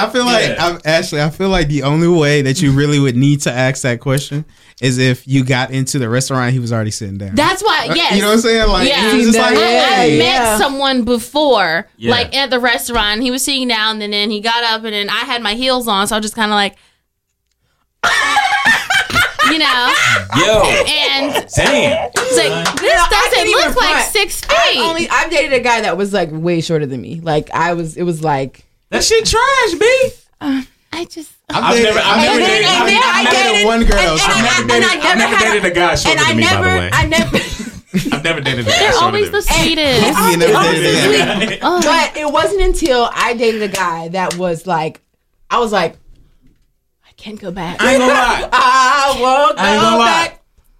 Speaker 3: I feel like
Speaker 1: Yeah.
Speaker 3: I'm, Ashley. I feel like the only way that you really would need to ask that question is if you got into the restaurant he was already sitting down.
Speaker 6: That's why, yes.
Speaker 3: Uh, You know what I'm saying? Like,
Speaker 6: Yeah.
Speaker 3: he was just like,
Speaker 6: I, I
Speaker 3: hey.
Speaker 6: met
Speaker 5: Yeah.
Speaker 6: someone before,
Speaker 1: Yeah.
Speaker 6: like at the restaurant. He was sitting down, and then he got up, and then I had my heels on, so I was just kind of like, you know,
Speaker 1: Yo,
Speaker 6: and
Speaker 1: damn.
Speaker 6: it's like
Speaker 5: You know,
Speaker 6: this
Speaker 5: I can't
Speaker 6: doesn't
Speaker 5: even
Speaker 6: look like
Speaker 5: front.
Speaker 6: six feet.
Speaker 5: I've
Speaker 6: Only,
Speaker 5: only I've dated a guy that was like way shorter than me. Like I was, it was like.
Speaker 1: That shit trash, B.
Speaker 6: I just
Speaker 1: I've
Speaker 3: dated-
Speaker 1: never- I've never
Speaker 5: And then,
Speaker 1: dated-
Speaker 5: and
Speaker 1: I've-
Speaker 5: then
Speaker 1: I've
Speaker 5: I
Speaker 1: never
Speaker 5: dated
Speaker 3: one girl,
Speaker 5: and- and
Speaker 3: so
Speaker 5: I-
Speaker 1: I've never
Speaker 5: and
Speaker 1: dated-
Speaker 5: I
Speaker 1: I've never
Speaker 5: had-
Speaker 1: dated a guy shorter
Speaker 5: and I
Speaker 1: than me, by the
Speaker 5: never,
Speaker 1: way.
Speaker 5: I never,
Speaker 1: I've never dated a guy.
Speaker 6: they're
Speaker 1: shorter
Speaker 6: always
Speaker 1: than
Speaker 6: the
Speaker 1: me.
Speaker 6: sweetest.
Speaker 3: You never
Speaker 5: honestly,
Speaker 3: dated that guy.
Speaker 5: but it wasn't until I dated a guy that was like, I was like, I can't go back.
Speaker 1: I ain't gonna lie.
Speaker 5: I won't go
Speaker 1: I ain't gonna
Speaker 5: back.
Speaker 1: lie.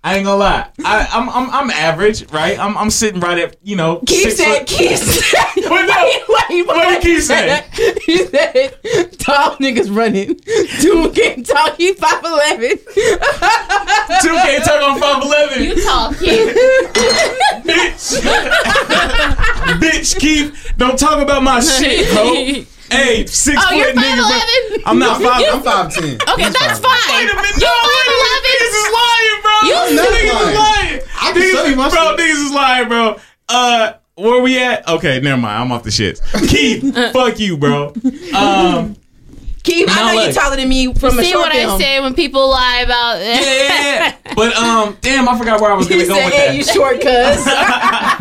Speaker 1: I ain't gonna lie. I, I'm I'm I'm average, right? I'm I'm sitting right at you know.
Speaker 5: Keith
Speaker 1: six
Speaker 5: said,
Speaker 1: foot-
Speaker 5: Keith said,
Speaker 1: Wait,
Speaker 5: wait,
Speaker 1: no.
Speaker 5: wait,
Speaker 1: What did Keith say?
Speaker 5: He said, tall niggas running. Dude getting tall, he 5'11.
Speaker 1: Two K turn on five eleven.
Speaker 6: You tall, Keith.
Speaker 1: bitch. bitch, Keith, don't talk about my shit, bro. Hey, six
Speaker 6: Oh,
Speaker 1: foot
Speaker 6: you're
Speaker 1: nigga. bro.
Speaker 6: 5'11"?
Speaker 1: I'm not five.
Speaker 3: I'm
Speaker 1: I'm five.
Speaker 3: 5'10.
Speaker 6: Okay,
Speaker 3: He's
Speaker 6: that's
Speaker 3: 5'11.
Speaker 6: fine.
Speaker 1: Wait a minute.
Speaker 6: You're
Speaker 1: No, wait a minute. This
Speaker 6: 5'11".
Speaker 1: is lying, bro.
Speaker 6: You
Speaker 1: This
Speaker 3: not
Speaker 1: nigga is
Speaker 3: lying.
Speaker 1: lying.
Speaker 3: I my
Speaker 1: bro,
Speaker 3: shit.
Speaker 1: niggas is lying, bro. Uh, where we at? Okay, never mind. I'm off the shits. Keith, fuck you, bro. Um,
Speaker 2: Keith, I
Speaker 1: Now
Speaker 2: know you're
Speaker 1: look.
Speaker 2: taller than me from a
Speaker 6: See
Speaker 2: short
Speaker 6: what
Speaker 2: film.
Speaker 6: I say when people lie about
Speaker 1: yeah,
Speaker 6: it.
Speaker 1: yeah, yeah. But um, damn, I forgot where I was
Speaker 2: You
Speaker 1: gonna go
Speaker 2: said,
Speaker 1: with
Speaker 2: "Hey, you
Speaker 1: that.
Speaker 2: short, cuz."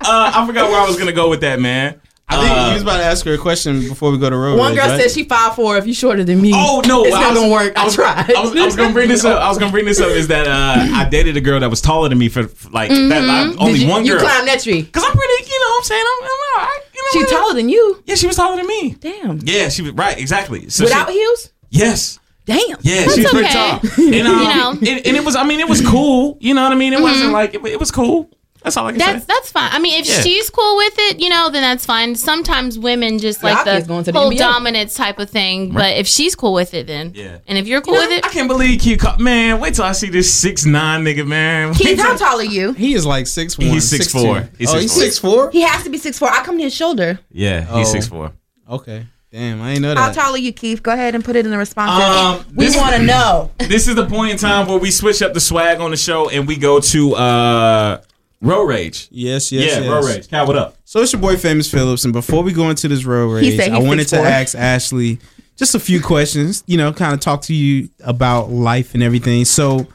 Speaker 1: Uh, I forgot where I was gonna go with that, man.
Speaker 3: I think
Speaker 1: Uh,
Speaker 3: you was about to ask her a question before we go to road.
Speaker 2: One
Speaker 3: rage,
Speaker 2: girl
Speaker 3: right?
Speaker 2: said she five four. If you shorter than me,
Speaker 1: Oh no,
Speaker 2: it's
Speaker 1: I
Speaker 2: not
Speaker 1: was-
Speaker 2: gonna work. I,
Speaker 1: was,
Speaker 2: tried.
Speaker 1: I was, I was gonna bring this up. I was gonna bring this up is that uh, I dated a girl that was taller than me for for, like that. I, only
Speaker 2: Mm-hmm. Did you,
Speaker 1: one
Speaker 2: you
Speaker 1: girl.
Speaker 2: climbed that tree.
Speaker 1: Cause I'm pretty, you know what I'm saying? I'm, I'm all right. You know
Speaker 2: She
Speaker 1: what?
Speaker 2: taller than you.
Speaker 1: Yeah, she was taller than me.
Speaker 2: Damn.
Speaker 1: Yeah, she was right, exactly. So
Speaker 2: Without
Speaker 1: she,
Speaker 2: heels.
Speaker 1: Yes.
Speaker 2: Damn.
Speaker 1: Yeah, she was pretty
Speaker 6: okay.
Speaker 1: tall. And, um,
Speaker 6: You know.
Speaker 1: it, and it was, I mean, it was cool. You know what I mean? It
Speaker 2: Mm-hmm.
Speaker 1: wasn't like, it, it was cool. That's all I can
Speaker 6: That's
Speaker 1: say.
Speaker 6: that's fine. I mean, if
Speaker 1: Yeah.
Speaker 6: she's cool with it, you know, then that's fine. Sometimes women just like
Speaker 2: Lockett's
Speaker 6: the,
Speaker 2: going to the
Speaker 6: whole
Speaker 2: NBA.
Speaker 6: dominance type of thing. But if she's cool with it, then
Speaker 1: Yeah.
Speaker 6: And if you're cool with it,
Speaker 1: I can't believe Q caught, man, wait till I see this six nine nigga, man. Wait
Speaker 5: Keith,
Speaker 1: till-
Speaker 5: how tall are you?
Speaker 3: He is like six one.
Speaker 1: He's 6'4". He's
Speaker 3: oh, he's
Speaker 1: 6'4".
Speaker 3: six four.
Speaker 5: He has to be six four. I come to his shoulder.
Speaker 1: yeah, he's
Speaker 3: Oh.
Speaker 1: six four.
Speaker 3: Okay. Damn, I ain't know
Speaker 5: How
Speaker 3: that.
Speaker 5: tall are you, Keith? Go ahead and put it in the response.
Speaker 1: Um,
Speaker 2: We
Speaker 1: this-
Speaker 2: want to know.
Speaker 1: this is the point in time where we switch up the swag on the show and we go to uh road rage.
Speaker 3: Yes, yes,
Speaker 1: yeah,
Speaker 3: yes.
Speaker 1: road rage. Cal, what up?
Speaker 3: So it's your boy Famous Phillips, and before we go into this road
Speaker 5: He
Speaker 3: rage,
Speaker 5: said
Speaker 3: I
Speaker 5: he's
Speaker 3: wanted to
Speaker 5: 6'4".
Speaker 3: ask Ashley just a few questions. You know, kind of talk to you about life and everything. So,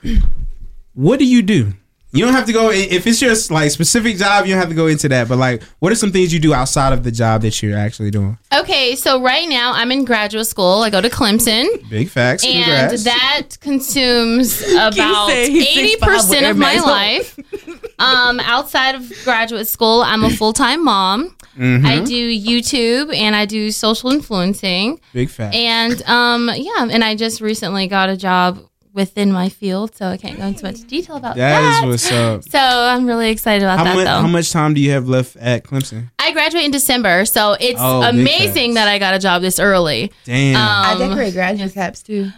Speaker 3: what do you do? You don't have to go i- if it's your like specific job. You don't have to go into that, but like, what are some things you do outside of the job that you're actually doing?
Speaker 6: okay. So right now I'm in graduate school. I go to Clemson,
Speaker 3: Big facts.
Speaker 6: and
Speaker 3: Congrats.
Speaker 6: that consumes about
Speaker 2: said he's
Speaker 6: eighty
Speaker 2: 6'5" with
Speaker 6: percent
Speaker 2: Air
Speaker 6: of my
Speaker 2: Max.
Speaker 6: life. Um, outside of graduate school, I'm a
Speaker 3: Mm-hmm.
Speaker 6: full time mom. I do YouTube and I do social influencing.
Speaker 3: Big facts.
Speaker 6: And um, yeah, and I just recently got a job within my field, so I can't go into much detail about that.
Speaker 3: that is what's up.
Speaker 6: so I'm really excited about
Speaker 3: How
Speaker 6: that
Speaker 3: much,
Speaker 6: though.
Speaker 3: how much time do you have left at Clemson?
Speaker 6: I graduate in December, so it's
Speaker 3: Oh, big
Speaker 6: amazing that I got a job this early.
Speaker 3: Damn.
Speaker 5: I
Speaker 6: Um,
Speaker 5: decorate graduate caps too.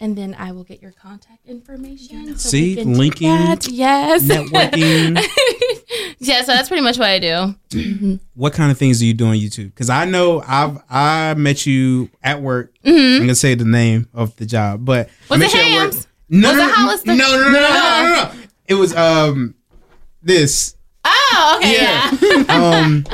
Speaker 6: and then I will get your contact information. so
Speaker 3: See,
Speaker 6: we can do
Speaker 3: linking,
Speaker 6: that. Yes.
Speaker 3: networking.
Speaker 6: yeah, so that's pretty much what I do.
Speaker 3: what kind of things do you do on YouTube? Because I know I've I met you at work. I'm gonna say the name of the job, but I
Speaker 6: Mm-hmm. Was
Speaker 3: met
Speaker 6: it
Speaker 3: you at work.
Speaker 6: Hams?
Speaker 3: No,
Speaker 6: Was
Speaker 3: no,
Speaker 6: it Hollister?
Speaker 3: no, no, no, no, no, no, no, no, no. It was um this.
Speaker 6: Oh, okay. Yeah.
Speaker 3: Um,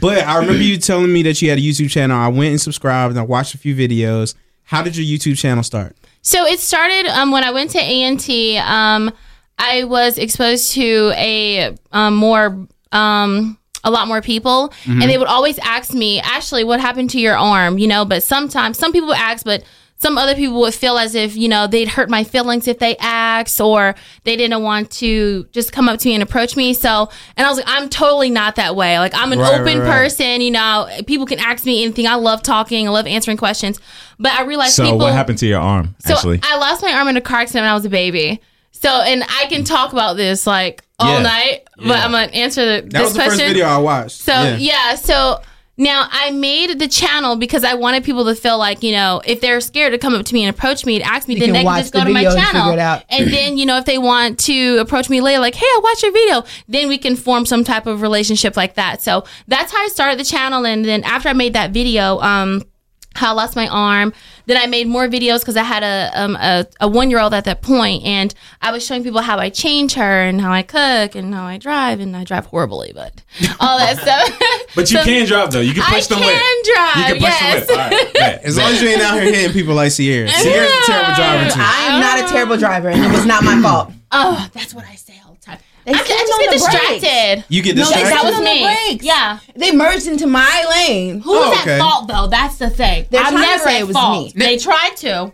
Speaker 3: but I remember you telling me that you had a YouTube channel. I went and subscribed and I watched a few videos. How did your YouTube channel start?
Speaker 6: So it started um, when I went to ANT. Um, I was exposed to a um, more, um, a lot more people,
Speaker 3: Mm-hmm.
Speaker 6: and they would always ask me, "Ashley, what happened to your arm?" You know, but sometimes some people would ask, but some other people would feel as if you know they'd hurt my feelings if they asked, or they didn't want to just come up to me and approach me. So, and I was like, I'm totally not that way. Like I'm an
Speaker 3: Right,
Speaker 6: open
Speaker 3: right, right.
Speaker 6: person. You know, people can ask me anything. I love talking. I love answering questions. But I realized
Speaker 1: So
Speaker 6: people.
Speaker 1: what happened to your arm,
Speaker 6: So
Speaker 1: Ashley?
Speaker 6: I lost my arm in a car accident when I was a baby. So and I can talk about this like all
Speaker 1: Yeah.
Speaker 6: night, but
Speaker 1: Yeah.
Speaker 6: I'm gonna answer the,
Speaker 3: That
Speaker 6: this
Speaker 3: was the
Speaker 6: question.
Speaker 3: first video I watched.
Speaker 6: So yeah. so now I made the channel because I wanted people to feel like you know if they're scared to come up to me and approach me and ask me, then
Speaker 5: can
Speaker 6: they can
Speaker 5: watch
Speaker 6: just go
Speaker 5: the
Speaker 6: to my
Speaker 5: video and
Speaker 6: channel.
Speaker 5: figure it out.
Speaker 6: And then you know if they want to approach me later, like hey, I watched your video, then we can form some type of relationship like that. So that's how I started the channel, and then after I made that video, um how I lost my arm. Then I made more videos because I had a um, a, a one year old at that point, and I was showing people how I change her and how I cook and how I drive, and I drive horribly, but all that stuff.
Speaker 1: But you
Speaker 6: So
Speaker 1: can drive though. You can
Speaker 6: I
Speaker 1: push the
Speaker 6: can
Speaker 1: them away.
Speaker 6: drive.
Speaker 1: You can push
Speaker 6: yes.
Speaker 1: them away. All right. bet,
Speaker 3: As long as you ain't out here hitting people like Sierra. Sierra's a terrible driver too.
Speaker 2: I am not a terrible driver, and it was not my fault.
Speaker 6: Oh, that's what I say all the time. I, I
Speaker 5: stand
Speaker 6: just
Speaker 5: on
Speaker 6: get
Speaker 5: the brakes.
Speaker 6: distracted.
Speaker 3: You get
Speaker 5: No, they-
Speaker 3: distracted.
Speaker 6: That was
Speaker 5: on the
Speaker 6: me.
Speaker 5: brakes.
Speaker 6: Yeah.
Speaker 5: They merged into my lane.
Speaker 6: Who's
Speaker 3: Oh, okay.
Speaker 6: at fault though? That's the thing.
Speaker 5: They're
Speaker 6: I'm
Speaker 5: trying to
Speaker 6: never
Speaker 5: say
Speaker 6: at
Speaker 5: it was
Speaker 6: fault.
Speaker 5: me.
Speaker 6: They tried to.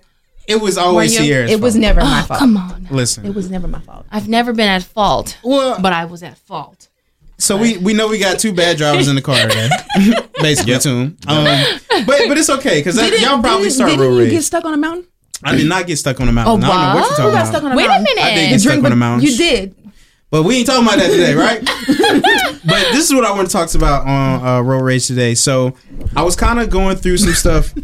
Speaker 3: it was
Speaker 1: Oh,
Speaker 5: Were
Speaker 3: always
Speaker 5: you-
Speaker 3: Sierra's.
Speaker 5: it was
Speaker 3: fault.
Speaker 5: never my fault.
Speaker 6: Come on.
Speaker 3: Listen.
Speaker 5: It was never my fault.
Speaker 6: I've never been at fault,
Speaker 3: well,
Speaker 6: but I was at fault.
Speaker 3: So we we know we got two bad drivers in the car today, basically two. Um, but but it's okay because y'all probably
Speaker 5: didn't,
Speaker 3: start
Speaker 5: didn't
Speaker 3: road
Speaker 5: you
Speaker 3: rage.
Speaker 5: get stuck on a mountain?
Speaker 3: I did not get stuck on the mountain. I don't know what you're
Speaker 6: wow.
Speaker 3: talking
Speaker 5: You got
Speaker 3: about.
Speaker 5: stuck on a
Speaker 6: Wait a
Speaker 5: mountain.
Speaker 6: minute.
Speaker 3: I did get stuck
Speaker 5: Drink,
Speaker 3: on
Speaker 5: but
Speaker 3: the mountain.
Speaker 5: You did.
Speaker 3: But we ain't talking about that today, right? but this is what I want to talk about on uh, Road Rage today. So I was kind of going through some stuff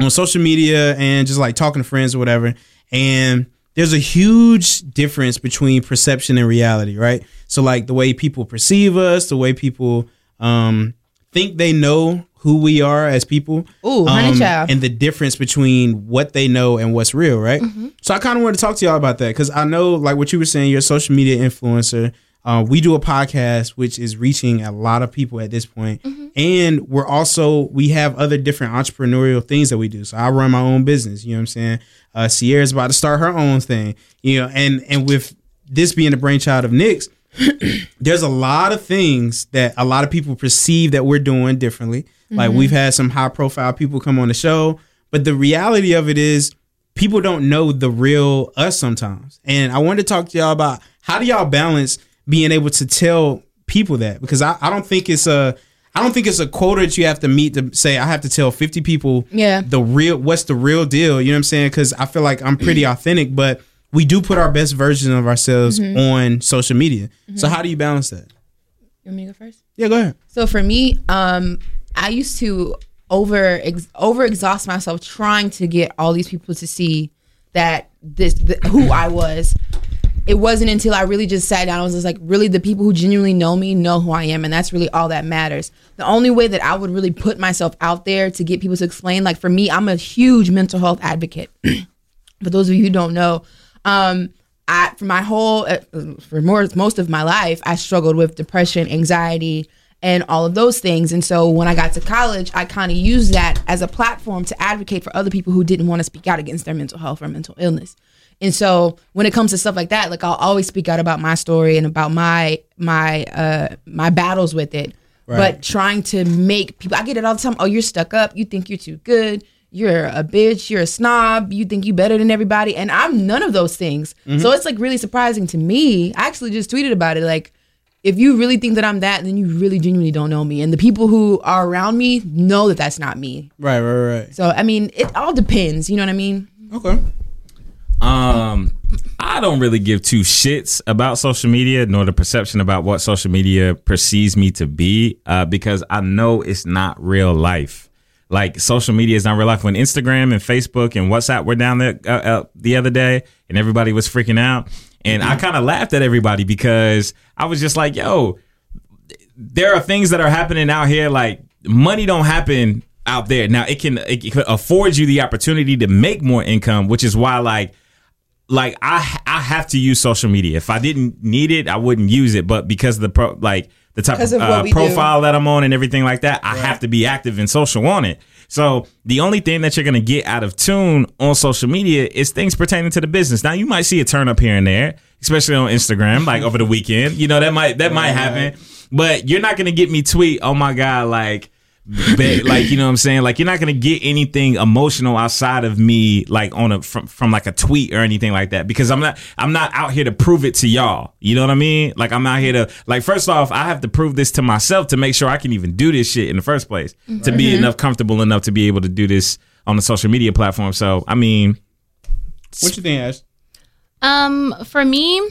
Speaker 3: on social media and just like talking to friends or whatever. And there's a huge difference between perception and reality, right? So, like the way people perceive us, the way people um, think they know who we are as people. Um,
Speaker 5: Ooh, honey child.
Speaker 3: And the difference between what they know and what's real, right? So I kind of wanted to talk to y'all about that because I know, like what you were saying, you're a social media influencer. Uh, we do a podcast which is reaching a lot of people at this point. and we're also we have other different entrepreneurial things that we do. So I run my own business. You know what I'm saying? Uh, Sierra's about to start her own thing. You know, and and with this being the brainchild of Nick's, there's a lot of things that a lot of people perceive that we're doing differently. Like we've had some high profile people come on the show, but the reality of it is people don't know the real us sometimes. And I wanted to talk to y'all about how do y'all balance being able to tell people that because I, I don't think it's a I don't think it's a quota that you have to meet to say I have to tell 50 people
Speaker 5: Yeah.
Speaker 3: the real what's the real deal, you know what I'm saying? Cuz I feel like I'm pretty authentic, but we do put our best version of ourselves on social media. So how do you balance that?
Speaker 5: You want me to go first?
Speaker 3: Yeah, go ahead.
Speaker 5: So for me, um, I used to over ex- over exhaust myself trying to get all these people to see that this th- who I was. It wasn't until I really just sat down. I was just like, really, the people who genuinely know me know who I am, and that's really all that matters. The only way that I would really put myself out there to get people to explain, like for me, I'm a huge mental health advocate. for those of you who don't know, um, I for my whole uh, for more most of my life, I struggled with depression, anxiety, and all of those things. And so when I got to college, I kind of used that as a platform to advocate for other people who didn't want to speak out against their mental health or mental illness. And so when it comes to stuff like that, like I'll always speak out about my story and about my my uh my battles with it. But trying to make people I get it all the time, oh you're stuck up, you think you're too good, you're a bitch, you're a snob, you think you better than everybody and I'm none of those things. So it's like really surprising to me. I actually just tweeted about it like if you really think that I'm that, then you really genuinely don't know me. And the people who are around me know that that's not me.
Speaker 3: Right, right, right.
Speaker 5: So, I mean, it all depends. You know what I mean?
Speaker 3: Okay.
Speaker 1: Um, I don't really give two shits about social media nor the perception about what social media perceives me to be uh, because I know it's not real life. Like social media is not real life. When Instagram and Facebook and WhatsApp were down there uh, uh, the other day, and everybody was freaking out, and I kind of laughed at everybody because I was just like, "Yo, there are things that are happening out here like money don't happen out there now it can it can afford you the opportunity to make more income which is why like like i i have to use social media if i didn't need it i wouldn't use it but because of the pro like the type of,
Speaker 2: of what
Speaker 1: uh,
Speaker 2: we do.
Speaker 1: profile that i'm on and everything like that i have to be active and social on it so the only thing that you're gonna get out of tune on social media is things pertaining to the business now you might see a turn up here and there especially on instagram like over the weekend you know that might that might happen but you're not gonna get me tweet, oh my god, like, ba- like you know what I'm saying? Like you're not gonna get anything emotional outside of me, like on a from from like a tweet or anything like that, because I'm not I'm not out here to prove it to y'all. You know what I mean? Like I'm out here to like first off, I have to prove this to myself to make sure I can even do this shit in the first place to be enough comfortable enough to be able to do this on the social media platform. So I mean,
Speaker 3: What you think, Ash?
Speaker 6: Um, for me,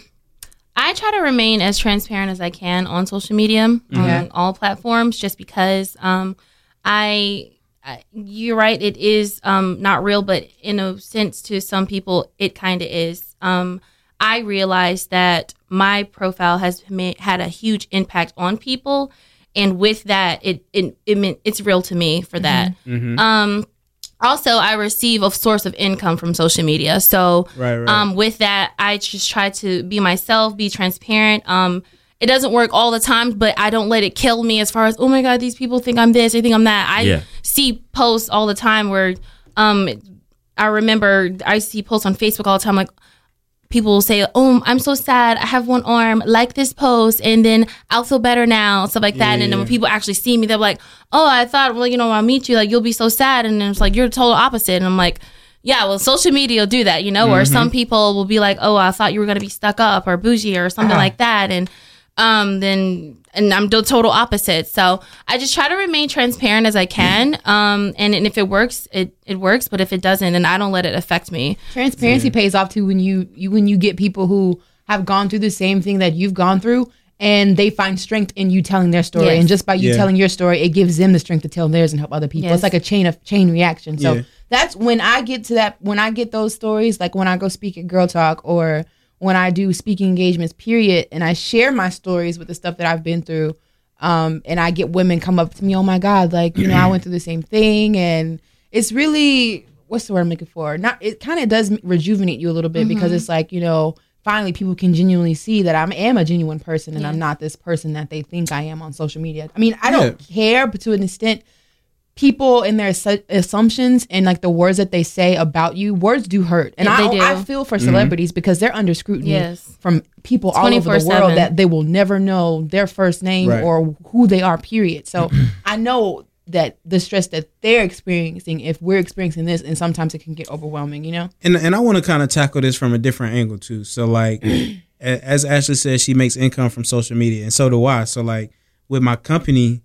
Speaker 6: I try to remain as transparent as I can on social media,
Speaker 3: Mm-hmm.
Speaker 6: on all platforms, just because um, I, I, you're right, it is um, not real, but in a sense, to some people, it kind of is. Um, I realized that my profile has ma- had a huge impact on people, and with that, it it, it meant it's real to me for that.
Speaker 3: Mm-hmm.
Speaker 6: Um, also, I receive a source of income from social media, so
Speaker 3: Right, right.
Speaker 6: um, with that, I just try to be myself, be transparent. Um, it doesn't work all the time, but I don't let it kill me as far as, oh my God, these people think I'm this, they think I'm that. I
Speaker 1: Yeah.
Speaker 6: see posts all the time where um, I remember I see posts on Facebook all the time like, People will say, "Oh, I'm so sad. I have one arm. Like this post, and then I'll feel better now." Stuff like that. And then when people actually see me, they're like, "Oh, I thought, well, you know, when I meet you, like you'll be so sad." And then it's like you're the total opposite. And I'm like, yeah, well, social media will do that, you know, or some people will be like, oh, I thought you were going to be stuck up or bougie or something like that. And um, then, and I'm the total opposite. So I just try to remain transparent as I can. Um, and, and if it works, it, it works. But if it doesn't, then I don't let it affect me.
Speaker 5: transparency pays off too when you, you when you get people who have gone through the same thing that you've gone through and they find strength in you telling their story
Speaker 6: Yes.
Speaker 5: and just by you
Speaker 3: Yeah.
Speaker 5: telling your story it gives them the strength to tell theirs and help other people
Speaker 6: Yes.
Speaker 5: it's like a chain of chain reaction so
Speaker 3: Yeah.
Speaker 5: that's when i get to that when i get those stories like when i go speak at girl talk or when i do speaking engagements period and i share my stories with the stuff that i've been through Um, and I get women come up to me, oh my God, like, you know, I went through the same thing. And it's really, what's the word I'm looking for? Not, it kind of does rejuvenate you a little bit because it's like, you know, finally people can genuinely see that I am a genuine person and I'm not this person that they think I am on social media. I mean, I don't care, but to an extent, people and their assu- assumptions and like the words that they say about you, words do hurt. And
Speaker 6: Yeah,
Speaker 5: I,
Speaker 6: they do.
Speaker 5: I feel for
Speaker 3: Mm-hmm.
Speaker 5: celebrities because they're under scrutiny
Speaker 6: Yes.
Speaker 5: from people all over the
Speaker 6: 24/7.
Speaker 5: world that they will never know their first name
Speaker 3: Right.
Speaker 5: or who they are, period. So I know that the stress that they're experiencing, if we're experiencing this, and sometimes it can get overwhelming, you know?
Speaker 3: and and I want to kind of tackle this from a different angle too. So like, a- as Ashley says, she makes income from social media, and so do I. So like, with my company,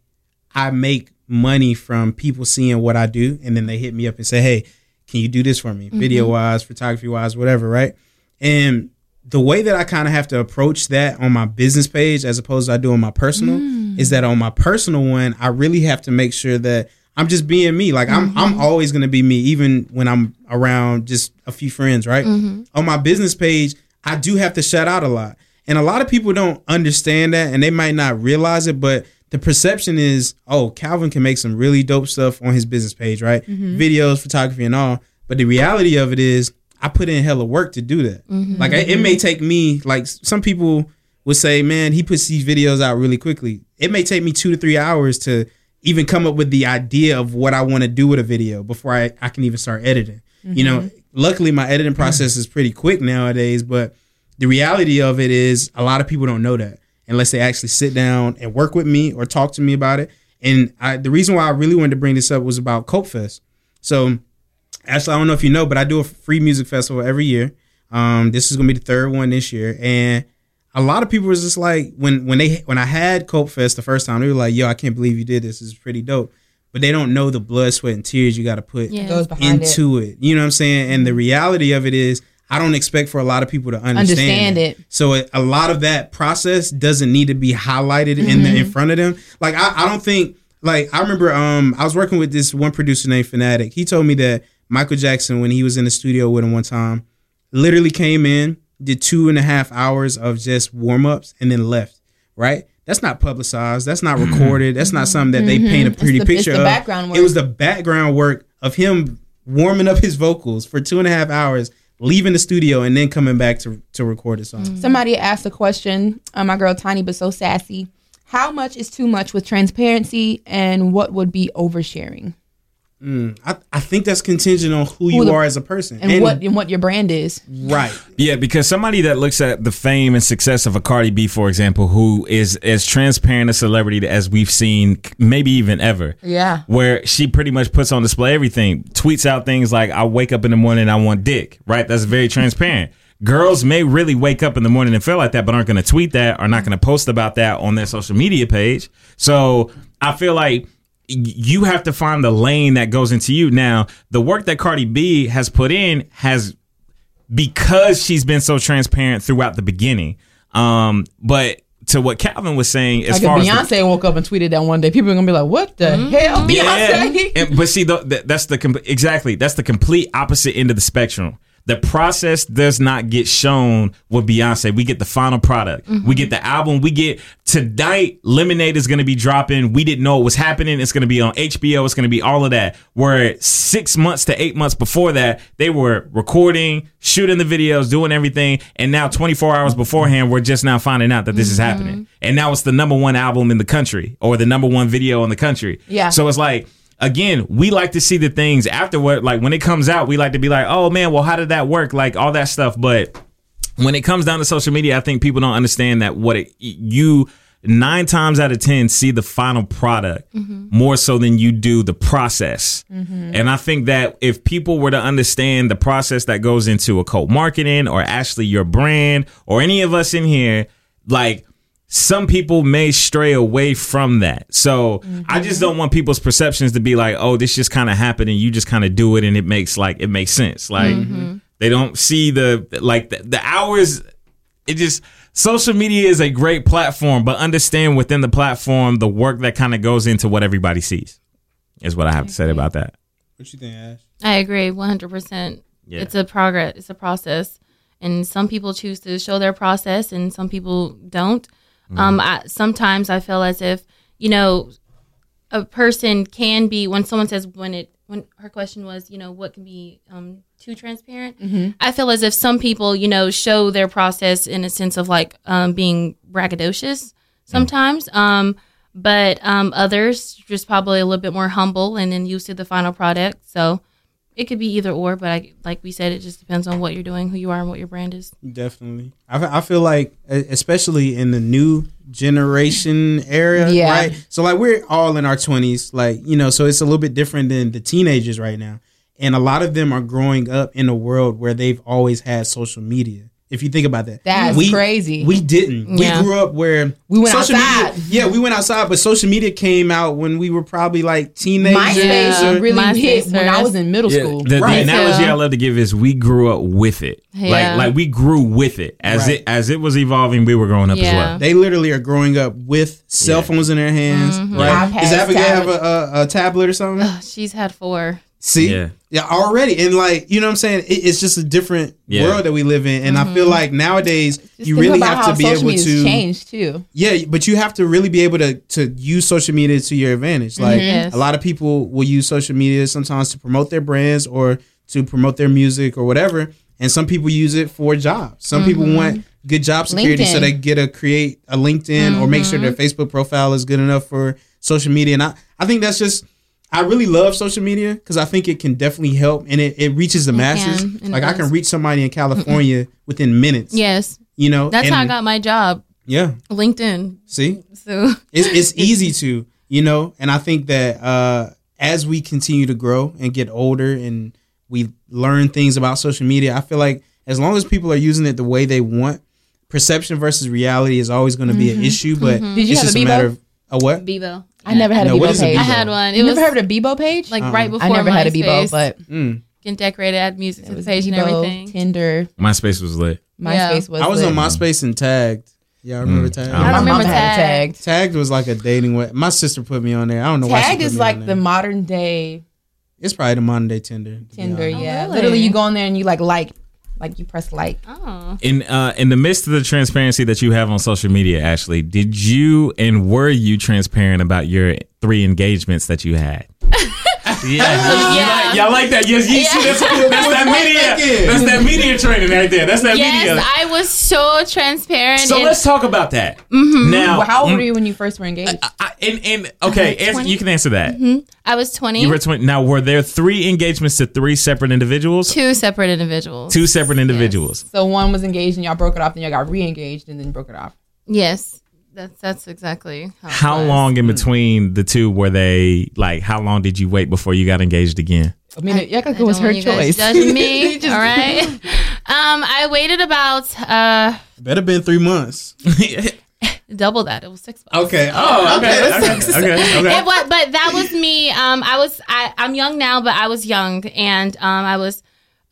Speaker 3: I make money from people seeing what I do, and then they hit me up and say, "Hey, can you do this for me? Video wise, photography wise, whatever." Right? And the way that I kind of have to approach that on my business page, as opposed to I do on my personal, is that on my personal one, I really have to make sure that I'm just being me. Like I'm, I'm always gonna be me, even when I'm around just a few friends. Right? On my business page, I do have to shout out a lot. And a lot of people don't understand that and they might not realize it, but the perception is, oh, Calvin can make some really dope stuff on his business page, right? Videos, photography, and all. But the reality of it is, I put in hella work to do that. Like, it it may take me, like, s- some people would say, man, he puts these videos out really quickly. It may take me two to three hours to even come up with the idea of what I want to do with a video before I, I can even start editing. You know, luckily, my editing process is pretty quick nowadays, but the reality of it is a lot of people don't know that unless they actually sit down and work with me or talk to me about it. And I, the reason why I really wanted to bring this up was about CopeFest. So, Ashley, I don't know if you know, but I do a free music festival every year. Um, this is gonna be the third one this year, and a lot of people was just like when when they when I had Cope Fest the first time, they were like, "Yo, I can't believe you did this. This is pretty dope." But they don't know the blood, sweat, and tears you got to put
Speaker 6: Yeah.
Speaker 5: Goes behind it.
Speaker 3: into it. You know what I'm saying? And the reality of it is, I don't expect for a lot of people to understand,
Speaker 5: Understand
Speaker 3: that.
Speaker 5: it.
Speaker 3: So it, a lot of that process doesn't need to be highlighted in the,
Speaker 5: Mm-hmm.
Speaker 3: in front of them. Like I, I don't think like I remember um I was working with this one producer named Fanatic. He told me that Michael Jackson when he was in the studio with him one time, literally came in, did two and a half hours of just warm ups, and then left. Right? That's not publicized. That's not recorded. That's not something that they
Speaker 5: Mm-hmm.
Speaker 3: paint a pretty
Speaker 5: the- it's
Speaker 3: picture
Speaker 5: the
Speaker 3: of.
Speaker 5: background
Speaker 3: It
Speaker 5: work.
Speaker 3: was the background work of him warming up his vocals for two and a half hours, leaving the studio, and then coming back to to record a song.
Speaker 5: Somebody asked a question, uh, my girl Tiny, but so sassy. How much is too much with transparency and what would be oversharing?
Speaker 3: I, I think that's contingent on who, you
Speaker 5: the-
Speaker 3: are as a person
Speaker 5: And, what and what your brand is.
Speaker 3: right.
Speaker 1: Yeah, because somebody that looks at the fame and success of a Cardi B, for example, who is as transparent a celebrity as we've seen, maybe even ever.
Speaker 5: Yeah.
Speaker 1: Where she pretty much puts on display everything, tweets out things like, I wake up in the morning and I want dick, right? That's very transparent. Girls may really wake up in the morning and feel like that, but aren't going to tweet that, are not going to post about that on their social media page. So I feel like you have to find the lane that goes into you. Now, the work that Cardi B has put in has because she's been so transparent throughout the beginning. Um, but to what Calvin was saying,
Speaker 2: Like
Speaker 1: as
Speaker 2: if
Speaker 1: far as
Speaker 2: Beyonce
Speaker 1: the-
Speaker 2: woke up and tweeted that one day, people are gonna be like, "What the
Speaker 7: Mm-hmm.
Speaker 2: hell, Beyonce?"
Speaker 1: and, but see, tho- th- that's the com- exactly that's the complete opposite end of the spectrum. The process does not get shown with Beyonce. We get the final product. We get the album. We get tonight. Lemonade is going to be dropping. We didn't know it was happening. It's going to be on HBO. It's going to be all of that. Where six months to eight months before that, they were recording, shooting the videos, doing everything, and now 24 hours beforehand, we're just now finding out that this is happening. And now it's the number one album in the country or the number one video in the country.
Speaker 5: Yeah.
Speaker 1: So it's like, again, we like to see the things afterward. Like when it comes out, we like to be like, oh man, well, how did that work? Like all that stuff. But when it comes down to social media, I think people don't understand that what it, you nine times out of ten see the final product more so than you do the process. And I think that if people were to understand the process that goes into a cult marketing or actually your brand or any of us in here, like some people may stray away from that. So
Speaker 6: Mm-hmm.
Speaker 1: I just don't want people's perceptions to be like, oh, this just kind of happened and you just kind of do it and it makes like it makes sense. Like
Speaker 6: Mm-hmm.
Speaker 1: they don't see the like the, the hours. It just social media is a great platform, but understand within the platform the work that kind of goes into what everybody sees is what I have to
Speaker 6: Mm-hmm.
Speaker 1: say about that.
Speaker 3: What you think, Ash?
Speaker 6: I agree 100%.
Speaker 1: Yeah.
Speaker 6: It's a progress, it's a process. And some people choose to show their process and some people don't. Um I sometimes I feel as if you know, a person can be when someone says when it when her question was you know what can be um, too transparent i feel as if some people you know show their process in a sense of like um, being braggadocious sometimes um, but um, others just probably a little bit more humble and then used to the final product so it could be either or but I, like we said it just depends on what you're doing who you are and what your brand is
Speaker 3: Definitely. I, fe- I feel like, e- especially in the new generation era,
Speaker 2: Yeah.
Speaker 3: right? So, like, we're all in our 20s, like, you know, so it's a little bit different than the teenagers right now. And a lot of them are growing up in a world where they've always had social media. If you think about that,
Speaker 2: That's crazy.
Speaker 3: We didn't.
Speaker 6: Yeah.
Speaker 3: We grew up where we
Speaker 2: went outside.
Speaker 3: Media, yeah, we went outside, but social media came out when we were probably like teenagers.
Speaker 2: MySpace
Speaker 6: Yeah.
Speaker 2: really
Speaker 6: MySpace
Speaker 2: hit when I
Speaker 6: first.
Speaker 2: was in middle
Speaker 1: Yeah,
Speaker 2: school.
Speaker 1: The,
Speaker 3: Right.
Speaker 1: the analogy
Speaker 6: Yeah.
Speaker 1: I love to give is we grew up with it.
Speaker 6: Yeah.
Speaker 1: Like like we grew with it. As
Speaker 3: Right.
Speaker 1: it as it was evolving, we were growing up as
Speaker 6: Yeah.
Speaker 1: well.
Speaker 3: They literally are growing up with cell
Speaker 1: Yeah.
Speaker 3: phones in their hands.
Speaker 2: Mm-hmm.
Speaker 3: Right?
Speaker 2: iPads,
Speaker 3: Is Abigail have
Speaker 2: tablets.
Speaker 3: a, a, a tablet or something?
Speaker 6: she's had four
Speaker 3: See,
Speaker 1: Yeah.
Speaker 3: yeah, already, and like you know, what I'm saying it, it's just a different
Speaker 1: Yeah.
Speaker 3: world that we live in, and I feel like nowadays
Speaker 7: Mm-hmm. Just
Speaker 3: you
Speaker 7: think
Speaker 3: really
Speaker 7: about
Speaker 3: have
Speaker 7: how
Speaker 3: to be
Speaker 7: social
Speaker 3: able
Speaker 7: media's
Speaker 3: to,
Speaker 7: changed too.
Speaker 3: yeah, but you have to really be able to to use social media to your advantage. Like
Speaker 6: Mm-hmm. Yes.
Speaker 3: a lot of people will use social media sometimes to promote their brands or to promote their music or whatever, and some people use it for jobs.
Speaker 6: Mm-hmm.
Speaker 3: Some people want good job security, so
Speaker 7: LinkedIn.
Speaker 3: they get a create a LinkedIn or make sure their
Speaker 6: Mm-hmm.
Speaker 3: Facebook profile is good enough for social media. And I I think that's just. I really love social media because I think it can definitely help and it, it reaches the masses.
Speaker 6: can, and it
Speaker 3: like I can
Speaker 6: does.
Speaker 3: reach somebody in California within minutes.
Speaker 6: yes
Speaker 3: You know?
Speaker 6: that's how i
Speaker 3: and-
Speaker 6: got my job
Speaker 3: Yeah.
Speaker 6: linkedin
Speaker 3: See?
Speaker 6: so
Speaker 3: it's, it's easy to you know and i think that uh as we continue to grow and get older and we learn things about social media i feel like as long as people are using it the way they want perception versus reality is always going to be an issue but
Speaker 7: Did you
Speaker 3: it's
Speaker 7: have a
Speaker 3: just a,
Speaker 7: Bebo?
Speaker 3: matter of a what
Speaker 6: Bebo.
Speaker 7: I never had
Speaker 3: No,
Speaker 7: a
Speaker 3: what
Speaker 7: Bebo
Speaker 3: is a
Speaker 7: page.
Speaker 6: I
Speaker 3: Bebo?
Speaker 6: had one. It
Speaker 7: You
Speaker 6: was
Speaker 7: never heard of a Bebo page?
Speaker 6: like right before
Speaker 7: I never had a Bebo,
Speaker 6: MySpace.
Speaker 7: but
Speaker 3: Mm.
Speaker 6: getting decorated, had music
Speaker 7: it
Speaker 6: to the
Speaker 7: was
Speaker 6: page and
Speaker 7: Bebo,
Speaker 6: everything.
Speaker 7: Tinder,
Speaker 1: MySpace was lit.
Speaker 7: MySpace was.
Speaker 3: i was
Speaker 7: lit.
Speaker 3: on myspace and tagged yeah i remember tagged
Speaker 1: I
Speaker 7: My
Speaker 1: don't
Speaker 7: mom
Speaker 6: remember
Speaker 7: had
Speaker 6: Tag.
Speaker 7: tagged.
Speaker 3: tagged was like a dating web my sister put me on there Oh, i don't know why she
Speaker 7: Tagged
Speaker 3: put
Speaker 7: is
Speaker 3: me
Speaker 7: like
Speaker 3: on
Speaker 7: the
Speaker 3: there.
Speaker 7: modern day
Speaker 3: it's probably the modern day tinder to be
Speaker 7: Tinder.
Speaker 3: honest.
Speaker 2: Oh,
Speaker 7: yeah,
Speaker 6: really?
Speaker 7: literally, you go on there and you like like, like you press like.
Speaker 6: Oh,
Speaker 1: In uh, in the midst of the transparency that you have on social media, Ashley, did you and were you transparent about your three engagements that you had? yeah.
Speaker 6: Oh, yeah.
Speaker 1: Y'all like that? Yes, you see that's, that's that media. That's that media training right there. That's that
Speaker 6: Yes,
Speaker 1: media.
Speaker 6: I was so transparent.
Speaker 1: so
Speaker 6: and-
Speaker 1: let's talk about that.
Speaker 6: Mm-hmm.
Speaker 1: Now, mm,
Speaker 7: Well,
Speaker 3: mm.
Speaker 7: how old were you when you first were engaged?
Speaker 1: I, and, and okay,
Speaker 6: Mm-hmm.
Speaker 1: answer, you can answer that.
Speaker 6: I was 20.
Speaker 1: You were twenty. Now, were there three engagements to three separate individuals?
Speaker 6: two separate individuals.
Speaker 1: Two separate individuals.
Speaker 7: so one was engaged and y'all broke it off, then y'all got re-engaged and then broke it off.
Speaker 6: Yes, that's that's exactly how. it
Speaker 1: How
Speaker 6: was.
Speaker 1: long in between the two were they? Like, how long did you wait before you got engaged again?
Speaker 7: I mean, it, yeah, 'cause
Speaker 6: I
Speaker 7: it was
Speaker 6: don't
Speaker 7: her
Speaker 6: want you guys
Speaker 7: choice.
Speaker 6: Judging me, all right. Um, I waited about uh
Speaker 3: better been three months
Speaker 6: double that. It was six months.
Speaker 3: okay oh okay okay okay, okay.
Speaker 6: It was, but that was me. Um, I was I, I'm young now, but I was young, and um, I was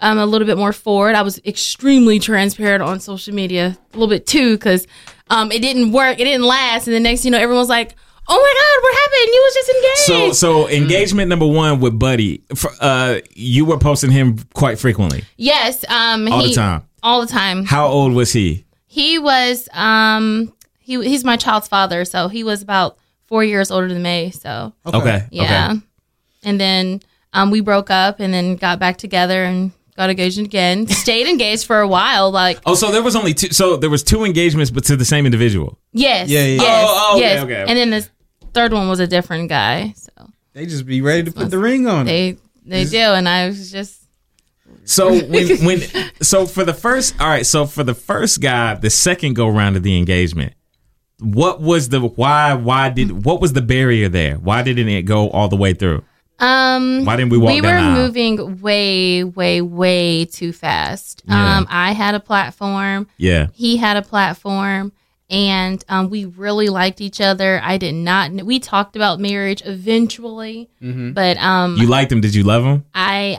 Speaker 6: um a little bit more forward. I was extremely transparent on social media, a little bit too, because um, it didn't work, it didn't last, and the next, you know, everyone was like, "Oh my God, what happened? You was just
Speaker 1: So,
Speaker 6: engaged."
Speaker 1: so engagement number one with Buddy, f- uh, you were posting him quite frequently,
Speaker 6: yes, um,
Speaker 1: all
Speaker 6: he,
Speaker 1: the time.
Speaker 6: all the time.
Speaker 1: How old was he?
Speaker 6: He was um, he he's my child's father, so he was about four years older than me. So
Speaker 1: Okay, okay.
Speaker 6: Yeah. And then um, we broke up and then got back together and got engaged again. Stayed engaged for a while. Like,
Speaker 1: Oh, so there was only two. So there was two engagements, but to the same individual.
Speaker 6: yes.
Speaker 3: Yeah, yeah, yeah.
Speaker 6: Yes,
Speaker 1: Oh, oh, okay,
Speaker 6: yes.
Speaker 1: okay.
Speaker 6: And then this third one was a different guy. So
Speaker 3: they just be ready to put the ring on it.
Speaker 6: they they do. And I was just,
Speaker 1: So when when so for the first all right, so for the first guy, the second go round of the engagement, what was the why why did what was the barrier there? Why didn't it go all the way through?
Speaker 6: um,
Speaker 1: Why didn't we walk
Speaker 6: we
Speaker 1: down
Speaker 6: were
Speaker 1: the aisle?
Speaker 6: moving way, way, way too fast.
Speaker 1: Yeah.
Speaker 6: Um, I had a platform.
Speaker 1: Yeah.
Speaker 6: he had a platform and um, we really liked each other i did not we talked about marriage eventually
Speaker 1: Mm-hmm.
Speaker 6: but um,
Speaker 1: You liked him, did you love him?
Speaker 6: i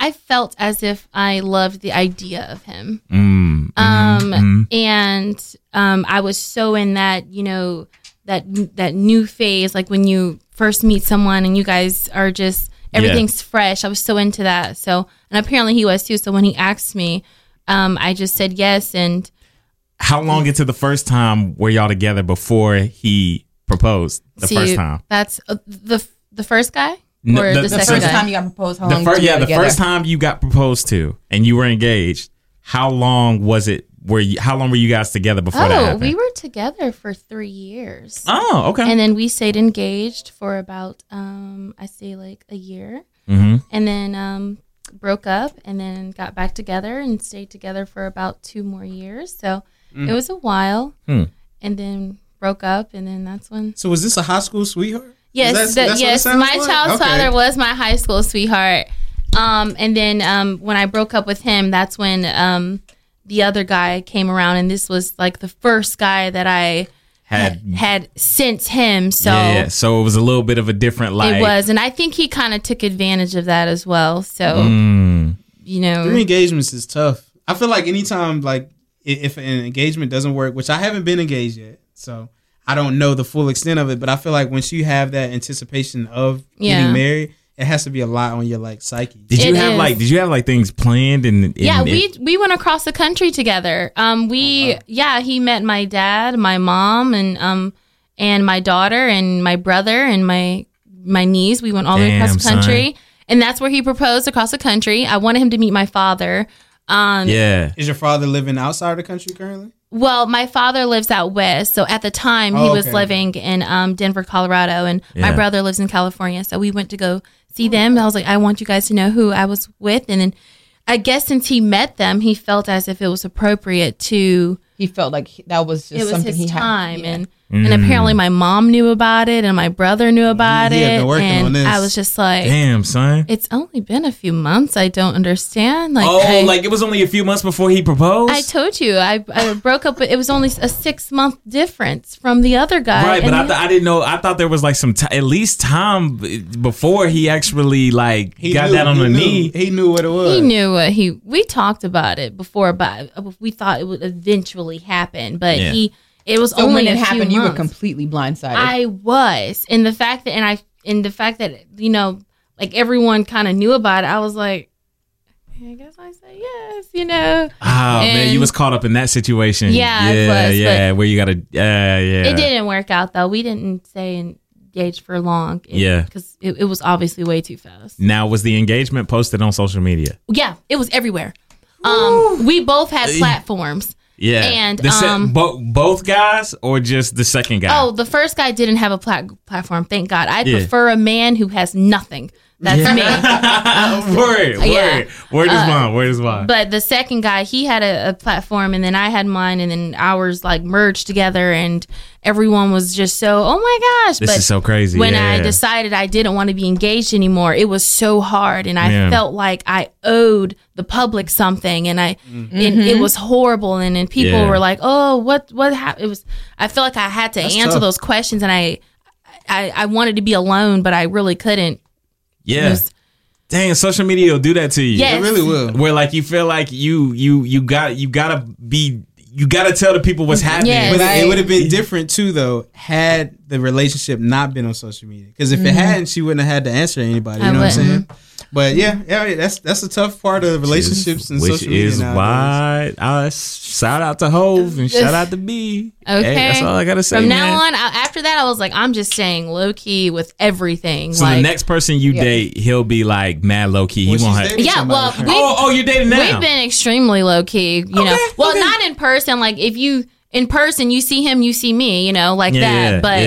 Speaker 6: i felt as if i loved the idea of him
Speaker 1: Mm.
Speaker 6: um,
Speaker 1: mhm.
Speaker 6: and um, I was so in that you know that that new phase, like when you first meet someone and you guys are just everything's fresh. I was so into that. So and apparently he was too. So when he asked me, um, I just said yes, and
Speaker 1: How long into the first time were y'all together before he proposed the
Speaker 6: See,
Speaker 1: first time.
Speaker 6: That's uh, the the first guy
Speaker 1: No,
Speaker 6: or
Speaker 1: the- the
Speaker 6: the, second
Speaker 1: first
Speaker 6: guy?
Speaker 1: time
Speaker 2: you got proposed, how
Speaker 1: The
Speaker 2: long
Speaker 1: first,
Speaker 2: did you
Speaker 1: yeah,
Speaker 2: go
Speaker 1: the
Speaker 2: together?
Speaker 1: first time you got proposed to and you were engaged. How long was it? Were you, how long were you guys together before that
Speaker 6: oh,
Speaker 1: happened?
Speaker 6: we were together for three years,
Speaker 1: oh, okay.
Speaker 6: and then we stayed engaged for about um I say like a year,
Speaker 1: mm-hmm.
Speaker 6: and then um broke up, and then got back together and stayed together for about two more years. So
Speaker 3: Mm.
Speaker 6: it was a while,
Speaker 1: Hmm.
Speaker 6: and then broke up, and then that's when
Speaker 3: So was this a high school sweetheart?
Speaker 6: Yes,
Speaker 3: Is
Speaker 6: the-
Speaker 3: that- that's what it
Speaker 6: yes.
Speaker 3: sounds
Speaker 6: My
Speaker 3: like?
Speaker 6: child's
Speaker 3: Okay.
Speaker 6: father was my high school sweetheart. Um, and then um, when I broke up with him, that's when um, the other guy came around, and this was like the first guy that I
Speaker 1: Had
Speaker 6: had since him. So
Speaker 1: yeah, yeah. So it was a little bit of a different life.
Speaker 6: it was, and I think he kind of took advantage of that as well. So
Speaker 1: Mm.
Speaker 6: you know,
Speaker 3: Three engagements is tough. I feel like anytime like i- if an engagement doesn't work, which I haven't been engaged yet, so I don't know the full extent of it, but I feel like once you have that anticipation of
Speaker 6: Yeah.
Speaker 3: getting married, it has to be a lot on your like psyche.
Speaker 1: Did you
Speaker 6: It
Speaker 1: have
Speaker 6: is.
Speaker 1: like did you have like things planned and, and-
Speaker 6: yeah,
Speaker 1: and-
Speaker 6: we we went across the country together. Um,
Speaker 1: Oh,
Speaker 6: we yeah, he met my dad, my mom, and um, and my daughter, and my brother, and my my niece. We went all the way across
Speaker 1: Damn,
Speaker 6: the country, and that's where he proposed across the country. I wanted him to meet my father. Um,
Speaker 1: yeah.
Speaker 3: Is your father living outside the country currently?
Speaker 6: well, my father lives out west, so at the time he
Speaker 3: Oh,
Speaker 6: was
Speaker 3: okay.
Speaker 6: living in um, Denver, Colorado, and
Speaker 1: Yeah.
Speaker 6: my brother lives in California. So we went to go see them. I was like, I want you guys to know who I was with, and then I guess since he met them, he felt as if it was appropriate to
Speaker 2: He felt like he- that was just
Speaker 6: it was
Speaker 2: something
Speaker 6: his
Speaker 2: he had-
Speaker 6: time
Speaker 2: yeah.
Speaker 6: and
Speaker 1: Mm.
Speaker 6: and apparently my mom knew about it and my brother knew about
Speaker 3: Mm. He
Speaker 6: it
Speaker 3: had been working
Speaker 6: and
Speaker 3: on this.
Speaker 6: i was just like
Speaker 1: Damn, son.
Speaker 6: it's only been a few months i don't understand like
Speaker 1: oh,
Speaker 6: I,
Speaker 1: like it was only a few months before he proposed.
Speaker 6: I told you I, I broke up but it was only a six month difference from the other guy
Speaker 1: right, but
Speaker 6: Uh, and
Speaker 1: I,
Speaker 6: then-
Speaker 1: th- I didn't know. I thought there was like some t- at least time b- before he actually like got
Speaker 3: knew-
Speaker 1: that on
Speaker 3: he
Speaker 1: the
Speaker 3: knew-
Speaker 1: knee.
Speaker 3: He knew what it was.
Speaker 6: he knew what he we talked about it before but we thought it would eventually happen but
Speaker 1: Yeah.
Speaker 6: he it was
Speaker 2: So
Speaker 6: only
Speaker 2: when
Speaker 6: a
Speaker 2: it
Speaker 6: few
Speaker 2: happened, you were
Speaker 6: months.
Speaker 2: completely blindsided.
Speaker 6: I was, and the fact that, and I, and the fact that you know, like everyone kind of knew about it. I was like, I guess I said yes, you know.
Speaker 1: Oh man, you
Speaker 6: And-
Speaker 1: was caught up in that situation.
Speaker 6: Yeah, I
Speaker 1: yeah,
Speaker 6: was,
Speaker 1: yeah. Where you gotta, yeah, yeah.
Speaker 6: It didn't work out though. We didn't stay engaged for long. It-
Speaker 1: Yeah.
Speaker 6: because it, it was obviously way too fast.
Speaker 1: Now was the engagement posted on social media?
Speaker 6: Yeah, it was everywhere. Um, we both had platforms.
Speaker 1: Yeah,
Speaker 6: And,
Speaker 1: the se-
Speaker 6: um,
Speaker 1: bo- both guys or just the second guy?
Speaker 6: Oh, the first guy didn't have a plat- platform. Thank God. I
Speaker 1: Yeah.
Speaker 6: prefer a man who has nothing. That's me.
Speaker 1: word, word.
Speaker 6: Yeah. Uh,
Speaker 1: Word is mine. Word is mine.
Speaker 6: But the second guy, he had a, a platform, and then I had mine, and then ours like merged together, and everyone was just so, oh my gosh!
Speaker 1: This
Speaker 6: but
Speaker 1: is so crazy.
Speaker 6: when I
Speaker 1: yeah.
Speaker 6: decided I didn't want to be engaged anymore, it was so hard, and I
Speaker 1: Yeah.
Speaker 6: felt like I owed the public something, and I
Speaker 1: Mm-hmm.
Speaker 6: and it was horrible, and then people
Speaker 1: Yeah.
Speaker 6: were like, oh, what what happened? It was. I felt like I had to answer
Speaker 3: tough.
Speaker 6: those questions, and I, I I wanted to be alone, but I really couldn't.
Speaker 1: yeah,
Speaker 6: was-
Speaker 1: dang, social media will do that to you.
Speaker 6: Yes.
Speaker 3: It really will.
Speaker 1: where like you feel like you you you got you gotta be you gotta tell the people what's happening.
Speaker 6: Yes.
Speaker 3: But it
Speaker 2: Right.
Speaker 3: would have been different too, though, had the relationship not been on social media. Because if it hadn't, she wouldn't have had to answer anybody. You
Speaker 6: Mm-hmm. I
Speaker 3: know what I'm
Speaker 6: wouldn't.
Speaker 3: saying? But yeah, yeah, that's that's a tough part of relationships and
Speaker 1: which
Speaker 3: social media.
Speaker 1: is
Speaker 3: nowadays.
Speaker 1: why I shout out to Hove and shout out to B. Hey,
Speaker 6: Okay.
Speaker 1: that's all I gotta say.
Speaker 6: From
Speaker 1: man.
Speaker 6: now on, I, after that, I was like, I'm just staying low key with everything.
Speaker 1: so
Speaker 6: like,
Speaker 1: the next person you date, he'll be like mad low key. He
Speaker 3: Well, she's
Speaker 1: won't. Have,
Speaker 3: dating
Speaker 6: yeah, well,
Speaker 3: somebody.
Speaker 6: we,
Speaker 1: oh, oh, you're dating now.
Speaker 6: we've been extremely low key, you know. Well, not in person. Like, if you in person, you see him, you see me, you know, like
Speaker 1: yeah,
Speaker 6: that.
Speaker 1: yeah,
Speaker 6: but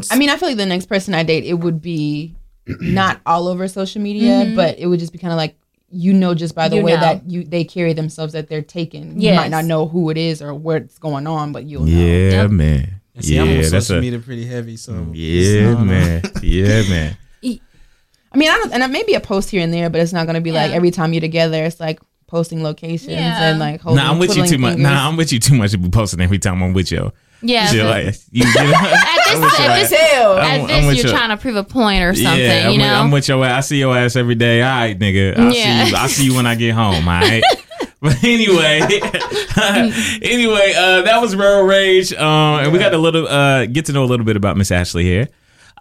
Speaker 1: yeah.
Speaker 2: I mean, I feel like the next person I date, it would be not all over social media, but it would just be kind of like you know, just by the
Speaker 6: Mm-hmm. You
Speaker 2: way
Speaker 6: know.
Speaker 2: that you they carry themselves that they're taken. You
Speaker 6: Yes.
Speaker 2: might not know who it is or what's going on, but you'll know.
Speaker 1: yeah, man.
Speaker 3: See,
Speaker 1: yeah,
Speaker 3: I'm on
Speaker 1: that's
Speaker 3: social
Speaker 1: a Mm,
Speaker 3: media pretty heavy, so it's
Speaker 1: yeah,
Speaker 3: not-
Speaker 1: man. yeah, man.
Speaker 2: I mean, I don't, and it may be a post here and there, but it's not going to be like every time you're together. It's like posting locations
Speaker 6: Yeah.
Speaker 2: and like holding.
Speaker 1: Nah, I'm with you
Speaker 2: twiddling
Speaker 1: too much.
Speaker 2: fingers.
Speaker 1: Nah, I'm with you too much to be posting every time I'm with you.
Speaker 6: yeah.
Speaker 1: You're
Speaker 6: but
Speaker 1: like, you, you know?
Speaker 6: at this,
Speaker 1: with you,
Speaker 6: at
Speaker 1: right?
Speaker 6: this,
Speaker 2: Hell.
Speaker 1: I'm-
Speaker 6: at
Speaker 1: I'm with
Speaker 6: this you're
Speaker 1: you.
Speaker 6: trying to prove a point or something,
Speaker 1: Yeah, I'm,
Speaker 6: you know.
Speaker 1: with, I'm with your ass. I see your ass every day. All right, nigga. I'll
Speaker 6: Yeah.
Speaker 1: see you. I'll see you when I get home. All right. But anyway, anyway, uh, that was Railroad Rage, um, and we got a little uh, get to know a little bit about Miss Ashley here,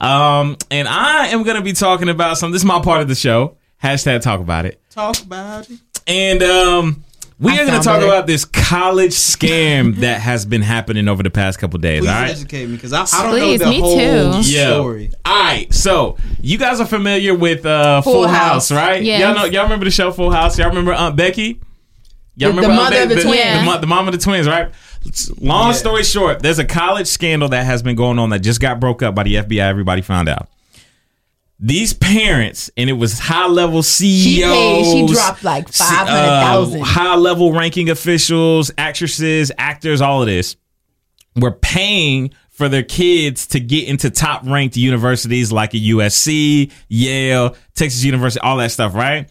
Speaker 1: um, and I am going to be talking about some. This is my part of the show. Hashtag talk about it,
Speaker 3: Talk about it.
Speaker 1: and um, We
Speaker 5: I
Speaker 1: are going to
Speaker 5: found
Speaker 1: talk
Speaker 5: it.
Speaker 1: about this college scam that has been happening over the past couple days.
Speaker 3: Please
Speaker 1: all right.
Speaker 3: educate me because I, I don't
Speaker 6: Please,
Speaker 3: know the
Speaker 6: me
Speaker 3: whole
Speaker 6: too.
Speaker 1: Yeah.
Speaker 3: story.
Speaker 1: All right. So you guys are familiar with uh, Full,
Speaker 5: Full
Speaker 1: House,
Speaker 5: House.
Speaker 1: right?
Speaker 6: Yes.
Speaker 1: Y'all know. Y'all remember the show Full House. Y'all remember Aunt Becky. Y'all
Speaker 5: The- the
Speaker 1: remember Aunt
Speaker 5: mother
Speaker 1: Becky?
Speaker 5: of the
Speaker 1: The,
Speaker 6: twins.
Speaker 1: mo- the mom of the twins, right? Long
Speaker 3: Yeah.
Speaker 1: story short, there's a college scandal that has been going on that just got broke up by the FBI. Everybody found out. These parents, and it was high level CEOs.
Speaker 2: She paid. She dropped like
Speaker 1: uh,
Speaker 2: five hundred thousand.
Speaker 1: high level ranking officials, actresses, actors, all of this were paying for their kids to get into top ranked universities like a USC, Yale, Texas University, all that stuff, right?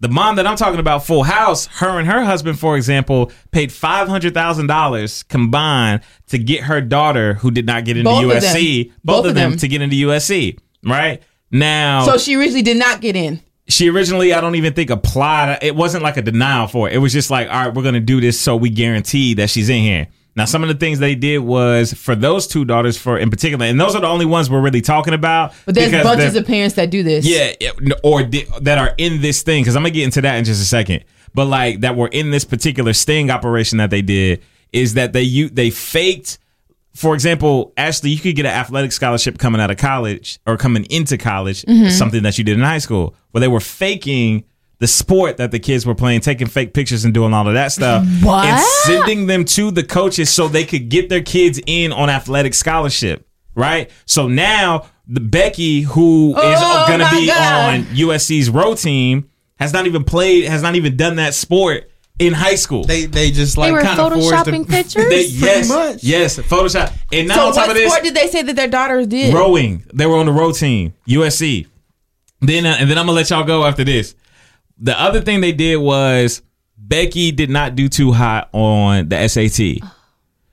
Speaker 1: The mom that I'm talking about, Full House, her and her husband, for example, paid five hundred thousand dollars combined to get her daughter, who did not get into
Speaker 2: Both of them.
Speaker 1: USC, both, of them, to get into USC, right? Now,
Speaker 2: so she originally did not get in.
Speaker 1: she originally i don't even think applied it wasn't like a denial for it it was just like all right we're gonna do this so we guarantee that she's in here now some of the things they did was for those two daughters for in particular and those are the only ones we're really talking about
Speaker 2: But there's
Speaker 1: because
Speaker 2: bunches
Speaker 1: they're-
Speaker 2: of parents that do this.
Speaker 1: yeah, yeah, n- or di- that are in this thing because I'm gonna get into that in just a second. But like that were in this particular sting operation that they did is that they you they faked. For example, Ashley, you could get an athletic scholarship coming out of college or coming into college,
Speaker 2: Mm-hmm.
Speaker 1: something that you did in high school, where they were faking the sport that the kids were playing, taking fake pictures and doing all of that stuff, and sending them to the coaches so they could get their kids in on athletic scholarship right? So now the Becky who is going to
Speaker 2: Oh my
Speaker 1: be
Speaker 2: God.
Speaker 1: on USC's road team has not even played, has not even done that sport in high school.
Speaker 3: They they just like
Speaker 6: they were
Speaker 3: kind of forged the-
Speaker 6: photoshopping pictures.
Speaker 1: They- yes,
Speaker 3: much.
Speaker 1: yes, Photoshop. And now
Speaker 2: So
Speaker 1: on top of
Speaker 2: what
Speaker 1: this,
Speaker 2: sport did they say that their daughters did?
Speaker 1: rowing. They were on the row team, USC. Then uh, and then I'm gonna let y'all go after this. The other thing they did was Becky did not do too hot on the SAT.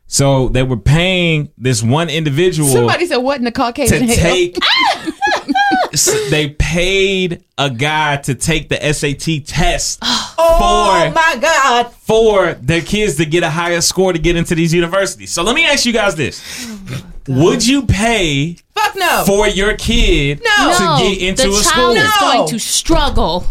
Speaker 1: So they were paying this one individual
Speaker 2: Somebody said what in the
Speaker 1: to
Speaker 2: Caucasian hell?
Speaker 1: take. S- they paid a guy to take the SAT test
Speaker 2: Oh my God!
Speaker 1: for for their kids to get a higher score to get into these universities. So let me ask you guys this:
Speaker 2: Oh
Speaker 1: Would you pay
Speaker 2: Fuck no!
Speaker 1: for your kid
Speaker 6: no,
Speaker 1: to get into
Speaker 6: the
Speaker 1: a school?
Speaker 6: child is
Speaker 2: No.
Speaker 6: going to struggle.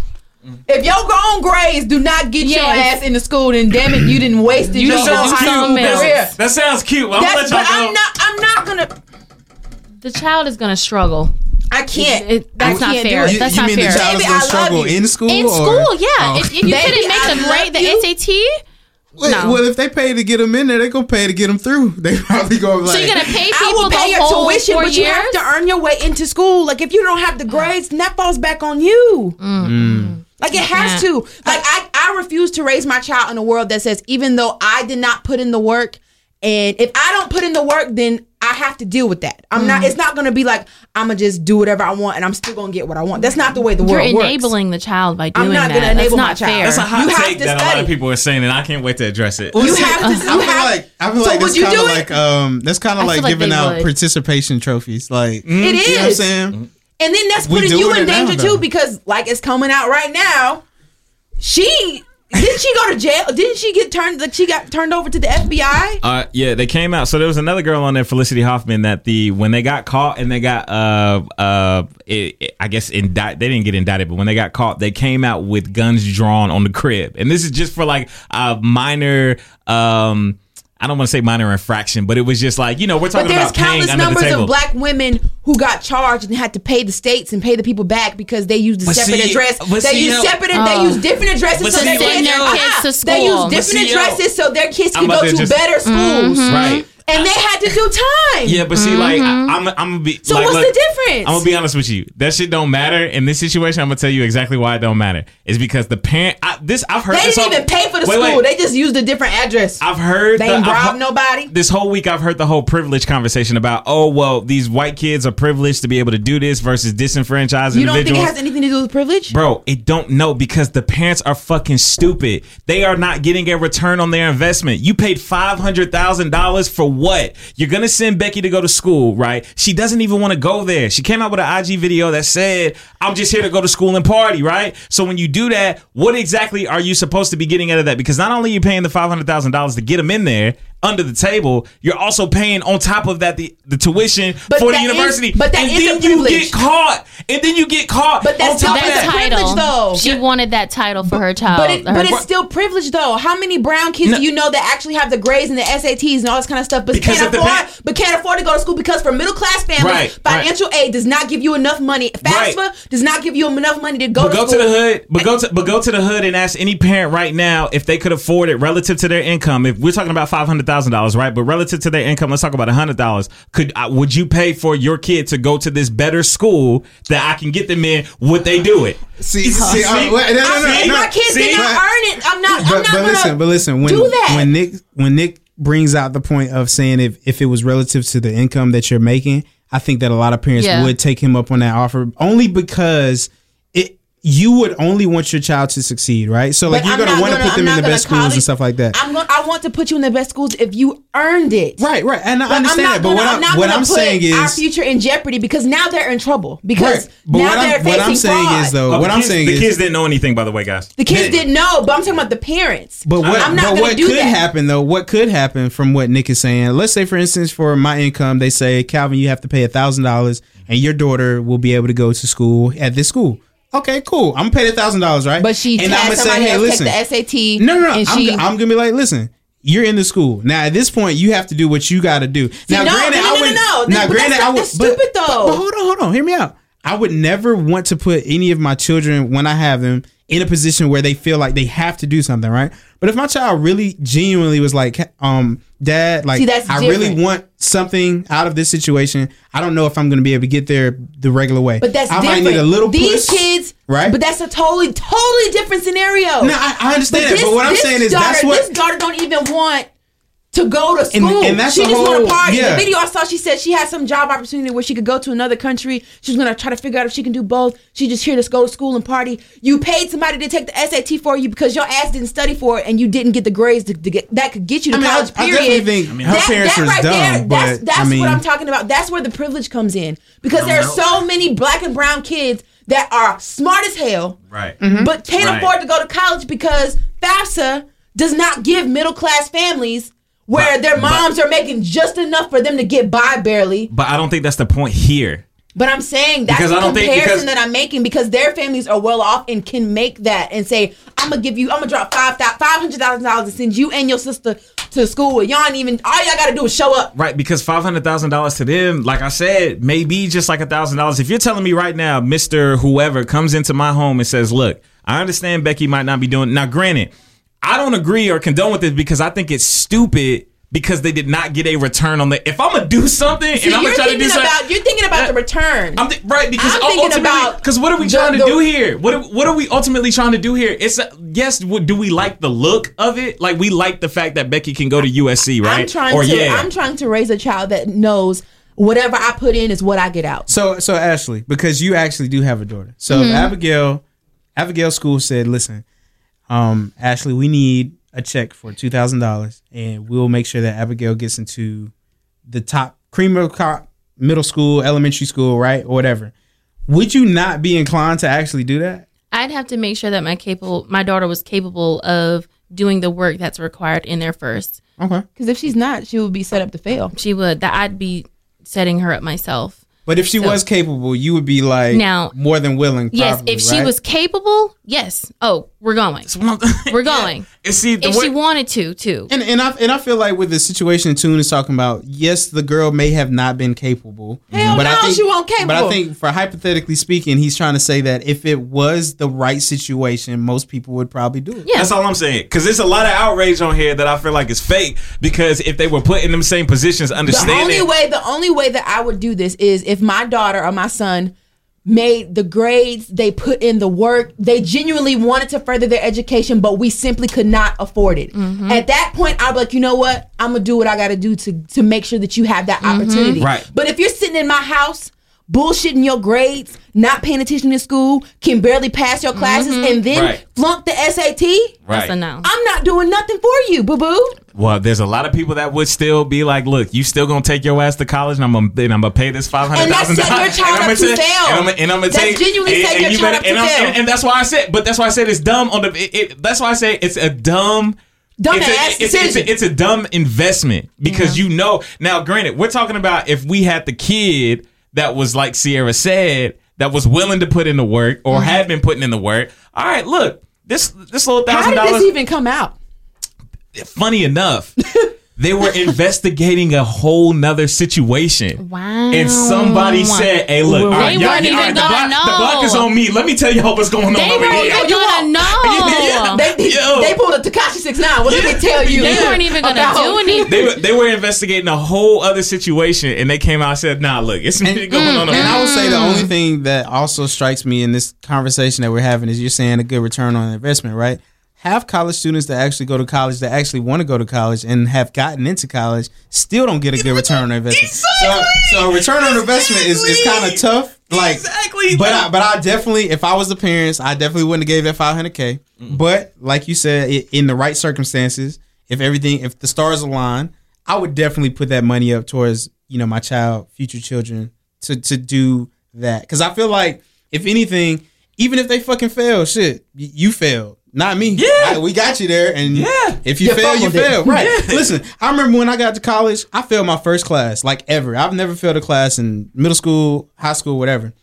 Speaker 2: if your own grades do not get
Speaker 6: Yes.
Speaker 2: your ass into school, then damn it, you didn't waste your
Speaker 1: That
Speaker 6: don't
Speaker 2: whole
Speaker 1: sounds
Speaker 6: do
Speaker 1: cute.
Speaker 2: high school
Speaker 6: something else.
Speaker 2: career.
Speaker 1: That's- That sounds cute. I'm
Speaker 2: That's,
Speaker 1: gonna
Speaker 2: but
Speaker 1: let y'all
Speaker 2: I'm
Speaker 1: go.
Speaker 2: not. I'm not gonna.
Speaker 6: The child is going to struggle.
Speaker 2: I can't.
Speaker 6: It- that's
Speaker 2: I
Speaker 6: not
Speaker 2: can't
Speaker 6: fair.
Speaker 2: do it.
Speaker 3: You,
Speaker 6: That's
Speaker 3: you
Speaker 6: not
Speaker 3: mean
Speaker 6: fair.
Speaker 3: the child
Speaker 2: Baby, I
Speaker 3: is gonna
Speaker 2: love
Speaker 3: struggle
Speaker 2: you.
Speaker 3: in school?
Speaker 6: In
Speaker 3: or-
Speaker 6: school, yeah.
Speaker 3: Oh.
Speaker 6: If, if you
Speaker 2: Baby,
Speaker 6: couldn't make
Speaker 2: I
Speaker 6: them
Speaker 2: love
Speaker 6: grade
Speaker 2: you.
Speaker 6: the SAT,
Speaker 3: Wait,
Speaker 6: No.
Speaker 3: Well, if they pay to get them in there, they gonna pay to get them through. They probably gonna be like.
Speaker 6: so you're going to pay
Speaker 2: I
Speaker 6: people
Speaker 2: will pay
Speaker 6: the
Speaker 2: your
Speaker 6: whole
Speaker 2: tuition,
Speaker 6: four
Speaker 2: but you
Speaker 6: years.
Speaker 2: have to earn your way into school. Like if you don't have the grades, then that falls back on you. Mm-hmm.
Speaker 5: Like it has
Speaker 6: Yeah.
Speaker 5: to. Like I, I refuse to raise my child in a world that says even though I did not put in the work, and if I don't put in the work, then I have to deal with that. I'm
Speaker 2: Mm.
Speaker 5: not. It's not gonna be like I'm gonna just do whatever I want and I'm still gonna get what I want. That's not the way the
Speaker 6: You're
Speaker 5: world works.
Speaker 6: enabling the child by doing
Speaker 5: I'm not
Speaker 6: that.
Speaker 5: gonna enable my
Speaker 6: That's not
Speaker 5: child.
Speaker 6: fair.
Speaker 5: That's
Speaker 1: That's a hot
Speaker 5: You have
Speaker 1: take
Speaker 5: to
Speaker 1: that a lot of
Speaker 5: study.
Speaker 1: people are saying, and I can't wait to address it.
Speaker 3: Well,
Speaker 5: You
Speaker 3: see,
Speaker 5: have to.
Speaker 3: I
Speaker 5: You
Speaker 3: feel
Speaker 5: have.
Speaker 3: like I feel
Speaker 5: So
Speaker 3: like
Speaker 5: would
Speaker 3: that's
Speaker 5: you
Speaker 3: kind of
Speaker 5: do it?
Speaker 3: like um that's kind of
Speaker 6: I
Speaker 3: like
Speaker 6: feel like
Speaker 3: giving
Speaker 6: they
Speaker 3: out
Speaker 6: would.
Speaker 3: participation trophies. Like
Speaker 5: It
Speaker 3: you know what I'm
Speaker 5: is.
Speaker 3: saying.
Speaker 5: And then that's
Speaker 3: We
Speaker 5: putting
Speaker 3: doing
Speaker 5: you in
Speaker 3: it now,
Speaker 5: danger
Speaker 3: though.
Speaker 5: too, because like it's coming out right now. She didn't she go to jail? Didn't she get turned? Like she got turned over to the FBI.
Speaker 1: Uh, yeah, they came out. So there was another girl on there, Felicity Hoffman, that the when they got caught and they got uh uh it, it- I guess indict they didn't get indicted, but when they got caught, they came out with guns drawn on the crib, and this is just for like a minor um. I don't want to say minor infraction, but it was just like you know we're talking
Speaker 5: But there's
Speaker 1: about paying
Speaker 5: countless
Speaker 1: under the
Speaker 5: numbers
Speaker 1: table.
Speaker 5: of black women who got charged and had to pay the states and pay the people back because they used a
Speaker 1: But
Speaker 5: separate
Speaker 1: see-
Speaker 5: address.
Speaker 1: but
Speaker 5: They
Speaker 1: see,
Speaker 5: used
Speaker 1: yo-
Speaker 5: separate.
Speaker 6: Oh.
Speaker 5: They used different addresses
Speaker 1: But
Speaker 5: so
Speaker 1: see,
Speaker 5: their
Speaker 1: yo-
Speaker 5: kids,
Speaker 1: Send
Speaker 6: their
Speaker 5: uh-uh.
Speaker 6: kids to
Speaker 5: They
Speaker 6: school.
Speaker 5: used
Speaker 6: But
Speaker 5: different
Speaker 1: see, yo-
Speaker 5: addresses so their kids
Speaker 1: I'm
Speaker 5: could
Speaker 1: about
Speaker 5: go
Speaker 1: to
Speaker 5: to
Speaker 1: just-
Speaker 5: better schools,
Speaker 1: Right.
Speaker 5: and they had to do time.
Speaker 1: Yeah, but see, like I, I'm, I'm gonna be.
Speaker 5: Mm-hmm. So
Speaker 1: like,
Speaker 5: what's
Speaker 1: look,
Speaker 5: the difference?
Speaker 1: I'm gonna be honest with you. That shit don't matter in this situation. I'm gonna tell you exactly why it don't matter. It's because the parent. I, this I've heard.
Speaker 5: They
Speaker 1: this
Speaker 5: didn't
Speaker 1: all-
Speaker 5: even pay for the
Speaker 1: Wait,
Speaker 5: school.
Speaker 1: wait.
Speaker 5: They just used a different address.
Speaker 1: I've heard
Speaker 5: They
Speaker 1: the-
Speaker 5: ain't
Speaker 1: I've
Speaker 5: bribe
Speaker 1: he-
Speaker 5: nobody.
Speaker 1: This whole week, I've heard the whole privilege conversation about, oh well, these white kids are privileged to be able to do this versus disenfranchised
Speaker 5: You don't
Speaker 1: individuals.
Speaker 5: think it has anything to do with privilege?
Speaker 1: Bro, it don't know because the parents are fucking stupid. They are not getting a return on their investment. You paid five hundred thousand dollars for what? You're gonna send Becky to go to school, right? She doesn't even want to go there. She came out with an IG video that said, "I'm just here to go to school and party," right? So when you do that, what exactly are you supposed to be getting out of that? Because not only are you paying the five hundred thousand dollars to get them in there. under the table, you're also paying on top of that the, the tuition
Speaker 5: But
Speaker 1: for the
Speaker 5: that is-
Speaker 1: university.
Speaker 5: but that
Speaker 1: and
Speaker 5: is a
Speaker 1: then you
Speaker 5: privilege.
Speaker 1: get caught. And then you get caught.
Speaker 5: But that's
Speaker 1: on top
Speaker 5: not-
Speaker 1: of
Speaker 5: that's
Speaker 1: that.
Speaker 5: not- privilege, though.
Speaker 6: She wanted that title for her child.
Speaker 5: But, it,
Speaker 6: her-
Speaker 5: but it's still privilege though. How many brown kids
Speaker 1: Oh, No.
Speaker 5: do you know that actually have the grades and the SATs and all this kind of stuff, but
Speaker 1: Because
Speaker 5: can't
Speaker 1: of the
Speaker 5: afford,
Speaker 1: pa-
Speaker 5: but can't afford to go to school because for middle class families,
Speaker 1: Right, right.
Speaker 5: financial aid does not give you enough money. FAFSA does not give you enough money to go
Speaker 1: But
Speaker 5: to
Speaker 1: go to
Speaker 5: school.
Speaker 1: the hood. But go to but go to the hood and ask any parent right now if they could afford it relative to their income. If we're talking about five hundred thousand dollars, right? But relative to their income, let's talk about hundred dollars. Could uh, would you pay for your kid to go to this better school that I can get them in? Would they do it?
Speaker 3: See, see,
Speaker 1: See?
Speaker 3: uh, wait, no, no,
Speaker 5: I'm-
Speaker 3: no,
Speaker 5: if
Speaker 3: no.
Speaker 5: my kids
Speaker 1: See?
Speaker 5: did not
Speaker 3: But-
Speaker 5: earn it, I'm not. I'm
Speaker 3: but,
Speaker 5: not
Speaker 3: but
Speaker 5: gonna
Speaker 3: listen, but listen. When
Speaker 5: do that.
Speaker 3: when Nick when Nick brings out the point of saying if if it was relative to the income that you're making, I think that a lot of parents
Speaker 6: Yeah.
Speaker 3: would take him up on that offer only because it you would only want your child to succeed, right? So like
Speaker 5: But
Speaker 3: you're
Speaker 5: I'm
Speaker 3: gonna
Speaker 5: not
Speaker 3: want to
Speaker 5: gonna-
Speaker 3: put them
Speaker 5: I'm
Speaker 3: in the
Speaker 5: not
Speaker 3: best
Speaker 5: gonna
Speaker 3: schools and
Speaker 5: college-
Speaker 3: stuff like that.
Speaker 5: I'm going. I want to put you in the best schools if you earned it.
Speaker 3: right, right. And I
Speaker 5: But
Speaker 3: understand that,
Speaker 5: I'm not
Speaker 3: but
Speaker 5: gonna,
Speaker 3: what
Speaker 5: I'm, not
Speaker 3: what
Speaker 5: gonna
Speaker 3: I'm
Speaker 5: put
Speaker 3: saying
Speaker 5: our
Speaker 3: is
Speaker 5: future in jeopardy because now they're in trouble because
Speaker 3: Right. But
Speaker 5: now
Speaker 3: what
Speaker 5: they're
Speaker 3: I'm,
Speaker 5: facing
Speaker 3: what I'm saying
Speaker 5: fraud.
Speaker 3: is
Speaker 1: Oh,
Speaker 3: though, Uh, what
Speaker 1: the
Speaker 3: I'm
Speaker 1: kids-
Speaker 3: saying
Speaker 1: the
Speaker 3: is
Speaker 1: kids didn't know anything, by the way, guys.
Speaker 5: The kids
Speaker 3: They-
Speaker 5: didn't know, but I'm talking about the parents.
Speaker 3: But what,
Speaker 5: I'm not
Speaker 3: but
Speaker 5: gonna
Speaker 3: what
Speaker 5: do
Speaker 3: could
Speaker 5: that.
Speaker 3: happen though? What could happen from what Nick is saying? Let's say, for instance, for my income, they say Calvin, you have to pay a thousand dollars, and your daughter will be able to go to school at this school. Okay, cool. I'm gonna pay the thousand dollars, right?
Speaker 5: But she
Speaker 3: and
Speaker 5: had
Speaker 3: I'ma
Speaker 5: somebody else take the SAT.
Speaker 3: no, no, no. I'm,
Speaker 5: And she,
Speaker 3: go- I'm gonna be like, listen. You're in the school now. At this point, you have to do what you got to do. now,
Speaker 5: no, no, no, no, no.
Speaker 3: Now,
Speaker 5: But
Speaker 3: granted,
Speaker 5: that's-
Speaker 3: I would.
Speaker 5: that's
Speaker 3: but-
Speaker 5: stupid,
Speaker 3: but-
Speaker 5: though.
Speaker 3: but hold on, hold on. Hear me out. I would never want to put any of my children when I have them in a position where they feel like they have to do something, right? But if my child really genuinely was like, um, dad, like
Speaker 5: See, that's
Speaker 3: I
Speaker 5: different.
Speaker 3: really want something out of this situation. I don't know if I'm going to be able to get there the regular way.
Speaker 5: but that's
Speaker 3: I
Speaker 5: different.
Speaker 3: might need a little
Speaker 5: These
Speaker 3: push,
Speaker 5: kids,
Speaker 3: right?
Speaker 5: But that's a totally, totally different scenario.
Speaker 3: no, I, I understand
Speaker 5: this,
Speaker 3: that. But what I'm
Speaker 5: this
Speaker 3: saying is
Speaker 5: daughter,
Speaker 3: that's what
Speaker 5: this daughter don't even want to go to
Speaker 3: And-
Speaker 5: school.
Speaker 3: and that's
Speaker 5: she
Speaker 3: the
Speaker 5: just want
Speaker 3: whole-
Speaker 5: to party.
Speaker 3: yeah.
Speaker 5: The video I saw, she said she had some job opportunity where she could go to another country. She was gonna try to figure out if she can do both. She just here to go to school and party. You paid somebody to take the SAT for you because your ass didn't study for it and you didn't get the grades to, to get, that could get you to
Speaker 3: I mean, I-
Speaker 5: college.
Speaker 3: I
Speaker 5: period.
Speaker 3: definitely think I mean, her parents was dumb,
Speaker 5: that's,
Speaker 3: but,
Speaker 5: that's
Speaker 3: I mean-
Speaker 5: what I'm talking about. That's where the privilege comes in because there are
Speaker 1: know.
Speaker 5: so many black and brown kids that are smart as hell
Speaker 1: Right.
Speaker 5: but can't
Speaker 1: Right.
Speaker 5: afford to go to college because FAFSA does not give middle class families where
Speaker 1: But-
Speaker 5: their
Speaker 1: but-
Speaker 5: moms are making just enough for them to get by barely.
Speaker 1: But I don't think that's the point here.
Speaker 5: But I'm saying that's
Speaker 1: Because
Speaker 5: the
Speaker 1: I don't think-
Speaker 5: comparison
Speaker 1: because-
Speaker 5: that I'm making because their families are well off and can make that and say, I'm gonna give you, I'm gonna drop five hundred thousand dollars and send you and your sister to school. And y'all ain't even all y'all gotta do is show up.
Speaker 1: Right, because five hundred thousand dollars to them, like I said, maybe just like thousand dollars. If you're telling me right now, Mister Whoever comes into my home and says, "Look, I understand Becky might not be doing." Now, granted, I don't agree or condone with it because I think it's stupid because they did not get a return on the. If I'm gonna do something
Speaker 5: So
Speaker 1: and I'm
Speaker 5: you're
Speaker 1: gonna try to do
Speaker 5: thinking
Speaker 1: something,
Speaker 5: about you're thinking about the return.
Speaker 1: I'm th- right because
Speaker 5: I'm
Speaker 1: ul-
Speaker 5: thinking
Speaker 1: ultimately,
Speaker 5: about
Speaker 1: because what are we
Speaker 5: the-
Speaker 1: trying to
Speaker 5: the-
Speaker 1: do here? What are, what are we ultimately trying to do here? It's a, yes, w- do we like the look of it? Like we like the fact that Becky can go to USC, right?
Speaker 5: I'm trying
Speaker 1: or
Speaker 5: to
Speaker 1: yeah,
Speaker 5: I'm trying to raise a child that knows whatever I put in is what I get out.
Speaker 3: So so Ashley, because you actually do have a daughter. So
Speaker 6: Mm-hmm.
Speaker 3: if Abigail Abigail School said, listen, um, Ashley, we need a check for two thousand dollars and we'll make sure that Abigail gets into the top cream of the crop middle school, elementary school, right? Or whatever. Would you not be inclined to actually do that?
Speaker 6: I'd have to make sure that my capable my daughter was capable of doing the work that's required in there first.
Speaker 3: Okay.
Speaker 5: Because if she's not, she will be set up to fail.
Speaker 6: She would that I'd be setting her up myself.
Speaker 3: But if she
Speaker 6: So-
Speaker 3: was capable, you would be like
Speaker 6: Now-
Speaker 3: more than willing.
Speaker 6: Yes,
Speaker 3: probably,
Speaker 6: if she
Speaker 3: right?
Speaker 6: was capable, yes. Oh, we're going. We're going.
Speaker 1: And see, the
Speaker 6: If
Speaker 1: way-
Speaker 6: she wanted to, too.
Speaker 3: And and I and I feel like with the situation Tune is talking about, yes, the girl may have not been capable.
Speaker 5: Hell
Speaker 3: I
Speaker 5: no, she wasn't
Speaker 3: But I
Speaker 5: capable.
Speaker 3: think for hypothetically speaking, he's trying to say that if it was the right situation, most people would probably do it.
Speaker 6: Yeah.
Speaker 1: That's all I'm saying. Because there's a lot of outrage on here that I feel like is fake. Because if they were put in them same positions,
Speaker 5: The
Speaker 1: understanding.
Speaker 5: only way the only way that I would do this is if my daughter or my son made the grades, they put in the work, they genuinely wanted to further their education, but we simply could not afford it.
Speaker 1: Mm-hmm.
Speaker 5: At that point, I'd be like, you know what? I'm gonna do what I gotta do to to make sure that you have that opportunity.
Speaker 1: Mm-hmm. Right.
Speaker 5: But if you're sitting in my house bullshitting your grades, not paying attention to school, can barely pass your classes, and then
Speaker 1: Mm-hmm. Right.
Speaker 5: flunk the SAT.
Speaker 1: Right.
Speaker 6: So no.
Speaker 5: I'm not doing nothing for you, boo boo.
Speaker 1: Well, there's a lot of people that would still be like, "Look, you still gonna take your ass to college, and I'm gonna, and I'm gonna pay this five hundred
Speaker 5: And that's
Speaker 1: thousand
Speaker 5: setting your
Speaker 1: dollars."
Speaker 5: child up to fail.
Speaker 1: And I'm, gonna- and I'm gonna
Speaker 5: That's
Speaker 1: take,
Speaker 5: genuinely
Speaker 1: and,
Speaker 5: setting your
Speaker 1: you
Speaker 5: child up to
Speaker 1: and I'm-
Speaker 5: fail.
Speaker 1: And, and that's why I said, but that's why I said it's dumb on the. It, it, that's why I say it's a dumb
Speaker 2: Dumbass
Speaker 1: it's a, it's, it's,
Speaker 2: decision.
Speaker 1: a, it's a dumb investment because you know. Now, granted, we're talking about if we had the kid that was like Sierra said that was willing to put in the work or
Speaker 6: Mm-hmm.
Speaker 1: had been putting in the work. All right, look this this little
Speaker 2: How
Speaker 1: thousand
Speaker 2: did this
Speaker 1: dollars.
Speaker 2: even come out?
Speaker 1: funny enough. They were investigating a whole nother situation.
Speaker 6: Wow.
Speaker 1: And somebody said, "Hey, look, all right, y'all,
Speaker 6: They weren't
Speaker 1: all right,
Speaker 6: even
Speaker 1: the, block,
Speaker 6: gonna
Speaker 1: the block
Speaker 6: know.
Speaker 1: is on me. Let me tell y'all what's going
Speaker 6: They
Speaker 1: on over
Speaker 6: weren't
Speaker 1: here."
Speaker 6: even gonna
Speaker 3: Um,
Speaker 6: know.
Speaker 2: They, they,
Speaker 1: Yo.
Speaker 2: they pulled a Takashi 69. What did they tell you?
Speaker 6: They weren't even gonna
Speaker 2: about-
Speaker 6: do anything.
Speaker 1: they were, they were investigating a whole other situation, and they came out and said, "Nah, look, it's going on." over
Speaker 3: And I
Speaker 1: here."
Speaker 3: would say the only thing that also strikes me in this conversation that we're having is you're saying a good return on investment, right? Half college students that actually go to college, that actually want to go to college and have gotten into college, still don't get a good return on investment. So, so return on investment is, is kind of tough. Like,
Speaker 1: Exactly.
Speaker 3: But I, but I definitely, if I was the parents, I definitely wouldn't have gave that 500k. But like you said, i in the right circumstances, if everything, if the stars align, I would definitely put that money up towards you know my child, future children, to to do that because I feel like if anything, even if they fucking fail, shit, y- you failed. Not me. Yeah, we got you there, and
Speaker 1: Yeah.
Speaker 3: if you
Speaker 2: You
Speaker 3: fail, you
Speaker 2: fumbled it.
Speaker 3: fail. Right. Listen, I remember when I got to college, I failed my first class, like ever. I've never failed a class in middle school, high school, whatever.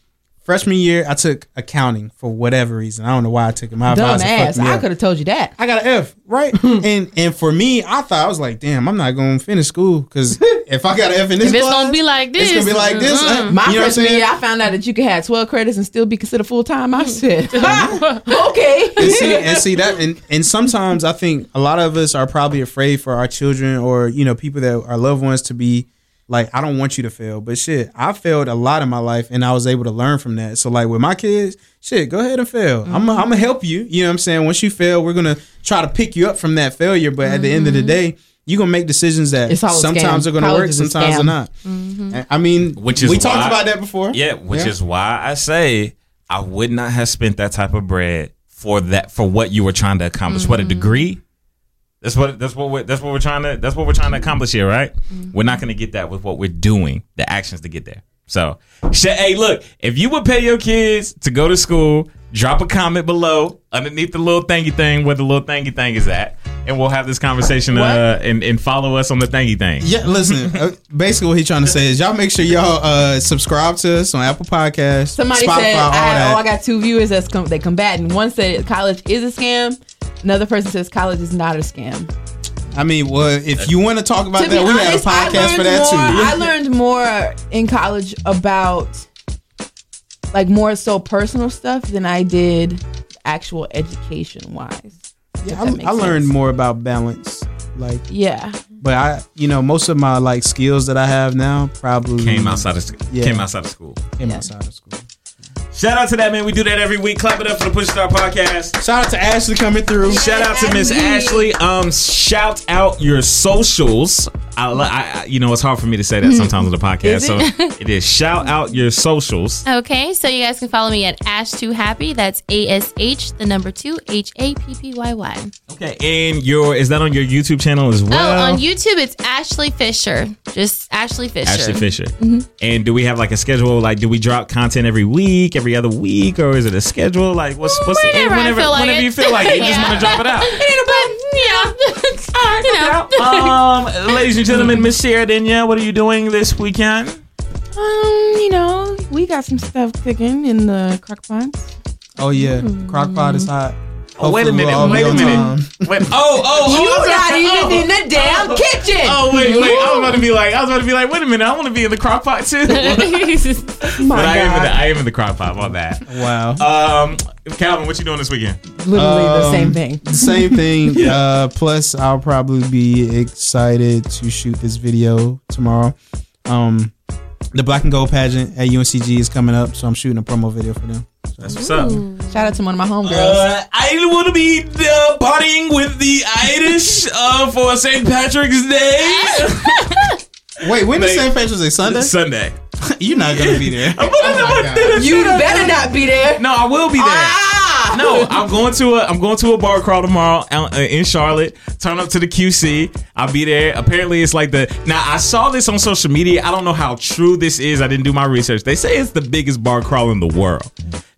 Speaker 3: Freshman year, I took accounting for whatever reason. I don't know why I took it. My advisor fucked
Speaker 2: Dumbass.
Speaker 3: me
Speaker 2: I
Speaker 3: up.
Speaker 2: could have told you that.
Speaker 3: I got an F, right? and and for me, I thought I was like, damn, I'm not gonna finish school because if I got an F in this,
Speaker 6: If it's
Speaker 3: class,
Speaker 6: gonna be like
Speaker 3: it's gonna be
Speaker 6: this, uh-huh.
Speaker 3: like this.
Speaker 6: mm-mm.
Speaker 2: My
Speaker 3: uh, you know what I'm
Speaker 2: freshman
Speaker 3: saying?
Speaker 2: year, I found out that you could have 12 credits and still be considered full time. I said, "Ha,
Speaker 3: and
Speaker 2: okay.
Speaker 3: see and see that and, and sometimes I think a lot of us are probably afraid for our children or you know people that our loved ones to be like I don't want you to fail but shit I failed a lot in my life and I was able to learn from that so like with my kids shit go ahead and fail I'm gonna- I'm gonna help you you know what I'm saying once you fail we're gonna try to pick you up from that failure but at the end of the day you're gonna make decisions that
Speaker 2: Mm-hmm. It's all a scam.
Speaker 3: sometimes are gonna
Speaker 2: College
Speaker 3: work
Speaker 2: is a
Speaker 3: sometimes
Speaker 2: scam. Mm-hmm.
Speaker 3: are not And I mean
Speaker 1: Which is
Speaker 3: we talked
Speaker 1: why-
Speaker 3: about that before
Speaker 1: Yeah, which is why I say I would not have spent that type of bread for that for what you were trying to accomplish. What a
Speaker 3: Mm-hmm.
Speaker 1: degree. That's what that's what we're, that's what we're trying to that's what we're trying to accomplish here, right?
Speaker 3: Mm-hmm.
Speaker 1: We're not going to get that with what we're doing, the actions to get there. So, sh- hey, look, if you would pay your kids to go to school, drop a comment below underneath the little thingy thing where the little thingy thing is at, and we'll have this conversation uh, and and follow us on the thingy thing.
Speaker 3: Yeah, listen. uh, basically, what he's trying to say is y'all make sure y'all uh, subscribe to us on Apple Podcasts,
Speaker 2: Somebody
Speaker 3: Spotify,
Speaker 2: said, I,
Speaker 3: all that.
Speaker 2: oh, I got two viewers that's com- they combat. And one said college is a scam. Another person says college is not a scam.
Speaker 3: I, mean, well, if you want to talk about
Speaker 2: to be
Speaker 3: that, we
Speaker 2: honest,
Speaker 3: got a podcast
Speaker 2: I
Speaker 3: for
Speaker 2: learned
Speaker 3: that
Speaker 2: more, I
Speaker 3: too.
Speaker 2: learned more in college about like more so personal stuff than I did actual education wise.
Speaker 3: I, I learned more about balance, like,
Speaker 2: Yeah.
Speaker 3: but I, you know, most of my like skills that I have now probably
Speaker 1: Came outside of sc-
Speaker 3: Yeah.
Speaker 1: came outside of school.
Speaker 3: came outside of school.
Speaker 1: Shout out to that man. We do that every week. Clap it up for the Push Star Podcast.
Speaker 3: Shout out to Ashley coming through.
Speaker 1: Shout out to Miss Ashley. Um, shout out your socials. I, li- I, I, you know, it's hard for me to say that sometimes on the podcast. So it is. Shout out your socials.
Speaker 6: Okay, so you guys can follow me at Ash2Happy. That's A S H, the number two, H A P P Y Y.
Speaker 1: Okay. And your is that on your YouTube channel as well?
Speaker 6: Oh, on YouTube, it's Ashley Fisher. Just Ashley Fisher.
Speaker 1: Ashley Fisher.
Speaker 6: Mm-hmm.
Speaker 1: And do we have like a schedule? Like, do we drop content every week, every other week, or is it a schedule? Like, what's what's
Speaker 6: Whenever
Speaker 1: the,
Speaker 6: I feel like
Speaker 1: whenever
Speaker 6: it.
Speaker 1: you feel like it, you just
Speaker 6: Yeah.
Speaker 1: want to drop it out.
Speaker 6: But, yeah. you know.
Speaker 1: um, ladies and gentlemen, Miss Sierra Danielle, what are you doing this weekend?
Speaker 2: Um, you know, we got some stuff cooking in the crock pot.
Speaker 3: Oh yeah, Crockpot is hot.
Speaker 1: Oh, wait a
Speaker 3: Hopefully we'll
Speaker 1: minute.
Speaker 3: all be
Speaker 1: wait a
Speaker 3: on
Speaker 1: minute.
Speaker 3: time.
Speaker 1: Wait, oh, oh,
Speaker 2: You
Speaker 1: oh.
Speaker 2: not even in the damn kitchen.
Speaker 1: Oh wait, wait! I was about to be like, I was about to be like, wait a minute! I want to be in the crock pot too. but
Speaker 2: Oh my
Speaker 1: I am, in
Speaker 2: God.
Speaker 1: the, I am in the crock pot. My bad.
Speaker 3: Wow.
Speaker 1: Um, Calvin, what you doing this weekend?
Speaker 2: Literally the
Speaker 3: Um,
Speaker 2: same thing.
Speaker 3: The same thing.
Speaker 1: Yeah.
Speaker 3: uh, plus, I'll probably be excited to shoot this video tomorrow. Um, the Black and Gold pageant at UNCG is coming up, so I'm shooting a promo video for them.
Speaker 1: That's what's up.
Speaker 2: Shout out to one of my homegirls.
Speaker 1: Uh, I want to be uh, partying with the Irish uh, for St. Patrick's Day
Speaker 3: Wait, when
Speaker 1: is
Speaker 3: is
Speaker 1: Saint
Speaker 3: St. Patrick's Day? Sunday?
Speaker 1: Sunday.
Speaker 3: You're not gonna be there.
Speaker 2: Oh you better not be there. Ah!
Speaker 1: No, I will be there. No, I'm going to a I'm going to a bar crawl tomorrow out, uh, in Charlotte. Turn up to the QC. I'll be there. Apparently, it's like the now I saw this on social media. I don't know how true this is. I didn't do my research. They say it's the biggest bar crawl in the world.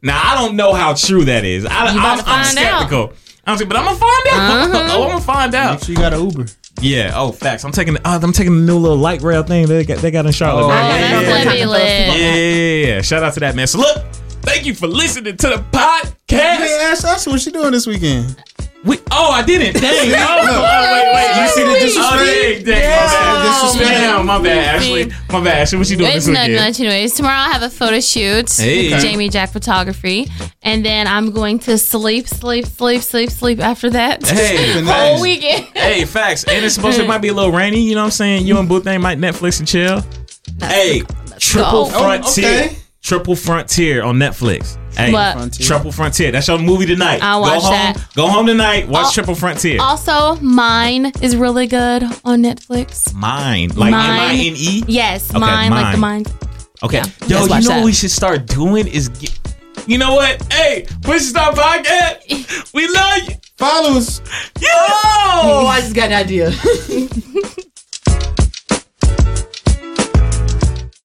Speaker 1: Now I don't know how true that is. I,
Speaker 6: You
Speaker 1: I'm,
Speaker 6: about to
Speaker 1: I'm
Speaker 6: find out.
Speaker 1: skeptical. I was like, but I'm gonna find out.
Speaker 6: Uh-huh.
Speaker 1: oh, I'm gonna find out.
Speaker 3: She got an Uber.
Speaker 1: Yeah. Oh, facts. I'm taking. Uh, I'm taking the new little light rail thing they got. They got in Charlotte.
Speaker 6: Oh,
Speaker 1: right?
Speaker 6: that's
Speaker 1: yeah, yeah,
Speaker 6: levy
Speaker 1: yeah,
Speaker 6: lit.
Speaker 1: yeah, yeah. Shout out to that man. So look, thank you for listening to the podcast.
Speaker 3: ask us what she doing this weekend.
Speaker 1: We, oh, I didn't. Dang. Oh, oh, wait, wait.
Speaker 3: You see the disrespect?
Speaker 1: Oh, dang, dang.
Speaker 3: Oh,
Speaker 1: My bad. Damn, my bad, Ashley. My bad, Ashley. What you doing
Speaker 6: It's
Speaker 1: this
Speaker 6: not
Speaker 1: weekend?
Speaker 6: much, anyways. Tomorrow I have a photo shoot
Speaker 1: Hey.
Speaker 6: with Jamie Jack Photography, and then I'm going to sleep, sleep, sleep, sleep, sleep after that.
Speaker 1: Hey,
Speaker 3: Nice.
Speaker 1: facts.
Speaker 6: Weekend.
Speaker 1: hey, facts. And it's supposed to it might be a little rainy. You know what I'm saying? You and Boo thing might Netflix and chill. Hey, Triple
Speaker 6: go.
Speaker 1: Frontier.
Speaker 3: Oh, okay.
Speaker 1: Triple Frontier on Netflix. Hey,
Speaker 6: What?
Speaker 3: Frontier.
Speaker 1: Triple Frontier. That's your movie tonight.
Speaker 6: I'll watch
Speaker 1: go home,
Speaker 6: that.
Speaker 1: Go home tonight. Watch
Speaker 6: I'll-
Speaker 1: Triple Frontier.
Speaker 6: Also, mine is really good on Netflix.
Speaker 1: mine, like M I
Speaker 6: Mine.
Speaker 1: N E.
Speaker 6: Yes,
Speaker 1: Okay,
Speaker 6: mine, like the mine.
Speaker 1: Okay.
Speaker 6: Let's
Speaker 1: Yo, you know
Speaker 6: watch
Speaker 1: what
Speaker 6: that.
Speaker 1: we should start doing is get. You know what? Hey, we should start podcast. We love you.
Speaker 3: Follow us.
Speaker 5: Oh,
Speaker 1: Yo!
Speaker 2: Oh, I just got an idea.